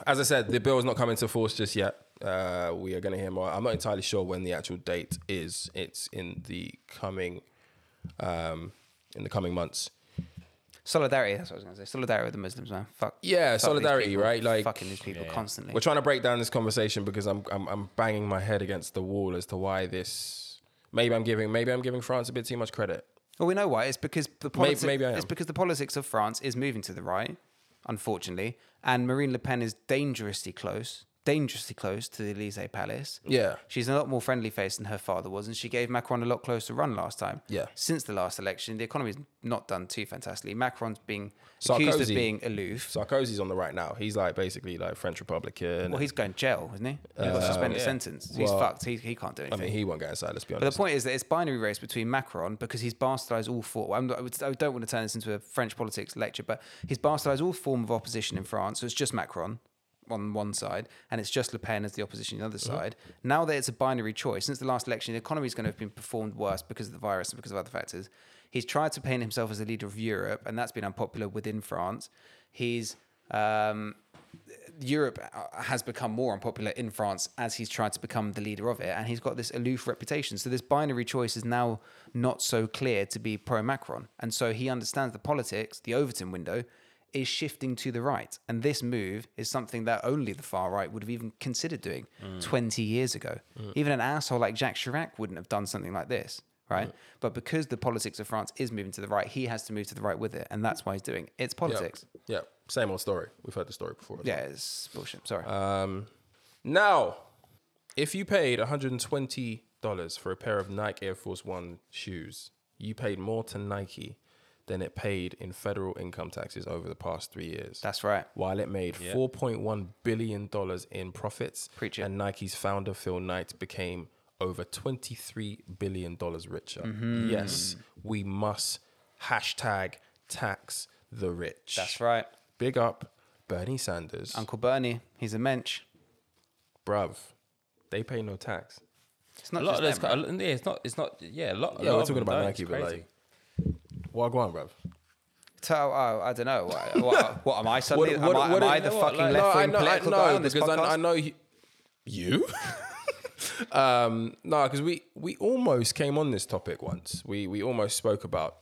as I said, the bill is not coming to force just yet. Uh, we are going to hear more. I'm not entirely sure when the actual date is. It's in the coming, um, in the coming months.
Solidarity, that's what I was going to say. Solidarity with the Muslims, man. Fuck.
Yeah,
fuck these
solidarity,
people.
right? Like,
fucking these people constantly.
We're trying to break down this conversation because I'm, I'm I'm banging my head against the wall as to why this. Maybe I'm giving maybe I'm giving France a bit too much credit.
Well, we know why. It's because the politics.
maybe I
It's
am.
because the politics of France is moving to the right, unfortunately, and Marine Le Pen is dangerously close, dangerously close to the Elysee Palace.
Yeah.
She's a lot more friendly face than her father was, and she gave Macron a lot closer run last time.
Yeah.
Since the last election, the economy's not done too fantastically. Macron's being accused
Sarkozy.
of being aloof.
Sarkozy's on the right now. He's like basically like French Republican.
Well, he's going to jail, isn't he? He got suspended
Uh, yeah.
sentence. He's
Well,
fucked. He, he can't do
I
anything.
mean, he won't get inside. Let's be
But the
honest.
point is that it's binary race between Macron because he's bastardized all form. I'm not, I would- I don't want to turn this into a French politics lecture, but he's bastardized all form of opposition in France. So it's just Macron on one side, and it's just Le Pen as the opposition on the other side. Now that it's a binary choice, since the last election, the economy is going to have been performed worse because of the virus and because of other factors. He's tried to paint himself as the leader of Europe, and that's been unpopular within France. He's um, Europe uh, has become more unpopular in France as he's tried to become the leader of it, and he's got this aloof reputation. So this binary choice is now not so clear to be pro Macron, and so he understands the politics, the Overton window, is shifting to the right, and this move is something that only the far right would have even considered doing 20 years ago. Even an asshole like Jacques Chirac wouldn't have done something like this. Right, but because the politics of France is moving to the right, he has to move to the right with it, and that's why he's doing it. It's politics.
Yeah. yeah, same old story. We've heard the story before.
Yeah, it's bullshit. Sorry.
Um, now, if you paid one hundred and twenty dollars for a pair of Nike Air Force One shoes, you paid more to Nike than it paid in federal income taxes over the past three years.
That's right.
while it made
Yeah.
$4.1 billion in profits.
Preach it.
And Nike's founder, Phil Knight, became over $23 billion richer.
Mm-hmm.
Yes, we must hashtag tax the rich.
That's right.
Big up Bernie Sanders.
Uncle Bernie, he's a mensch.
Bruv, they pay no tax.
It's
A
not
lot of
just them,
those, co- a
right?
lot- yeah, it's not, it's not, yeah, a
Oh,
lot. a
Yeah,
lot
we're
of
talking
them
about
don't.
Nike,
It's
but
crazy.
like, Wagwan, bruv.
So, oh, I don't know. What, what, what am I suddenly?
What- what-
am I,
what-
am I
you know
the
what,
fucking
like-
left wing
no, I know-
political
I know,
guy on this
because
podcast?
I, I know you. you? um, no, because we we almost came on this topic once. We we almost spoke about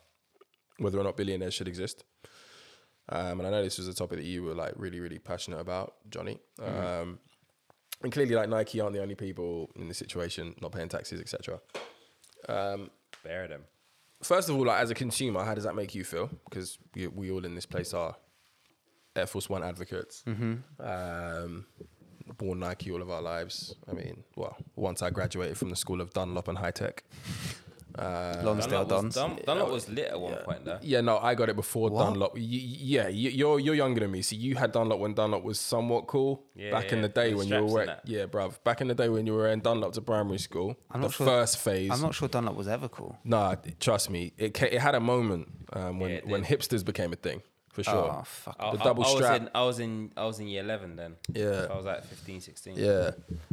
whether or not billionaires should exist. Um, and I know this was a topic that you were like really really passionate about, Johnny. Um, And clearly, like Nike aren't the only people in this situation not paying taxes, etc.
Bury them.
First of all, like as a consumer, how does that make you feel? Because we, we all in this place are Air Force One advocates. Um, born Nike all of our lives. I mean, well, once I graduated from the school of Dunlop and High Tech.
Lonsdale
Dunlop
Dons.
was, Dun- Dunlop was lit at one point though.
Yeah, no, I got it before Dunlop. Y- y- yeah, y- you're you're younger than me, so you had Dunlop when Dunlop was somewhat cool.
Yeah,
back in
yeah,
the day
with
when you were
straps and
wearing,
that.
yeah, bruv. Back in the day when you were wearing Dunlop to primary school,
I'm
the
not sure-
first phase.
I'm not sure Dunlop was ever cool.
Nah, trust me, it ca- it had a moment um, when
Yeah, it
when hipsters became a thing for sure.
Oh fuck!
I-
The
I-
double
I, was
strap.
in- I was in, I was in year eleven then.
Yeah.
So I was like 15, 16.
Yeah,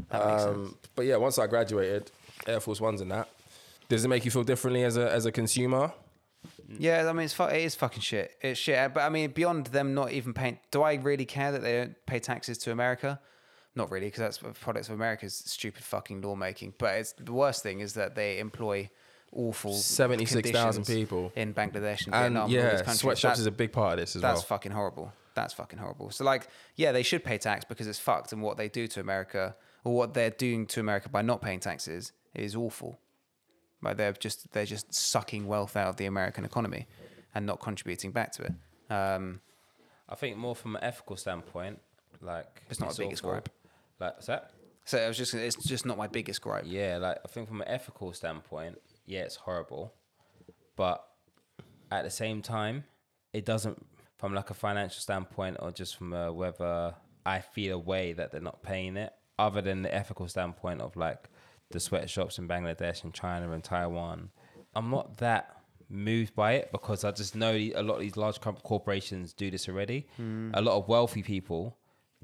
That makes
um, But yeah, once I graduated, Air Force Ones and that, does it make you feel differently as a as a consumer? Mm.
Yeah, I mean, it's fu- it is fucking shit. It's shit. Uh, But I mean, beyond them not even paying, do I really care that they don't pay taxes to America? Not really, because that's what products of America's stupid fucking lawmaking. But it's the worst thing is that they employ awful
76,000
conditions
people.
in Bangladesh and,
And
Vietnam. and all these
yeah,
countries.
sweatshops
That-
is a big part of this as
That's
well.
fucking horrible. That's fucking horrible. So like, yeah, they should pay tax because it's fucked, and what they do to America or what they're doing to America by not paying taxes is awful. Like they're just they're just sucking wealth out of the American economy and not contributing back to it. Um,
I think more from an ethical standpoint, like
It's not my biggest
awful.
gripe.
Like what's that?
so it was just it's just not my biggest gripe.
Yeah, like I think from an ethical standpoint, yeah, it's horrible, but at the same time, it doesn't. From like a financial standpoint, or just from a, whether I feel a way that they're not paying it, other than the ethical standpoint of like the sweatshops in Bangladesh and China and Taiwan, I'm not that moved by it because I just know a lot of these large com- corporations do this already. A lot of wealthy people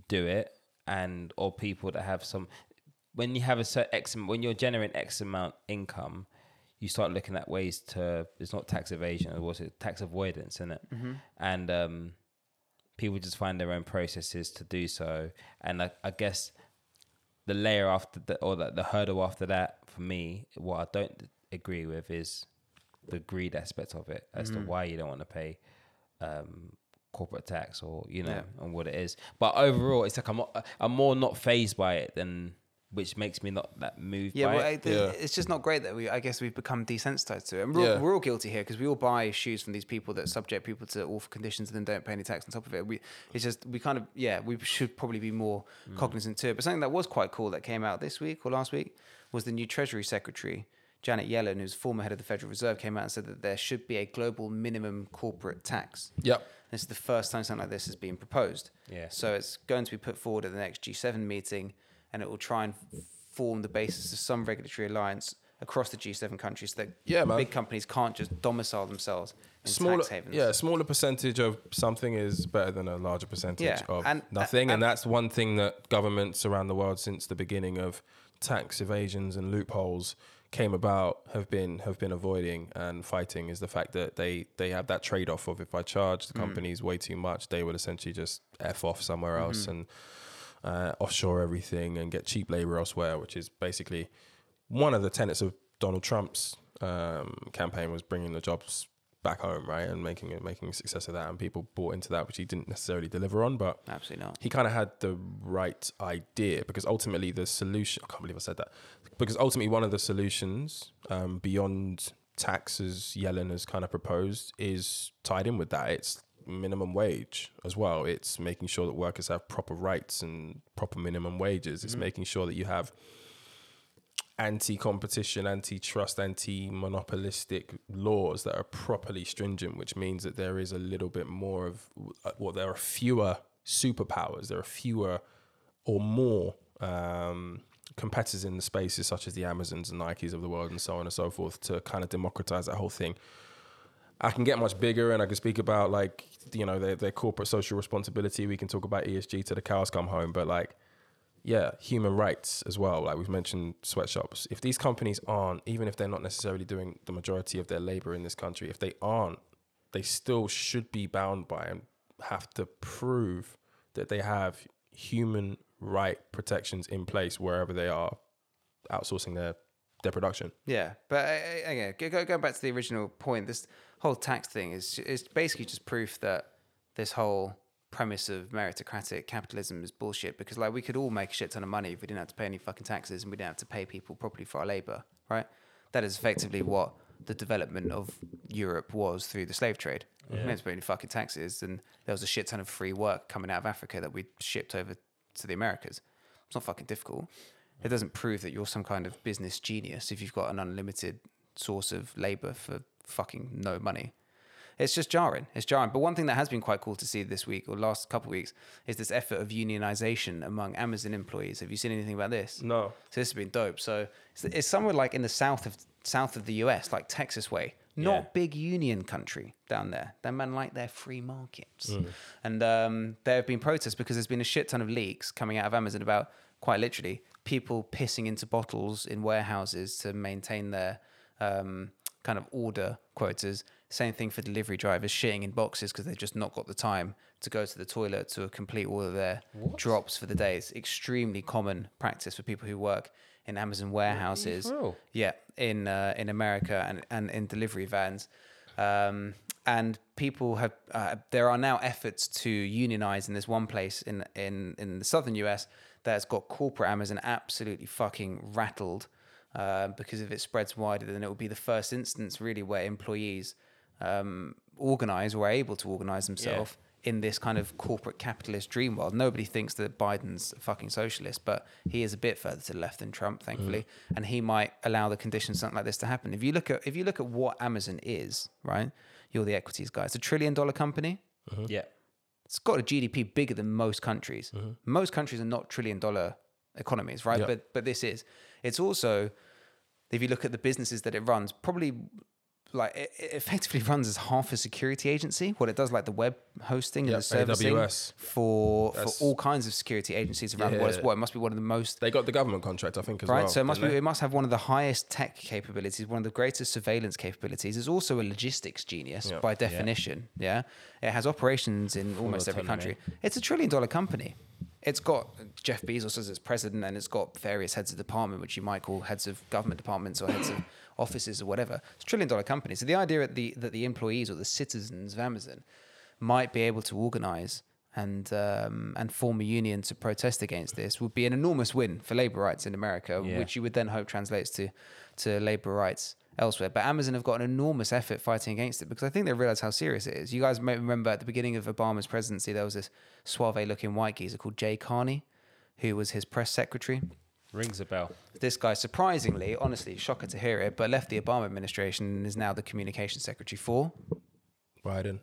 do it, and or people that have some. When you have a certain X, am- when you're generating X amount income, you start looking at ways to. It's not tax evasion, or what's it? Tax avoidance, isn't it? And um, people just find their own processes to do so. And I, I guess the layer after the or the, the hurdle after that for me, what I don't agree with is the greed aspect of it as
Mm.
to why you don't want to pay um, corporate tax or you know and what it is. But overall, it's like I'm not, I'm more not phased by it than which makes me not that moved
Yeah,
by
well,
it.
I, the,
Yeah.
it's just not great that we. I guess we've become desensitized to it, and we're, all,
Yeah.
we're all guilty here because we all buy shoes from these people that subject people to awful conditions and then don't pay any tax on top of it. We, it's just we kind of yeah, we should probably be more cognizant to it. But something that was quite cool that came out this week or last week was the new Treasury Secretary. Janet Yellen, who's former head of the Federal Reserve, came out and said that there should be a global minimum corporate tax.
Yep.
This is the first time something like this has been proposed.
Yeah.
So it's going to be put forward at the next G7 meeting, and it will try and form the basis of some regulatory alliance across the G7 countries that
Yeah, man.
big companies can't just domicile themselves in
Smaller,
tax havens.
yeah, smaller percentage of something is better than a larger percentage
Yeah,
of
and- uh,
nothing,
and-
and that's one thing that governments around the world since the beginning of tax evasions and loopholes came about have been have been avoiding and fighting is the fact that they they have that trade off of if I charge
Mm.
the companies way too much, they will essentially just f off somewhere
Mm-hmm.
else and uh, offshore everything and get cheap labor elsewhere, which is basically one of the tenets of Donald Trump's um, campaign was bringing the jobs back home, right, and making making success of that, and people bought into that, which he didn't necessarily deliver on, but
Absolutely not.
he kind of had the right idea because ultimately the solution i can't believe i said that because ultimately one of the solutions um, beyond taxes yellen has kind of proposed is tied in with that it's minimum wage as well it's making sure that workers have proper rights and proper minimum wages it's making sure that you have anti-competition, anti-trust, anti-monopolistic laws that are properly stringent, which means that there is a little bit more of uh, well, there are fewer superpowers, there are fewer or more um, competitors in the spaces such as the Amazons and Nikes of the world, and so on and so forth, to kind of democratize that whole thing. I can get much bigger and I can speak about like, you know, their, their corporate social responsibility. We can talk about ESG till the cows come home, but like, yeah, human rights as well. Like we've mentioned sweatshops. If these companies aren't, even if they're not necessarily doing the majority of their labor in this country, if they aren't, they still should be bound by and have to prove that they have human right protections in place wherever they are outsourcing their their production.
Yeah, but uh, again, go- go- going back to the original point, this whole tax thing is is basically just proof that this whole premise of meritocratic capitalism is bullshit. Because like we could all make a shit ton of money if we didn't have to pay any fucking taxes and we didn't have to pay people properly for our labor, right? That is effectively what the development of Europe was through the slave trade. We didn't have to pay any fucking taxes, and there was a shit ton of free work coming out of Africa that we shipped over to the Americas. It's not fucking difficult it doesn't prove that you're some kind of business genius if you've got an unlimited source of labor for fucking no money. It's just jarring. It's jarring. But one thing that has been quite cool to see this week or last couple of weeks is this effort of unionization among Amazon employees. Have you seen anything about this?
No.
So this has been dope. So it's, it's somewhere like in the south of south of the US, like Texas way. Not
Yeah.
big union country down there. That man like their free markets. And um, there have been protests because there's been a shit ton of leaks coming out of Amazon about quite literally people pissing into bottles in warehouses to maintain their um, kind of order quotas. Same thing for delivery drivers shitting in boxes because they've just not got the time to go to the toilet to complete all of their drops for the day. It's extremely common practice for people who work in Amazon warehouses.
real?
Yeah, in uh, in America and and in delivery vans. Um, and people have uh, there are now efforts to unionize in this one place in in in the southern US that's got corporate Amazon absolutely fucking rattled uh, because if it spreads wider, then it will be the first instance really where employees um, organize or are able to organize themselves in this kind of corporate capitalist dream world. Nobody thinks that Biden's a fucking socialist, but he is a bit further to the left than Trump, thankfully, and he might allow the conditions something like this to happen. If you look at if you look at what Amazon is, right? You're the equities guy. It's a trillion dollar company.
Yeah.
It's got a GDP bigger than most countries. Most countries are not trillion dollar economies, right?
Mm-hmm. Yeah.
But but this is. It's also if you look at the businesses that it runs, probably like it, it effectively runs as half a security agency. What it does, like the web hosting
Yeah,
and the servicing
AWS.
for
That's-
for all kinds of security agencies around the
Yeah.
world. It's what it must be one of the most
They got the government contract, I think, as
right.
well.
so it must be
didn't
it must have one of the highest tech capabilities, one of the greatest surveillance capabilities. It's also a logistics genius
Yeah.
by definition. Yeah. it has operations in almost every
autonomy.
country. It's a trillion dollar company. It's got Jeff Bezos as its president, and it's got various heads of department, which you might call heads of government departments or heads of offices or whatever. It's a trillion dollar company. So the idea that the that the employees or the citizens of Amazon might be able to organise and um, and form a union to protest against this would be an enormous win for labour rights in America,
Yeah.
which you would then hope translates to to labour rights elsewhere. But Amazon have got an enormous effort fighting against it because I think they realise how serious it is. You guys may remember at the beginning of Obama's presidency, there was this suave looking white geezer called Jay Carney, who was his press secretary
Rings a bell.
this guy surprisingly, honestly, shocker to hear it, but left the Obama administration and is now the communications secretary for
they? Biden.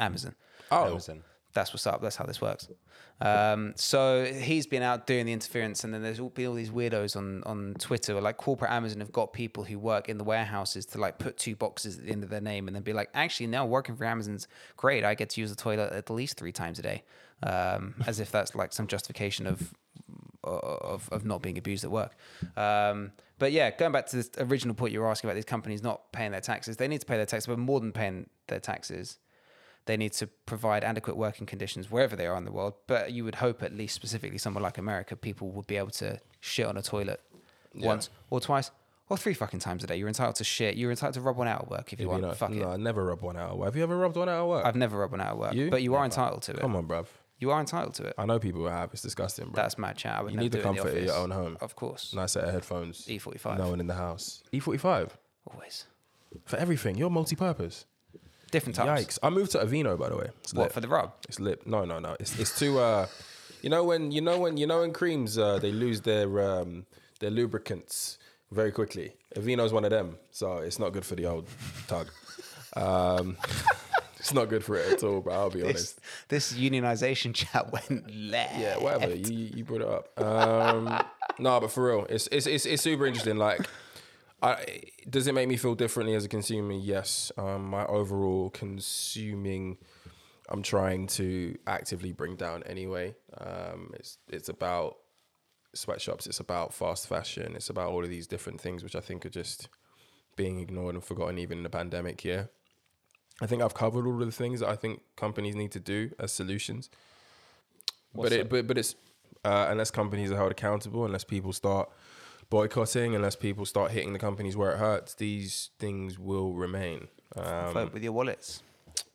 Amazon.
Oh,
Amazon.
That's what's up. That's how this works. Um, so he's been out doing the interference, and then there's all, been all these weirdos on on Twitter, where, like corporate Amazon have got people who work in the warehouses to like put two boxes at the end of their name, and then be like, actually, now working for Amazon's great. I get to use the toilet at least three times a day, um, as if that's like some justification of of, of not being abused at work. Um, but yeah, going back to this original point you were asking about these companies not paying their taxes, they need to pay their taxes, but more than paying their taxes, they need to provide adequate working conditions wherever they are in the world. But you would hope, at least specifically somewhere like America, people would be able to shit on a toilet once or twice or three fucking times a day. You're entitled to shit. You're entitled to rub one out at work if you
you
want.
know,
Fuck
no,
it.
I never rub one out at work. Have you ever rubbed one out at work?
I've never rubbed one out at work,
You?
but you are entitled to it.
Come on, bruv.
You are entitled to it.
I know people who have. It's disgusting, bruv.
That's mad chat. I would
you
never
need
do
the
it in
comfort of
office.
your own home.
Of course,
Nice set of headphones.
E45.
No one in the house. E45
always.
for everything. You're multi-purpose.
Different types.
Yikes! I moved to Avino, by the way. It's
What
lit.
for the rub?
It's lip. No, no, no. It's it's too. Uh, you know when you know when you know when creams uh, they lose their um, their lubricants very quickly. Avino's one of them, so it's not good for the old tug. Um, it's not good for it at all, bro. I'll be honest.
This, this unionization chat went left.
Yeah, whatever. You you brought it up. Um, no, but for real, it's it's it's, it's super interesting. Like, I, does it make me feel differently as a consumer? Yes. Um, my overall consuming, I'm trying to actively bring down anyway. Um, it's it's about sweatshops. It's about fast fashion. It's about all of these different things, which I think are just being ignored and forgotten, even in the pandemic year. I think I've covered all of the things that I think companies need to do as solutions but it, but but it's uh, unless companies are held accountable, unless people start boycotting, unless people start hitting the companies where it hurts, these things will remain. Um,
Vote with your wallets.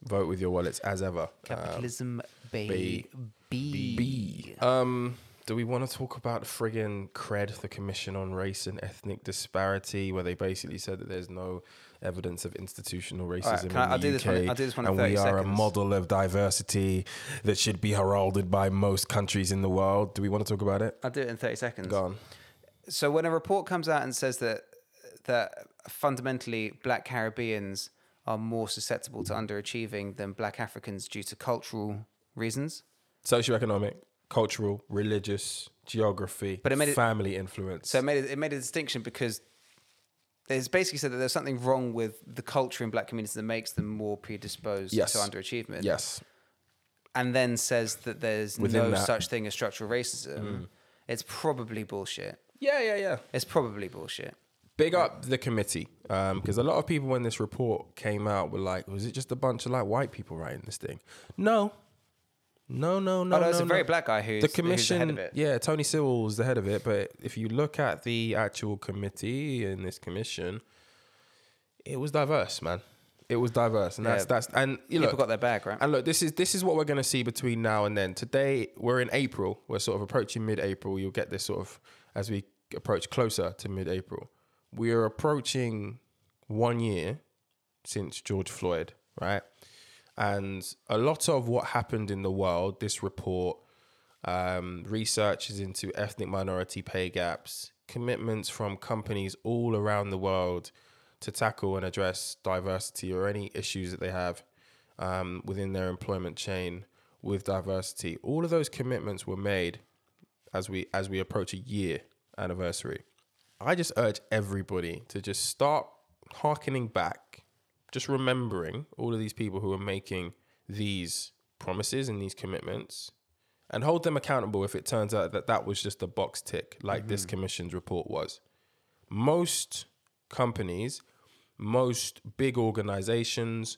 vote with your wallets as ever. Uh,
Capitalism,
B-
baby.
B. Um, do we want to talk about the friggin' cred, the Commission on Race and Ethnic Disparity, where they basically said that there's no evidence of institutional racism
can I-
in the
I'll do this one-
UK,
I'll do this one in
and we
30
are a
seconds.
model of diversity that should be heralded by most countries in the world. Do we want to talk about it?
I'll do it in 30 seconds.
Go on.
So when a report comes out and says that that fundamentally black Caribbeans are more susceptible to underachieving than black Africans due to cultural reasons,
socioeconomic, cultural, religious, geography,
But it made it-
family influence.
so it made it made a distinction because it's basically said that there's something wrong with the culture in black communities that makes them more predisposed
Yes.
to underachievement.
yes,
and then says that there's
Within
no
that- Mm.
such thing as structural racism, it's probably bullshit.
yeah, yeah, yeah.
It's probably bullshit.
Big up the committee because a lot of people when this report came out were like, "Was it just a bunch of like white people writing this thing?" No, no, no, no.
But Oh, it's
no,
a very
no.
black guy who's
the
who's the
commission,
head of it.
yeah, Tony Sewell is the head of it. But if you look at the actual committee in this commission, it was diverse, man. It was diverse, and
Yeah.
that's that's and you
People
look,
got their bag right.
And look, this is this is what we're going to see between now and then. Today we're in April. We're sort of approaching mid-April. You'll get this sort of as we approach closer to mid-April. We are approaching one year since George Floyd, right? And a lot of what happened in the world, this report, um, researches into ethnic minority pay gaps, commitments from companies all around the world to tackle and address diversity or any issues that they have um, within their employment chain with diversity. All of those commitments were made as we as we approach a year anniversary. I just urge everybody to just start hearkening back, just remembering all of these people who are making these promises and these commitments and hold them accountable if it turns out that that was just a box tick, like this commission's report was. Most companies, most big organizations,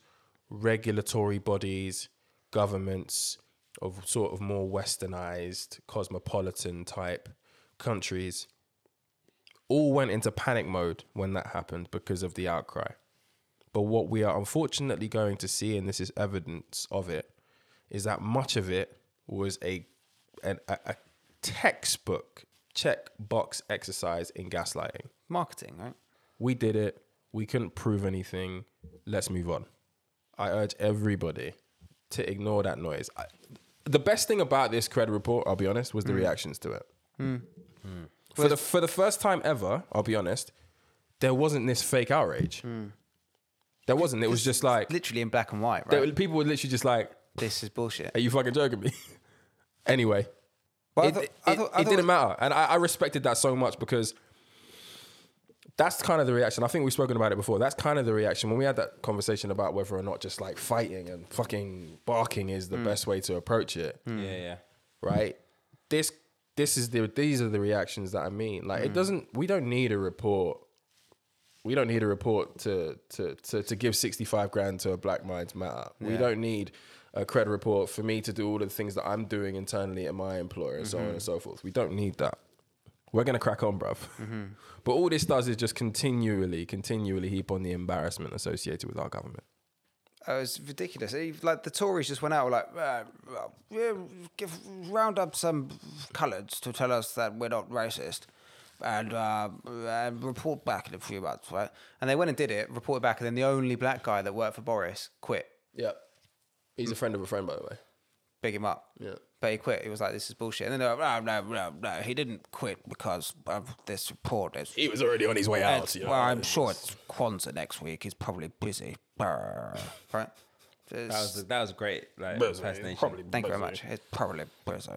regulatory bodies, governments of sort of more westernized, cosmopolitan type countries all went into panic mode when that happened because of the outcry. But what we are unfortunately going to see, and this is evidence of it, is that much of it was a an, a, a textbook check box exercise in gaslighting.
Marketing, right?
We did it. We couldn't prove anything. Let's move on. I urge everybody to ignore that noise. I, the best thing about this cred report, I'll be honest, was the reactions to it. For the for the first time ever, I'll be honest, there wasn't this fake outrage. There wasn't. It was just like
Literally in black and white,
there-
right?
people were literally just like,
this is bullshit.
"Are you fucking joking me?" anyway,
Well, I
it,
thought-
it-
I thought- I
it
thought
didn't matter, and I, I respected that so much because that's kind of the reaction. I think we've spoken about it before. That's kind of the reaction when we had that conversation about whether or not just like fighting and fucking barking is
Mm.
the best way to approach it,
Yeah, yeah.
right? This this is the these are the reactions that I mean. Like it doesn't. We don't need a report. We don't need a report to to to, to give sixty five grand to a Black Minds Matter. We don't need a credit report for me to do all of the things that I'm doing internally at my employer and so on and so forth. We don't need that. We're gonna crack on, bruv. But all this does is just continually, continually heap on the embarrassment associated with our government.
Oh, it's ridiculous. Even, Like the Tories just went out like, uh, yeah, give, round up some coloureds to tell us that we're not racist, and uh, and report back in a few months, right? And they went and did it, reported back, and then the only black guy that worked for Boris quit.
Yeah, he's a friend of a friend, by the way.
Big him up.
Yeah.
But but he quit. He was like, "This is bullshit." And then they're like, "No, no, no, no, he didn't quit because of this report." It's,
He was already on his way out.
it's-
you know.
well, I'm sure it's Kwanzaa next week. He's probably busy, Brr. right?
That was that was great. Like
But it's-
impersonation.
probably
Thank you very much. It's probably busy,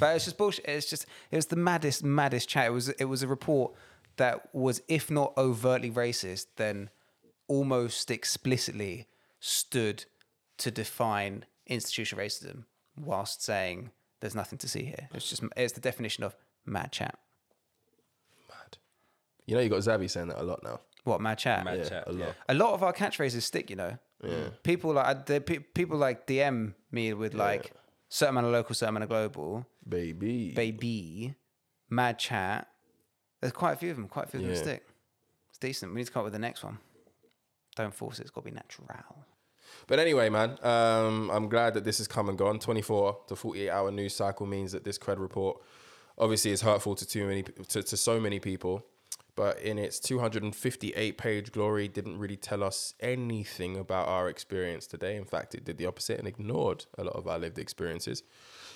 but it's just bullshit. It's just it was the maddest, maddest chat. It was it was a report that was, if not overtly racist, then almost explicitly stood to define institutional racism, whilst saying there's nothing to see here. It's just it's the definition of mad chat.
Mad. You know, you got Zabby saying that a lot now.
What mad chat?
Mad
Yeah,
chat.
a lot.
Yeah.
A lot of our catchphrases stick, you know. People like I- the, pe- people like DM me with like certain amount of local, certain amount of global.
Baby.
Baby, Mad Chat. There's quite a few of them. Quite a few of them
Yeah.
stick. It's decent. We need to come up with the next one. Don't force it. It's got to be natural.
But anyway, man, um, I'm glad that this has come and gone. 24 to 48 hour news cycle means that this cred report obviously is hurtful to too many to, to so many people. But in its 258 page glory, didn't really tell us anything about our experience today. In fact, it did the opposite and ignored a lot of our lived experiences.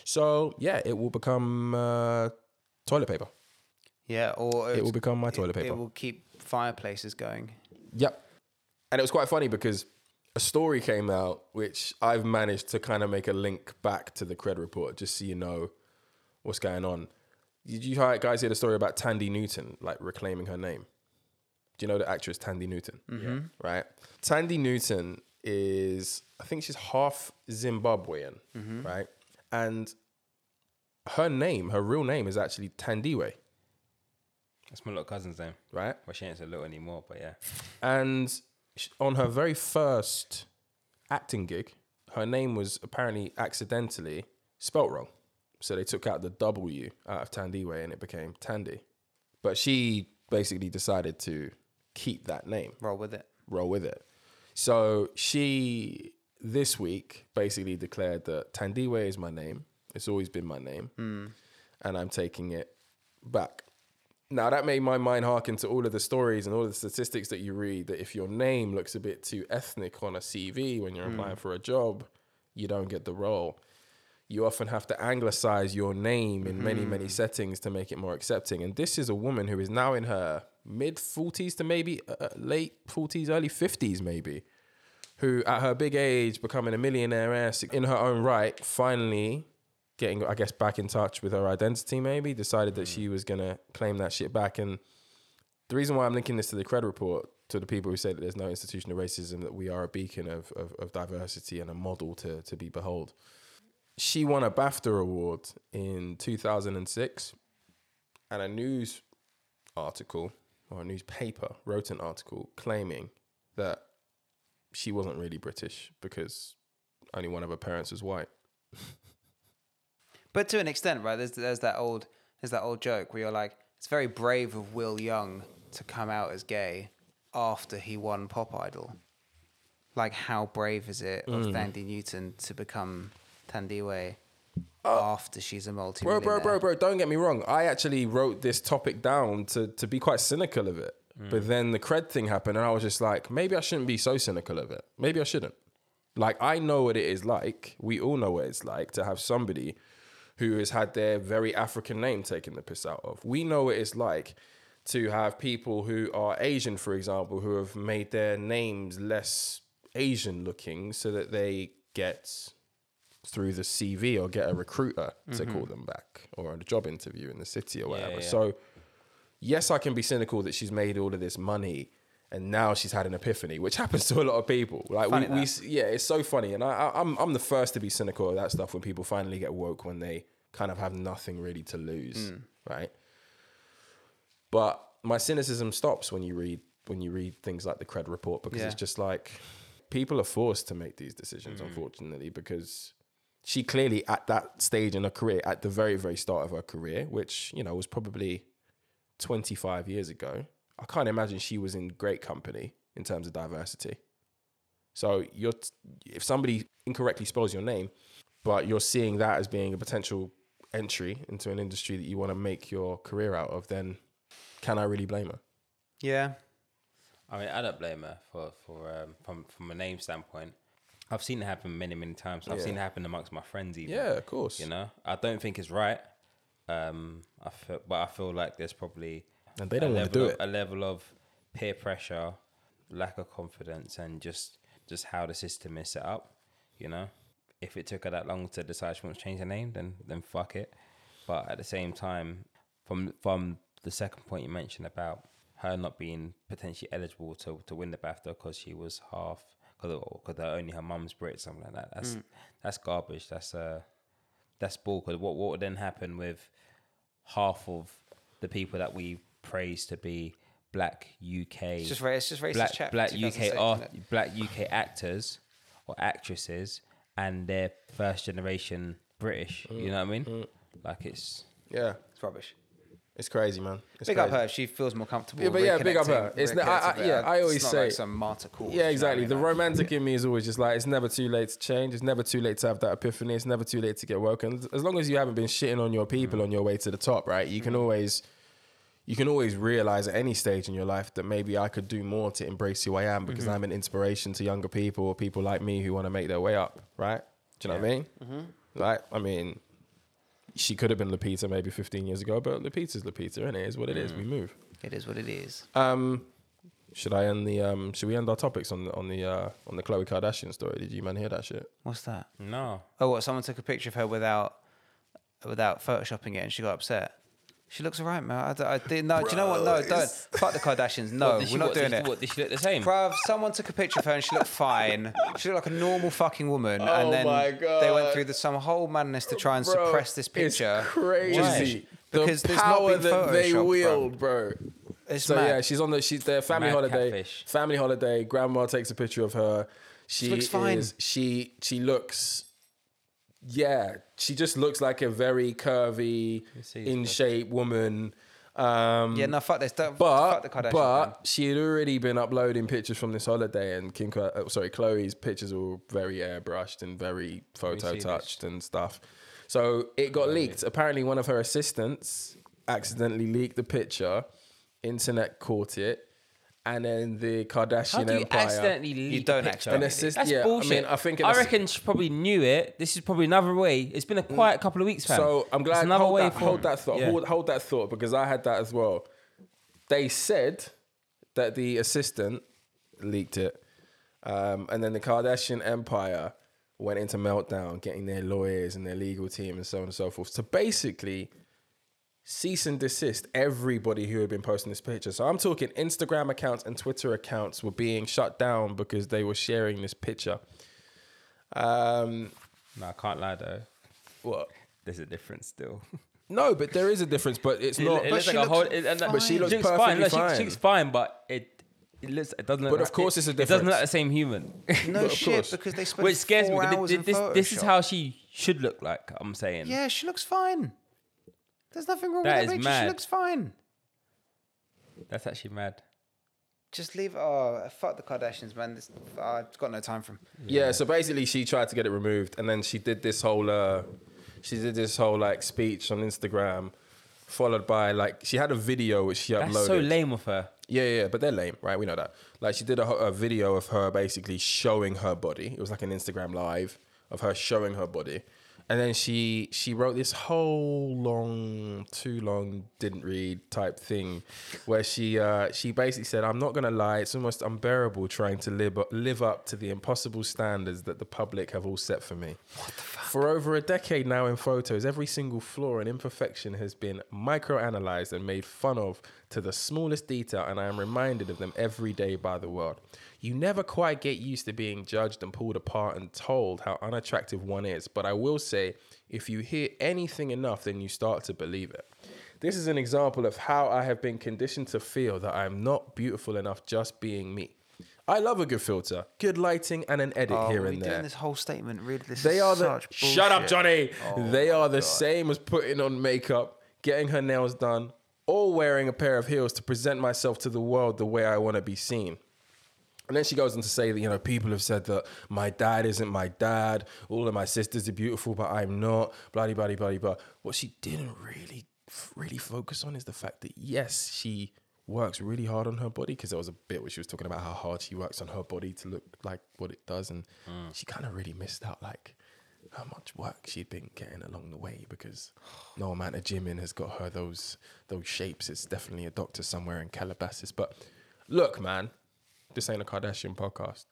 So yeah, it will become uh, toilet paper.
Yeah. Or
It will become my toilet
it-
paper.
It will keep fireplaces going.
Yep. And it was quite funny because a story came out which I've managed to kind of make a link back to the cred report just so you know what's going on. Did you hi- guys hear the story about Tandy Newton, like reclaiming her name? Do you know the actress Tandy Newton? Yeah. Right? Tandy Newton is, I think she's half Zimbabwean, right? And her name, her real name is actually Tandiwe,
That's my little cousin's name.
right?
Well, she ain't so little anymore, but yeah.
And sh- on her very first acting gig, her name was apparently accidentally spelt wrong. So they took out the W out of Tandiwe and it became Tandy. But she basically decided to keep that name
Roll with it.
roll with it. So she this week basically declared that Tandiwe is my name. It's always been my name, and I'm taking it back. Now that made my mind hearken to all of the stories and all of the statistics that you read. That if your name looks a bit too ethnic on a CV when you're applying for a job, you don't get the role. You often have to anglicize your name in many, many settings to make it more accepting. And this is a woman who is now in her mid 40s to maybe uh, late 40s, early 50s, maybe, who at her big age, becoming a millionaire in her own right, finally getting, I guess, back in touch with her identity, maybe, decided that she was going to claim that shit back. And the reason why I'm linking this to the cred report, to the people who say that there's no institutional racism, that we are a beacon of, of, of diversity and a model to, to be behold she won a BAFTA award in 2006, and a news article or a newspaper wrote an article claiming that she wasn't really British because only one of her parents was white.
But to an extent, right? There's there's that old there's that old joke where you're like, it's very brave of Will Young to come out as gay after he won Pop Idol. Like, how brave is it
Mm.
of Tandy Newton to become Tandiwe after she's a multi?
Bro, Uh, bro, bro, bro, don't get me wrong. I actually wrote this topic down to, to be quite cynical of it. But then the cred thing happened, and I was just like, maybe I shouldn't be so cynical of it. Maybe I shouldn't. Like, I know what it is like. We all know what it's like to have somebody who has had their very African name taken the piss out of. We know what it's like to have people who are Asian, for example, who have made their names less Asian looking so that they get through the CV or
Mm-hmm.
get a recruiter to call them back or a job interview in the city or whatever.
yeah.
So, yes, I can be cynical that she's made all of this money and now she's had an epiphany, which happens to a lot of people. Like
Funny
we, we,
that.
s- yeah, it's so funny, and I, I, I'm I'm the first to be cynical of that stuff when people finally get woke when they kind of have nothing really to lose,
Hmm.
right? But my cynicism stops when you read when you read things like the cred report because
Yeah. Hmm.
it's just like people are forced to make these decisions, unfortunately, because she clearly at that stage in her career, at the very very start of her career, which you know was probably 25 years ago, I can't imagine she was in great company in terms of diversity. So you're t- if somebody incorrectly spells your name, but you're seeing that as being a potential entry into an industry that you want to make your career out of, then can I really blame her?
Yeah,
I mean, I don't blame her for for um, from from a name standpoint. I've seen it happen many, many times. I've
Yeah.
seen it happen amongst my friends, even.
Yeah, of course.
You know, I don't think it's right. Um, I feel, but I feel like there's probably
And they don't
a
wanna
level
do
of-
it.
A level of peer pressure, lack of confidence, and just just how the system is set up. You know, if it took her that long to decide she wants to change her name, then then fuck it. But at the same time, from from the second point you mentioned about her not being potentially eligible to, to win the BAFTA because she was half because only her mum's Brit, something like that.
Mm.
That's that's garbage. That's uh that's bull. 'cause what what would then happen with half of the people that we praise to be black UK,
It's just ra- it's just racist
black
chat,
black
2006,
UK art,
isn't
black UK actors or actresses, and they're first generation British. You know what I mean?
Mm,
Like it's
Yeah,
It's rubbish.
it's crazy, man. It's
big
crazy.
up her. if She feels more comfortable.
Yeah, but yeah, big up
reconnecting-
her. It's not- I-
reconnecting
I-
with
yeah,
her.
I
It's
always
not like
say-
some martyr call.
Yeah, exactly. The romantic in me is always just like it's never too late to change. It's never too late to have that epiphany. It's never too late to get woke. And as long as you haven't been shitting on your people on your way to the top, right? You can always, you can always realize at any stage in your life that maybe I could do more to embrace who I am because I'm an inspiration to younger people or people like me who want to make their way up, right? Do you know what I mean? Like, I mean, she could have been Lupita maybe 15 years ago, but Lupita's Lupita, and it is what it is. We move.
It is what it is.
Um, should I end the um? Should we end our topics on the on the uh, on the Khloe Kardashian story? Did you man hear that shit?
What's that?
no.
Oh, what? Someone took a picture of her without without photoshopping it, and she got upset. She looks alright, man. I, don't- I did no. do you know what? No, don't. Fuck the Kardashians. No,
What, did she-
Oh, we're not
what,
doing
did, she-
it.
What, did she look the same?
Bruv, someone took a picture of her and she looked fine. She looked like a normal fucking woman.
Oh
and then
my
they
God.
went through the, some whole madness to try and
Bro,
suppress this picture.
It's crazy.
Why? Because
the
there's not
power
been
that they
Photoshopped, bruv.
wield, bro.
It's
so
mad.
yeah, she's on the she's their family
Mad
holiday.
catfish.
Family holiday. Grandma takes a picture of her. She,
looks fine.
Is, she she looks. Yeah, she just looks like a very curvy,
see this
in shape woman. Um,
Yeah, no, fuck this. Don't,
But
fuck the Kardashians. man.
but she had already been uploading pictures from this holiday, and Kim, Ka- uh, sorry, Chloe's pictures were very airbrushed and very photo touched and stuff. So it got leaked. Apparently, one of her assistants accidentally leaked the picture. Internet caught it, and then the Kardashian
How do you
empire.
accidentally leak
You don't
a picture?
accidentally. An
assist-
That's
yeah, I
bullshit.
mean, I think an
I
ass-
reckon she probably knew it. This is probably another way. It's been a quiet couple of weeks, fam.
Mm. So I'm
It's
glad.
another
Hold,
way
that,
for-
hold that thought.
Yeah.
Hold, hold that thought because I had that as well. They said that the assistant leaked it, um, and then the Kardashian empire went into meltdown, getting their lawyers and their legal team and so on and so forth. So basically, cease and desist everybody who had been posting this picture. So I'm talking Instagram accounts and Twitter accounts were being shut down because they were sharing this picture. Um,
No, I can't lie though.
what?
There's a difference still.
No, but there is a difference, but it's
It,
not. but
it looks
she
like a
looks-
whole. It, and that-
but she looks
fine.
perfectly
she-
fine.
She, looks fine, but it it looks it doesn't. Look
But of
like-
course it's a
It doesn't
difference.
look like the same human.
No
of
shit,
course.
because they spent
Which scares me.
four
because
hours
thi- thi- This,
in
this is
Photoshop.
how she should look like. I'm saying.
Yeah, she looks fine. There's nothing wrong
That
with
is
the picture.
mad.
She looks fine.
That's actually mad.
Just leave. Oh, fuck the Kardashians, man. This, I've got no time for 'em.
Yeah, so basically she tried to get it removed and then she did this whole uh she did this whole like speech on Instagram followed by like she had a video which she uploaded.
That's so lame of her.
Yeah, yeah, but they're lame, right? We know that. Like she did a, ho- a video of her basically showing her body. It was like an Instagram live of her showing her body, and then she she wrote this whole long, too long, didn't read type thing, where she uh, she basically said, "I'm not gonna lie, it's almost unbearable trying to live up, live up to the impossible standards that the public have all set for me." For over a decade now in photos, every single flaw and imperfection has been microanalyzed and made fun of to the smallest detail, and I am reminded of them every day by the world. You never quite get used to being judged and pulled apart and told how unattractive one is, but I will say if you hear anything enough, then you start to believe it. This is an example of how I have been conditioned to feel that I'm not beautiful enough just being me. I love a good filter, good lighting, and an edit
Oh,
here
we're
and
doing
there.
this whole statement. Really, this
They
is
are the
such bullshit. Oh
shut up, Johnny. they are the same as putting on makeup, getting her nails done, or wearing a pair of heels to present myself to the world the way I want to be seen. And then she goes on to say that you know people have said that my dad isn't my dad. All of my sisters are beautiful, but I'm not. Bloody, bloody, bloody, blah. What she didn't really, really focus on is the fact that yes, she works really hard on her body because there was a bit where she was talking about how hard she works on her body to look like what it does, and she kind of really missed out like how much work she'd been getting along the way because no amount of gymming has got her those those shapes. It's definitely a doctor somewhere in Calabasas. But look, man, this ain't a Kardashian podcast.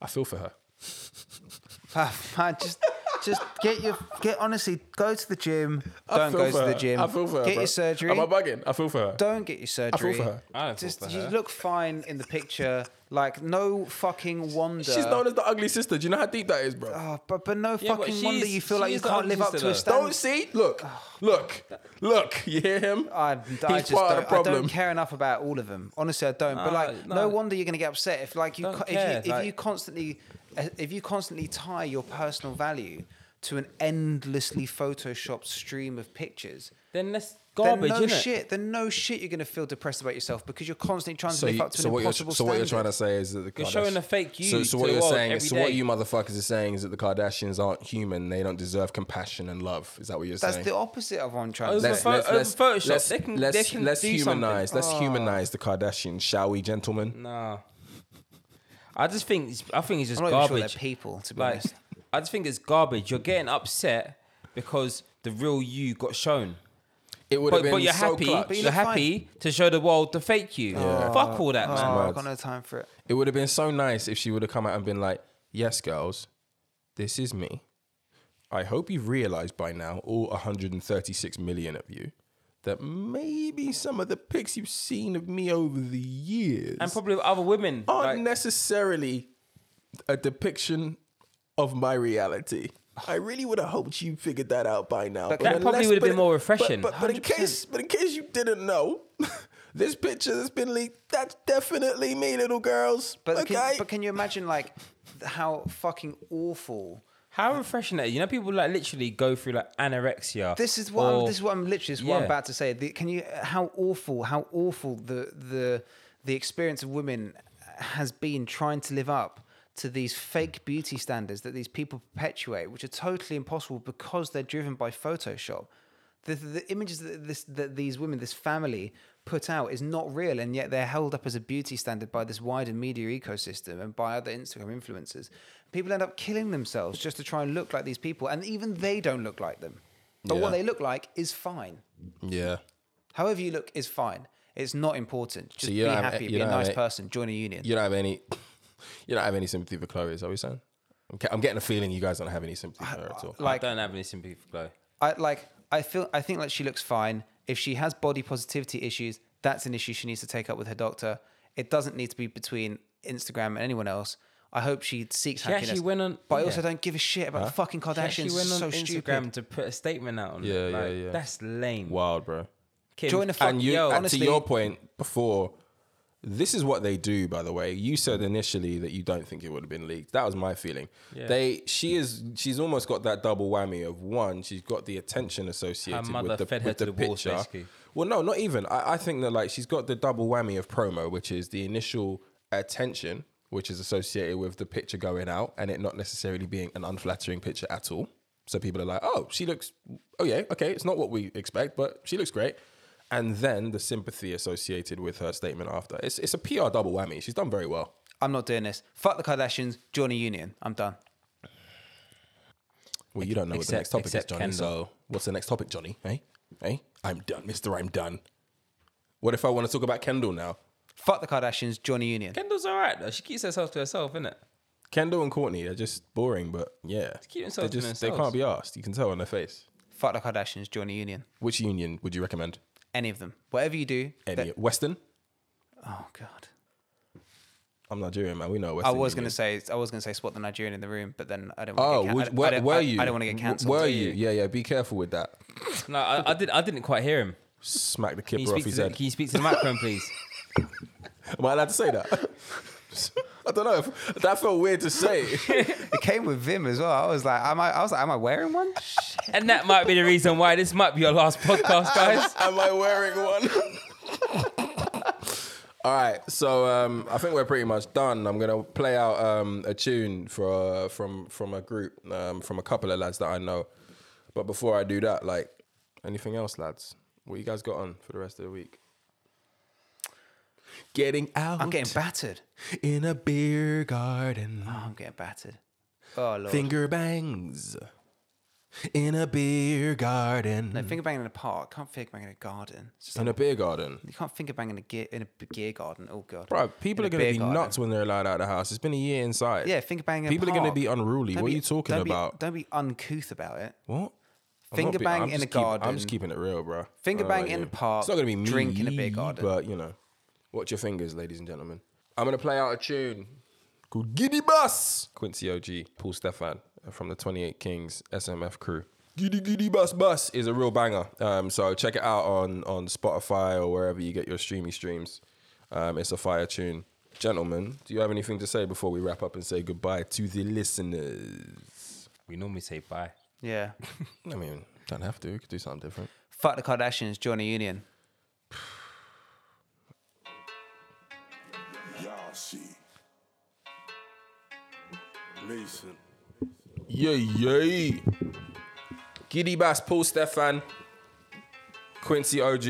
I feel for her.
Puff, man, just just get your get honestly go to the gym.
I
Don't
feel
go
for
to the
her.
gym.
I feel for her.
Get
bro.
your surgery.
Am I bugging? I feel for her.
Don't get your surgery.
her.
I don't feel
Just
for
you
her.
look fine in the picture. Like no fucking wonder.
She's known as the ugly sister. Do you know how deep that is, bro?
Oh, but but no
Yeah, but
fucking wonder
she's-
you feel like you
she's the
can't live up
ugly
to a
sister,
standard.
Don't see? Look, look, look. You hear him?
Oh. I, I
He's
just don't,
part of the
I
problem.
don't care enough about all of them. Honestly, I don't. but
No,
like, no.
no.
wonder you're gonna get upset if like you
Don't
co- if
care,
you, if
like-
you constantly if you constantly tie your personal value to an endlessly photoshopped stream of pictures.
Then that's
Then
garbage,
no
innit?
shit. Then no shit. You're gonna feel depressed about yourself because you're constantly trying to
So,
live
you,
up to
so,
an
what you're,
impossible
so what you're
standard.
trying to say is that the
You're
Kardash-
showing a fake
So,
you
so
to
what
the
you're
world
saying?
every
So what
day.
you motherfuckers are saying is that the Kardashians aren't human. They don't deserve compassion and love. Is that what you're
That's
saying?
the opposite of what I'm trying
Oh,
to
so
say.
let's,
pho-
let's,
over
let's,
Photoshop,
let's,
they can-
let's,
they can
let's
do
humanize. Let's
Ah.
humanize the Kardashians, shall we, gentlemen?
No. I just think it's, I think it's just
I'm not even sure
garbage.
they're people, to be
like,
honest.
I just think it's garbage. You're getting upset because the real you got shown.
It would have
But,
been
but you're
so
happy.
clutch.
you
You're
look fine.
happy to show the world the fake you. Fuck all that,
Oh,
man.
I've
mad.
got no time for it.
It would have been so nice if she would have come out and been like, "Yes, girls, this is me. I hope you've realized by now, all 136 million of you, that maybe some of the pics you've seen of me over the years
And probably with other women.
aren't
like-
necessarily a depiction of my reality. I really would have hoped you figured that out by now. But
that
unless-
probably would have
but-
been more refreshing.
But, but, but in case, but in case you didn't know, this picture that's been leaked, that's definitely me, little girls.
But,
okay.
can, but can you imagine like th- how fucking awful?
How refreshing that is. You know, people like literally go through like anorexia.
This is what I'm,
or-
this is what I'm literally this is what I'm
Yeah.
about to say. The, can you how awful how awful the the the experience of women has been trying to live up to these fake beauty standards that these people perpetuate, which are totally impossible because they're driven by Photoshop. The, the images that, this, that these women, this family, put out is not real, and yet they're held up as a beauty standard by this wider media ecosystem and by other Instagram influencers. People end up killing themselves just to try and look like these people, and even they don't look like them. But what
Yeah.
they look like is fine.
yeah.
However you look is fine. It's not important. Just
you
be
don't have-
happy,
you
be a
don't have
nice
it.
person, join a union.
You don't have any. You don't have any sympathy for Chloe. Is that what you're saying? I'm, ca- I'm getting a feeling you guys don't have any sympathy for her at all.
Like
I don't have any sympathy for Chloe.
I like I feel I think like she looks fine. If she has body positivity issues, that's an issue she needs to take up with her doctor. It doesn't need to be between Instagram and anyone else. I hope she seeks
She actually
happiness.
went on-
but I
yeah.
also don't give a shit about the fucking
Actually,
Kardashians.
went
It's
on
so
Instagram
stupid.
to put a statement out on
Yeah,
it.
yeah,
Like,
yeah.
That's lame.
Wild, bro.
Kim, uh,
Join a fuck-
and you,
yo,
and
honestly-
to your point before, this is what they do. By the way, you said initially that you don't think it would have been leaked. That was my feeling. They, she is, she's almost got that double whammy of one, she's got the attention associated
mother
with the,
fed her
with
to
the
the wolves,
picture.
basically.
Well, no, not even. I, I think that like she's got the double whammy of promo, which is the initial attention, which is associated with the picture going out and it not necessarily being an unflattering picture at all. So people are like, oh, she looks, oh yeah, okay, it's not what we expect, but she looks great. And then the sympathy associated with her statement after. It's, it's a PR double whammy. She's done very well.
I'm not doing this. Fuck the Kardashians, join a union. I'm done.
Well, you don't know what the
Except-
next topic is,
except
Johnny. So what's the next topic, Johnny? Hey, hey, I'm done, Mister. I'm done. What if I want to talk about Kendall now?
Fuck the Kardashians, join a union.
Kendall's all right, though. She keeps herself to herself, innit?
Kendall and Courtney, they're just boring, but yeah,
keep
they
themselves to
just they
themselves.
can't be asked. You can tell on their face.
Fuck the Kardashians, join a union.
Which union would you recommend?
Any of them. Whatever you do.
Any Western?
Oh god.
I'm Nigerian, man. We know
I
Western.
was
Union.
gonna say I was gonna say spot the Nigerian in the room, but then I don't.
Oh,
Want to get can- I
would,
don't-
where,
I don't,
were
I-
you?
I don't want to get
W-
cancelled.
Were you? Yeah, yeah. Be careful with that.
No, I, I did. I didn't quite hear him.
Smack the
Can you,
kipper off
speak to
his
the,
head.
can you speak to the microphone, please?
Am I allowed to say that? I don't know. If, that felt weird to say.
It came with Vim as well. I was like, am I? I was like, am I wearing one?
And that might be the reason why this might be your last podcast, guys.
Am I wearing one? All right, so um, I think we're pretty much done. I'm gonna play out um, a tune for uh, from from a group um, from a couple of lads that I know. But before I do that, like anything else, lads, what you guys got on for the rest of the week? Getting out
I'm getting battered.
in a beer garden.
Oh, I'm getting battered. Oh lord.
Finger bangs in a beer garden.
no, finger banging in a park. Can't finger bang in a garden. It's just
in a beer garden.
You can't finger bang in a gear in a b- gear garden. Oh god.
Bro,
In
people are
a
going to
beer
be
garden.
nuts when they're allowed out of the house. It's been a year inside.
Yeah, finger bang. In a
People are gonna
park.
be unruly.
Don't
What are
be-
you talking
don't be-
about?
don't be uncouth about it.
What? I'm
Finger
not be-
bang
I'm
in
just
a
keep- I'm
garden.
just keeping it real, bro.
Finger
I don't know
bang
about
in
you.
the park,
It's not going to be me,
drink in a beer garden.
But, you know, watch your fingers, ladies and gentlemen. I'm going to play out a tune called Giddy Bus. Quincy OG, Paul Stefan uh, from the 28 Kings SMF crew. Giddy Giddy Bus Bus is a real banger. Um, so check it out on, on Spotify or wherever you get your streamy streams. Um, it's a fire tune. Gentlemen, do you have anything to say before we wrap up and say goodbye to the listeners?
We normally say bye.
Yeah.
I mean, don't have to. We could do something different.
Fuck the Kardashians. Join a union.
Y'all see. Mason.
Yay, yay. Giddy Bass, Paul Stefan, Quincy OG.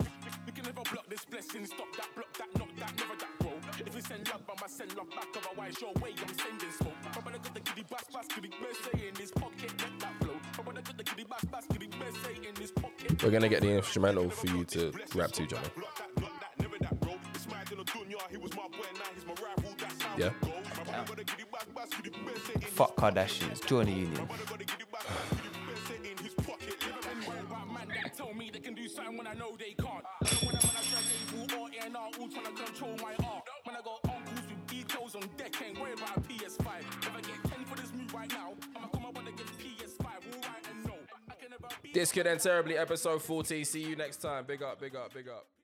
You can never block this blessing. Stop that, block that, knock that, never that, bro. If you send love, I'ma send love back. Otherwise, your way, I'm sending smoke. My brother got the giddy bass, bass, giddy Mercedes in his pocket, let that blow. My brother got the giddy bass, bass, giddy Mercedes in his pocket.
We're going to get the instrumental for you to rap to, Johnny.
Block that, block that, never that, bro. It's my deal of Dunya, he was my boy, now he's my rival, that's how
Yeah.
it goes. My brother got the giddy bass, bass, giddy Mercedes in his
Fuck Kardashians. Join a union.
my brother got a giddy back, back, giddy best in his pocket. And worry about man that tell me they can do something when I know they can't. So when I'm on a track, they all A&R, all trying to control my art. When I got uncles with details on deck, ain't worried about a PS5. If I get 10 for this move right now, I'ma come up when I get PS5. All right and no. I can never be.
This could end terribly, episode 14. See you next time. Big up, big up, big up.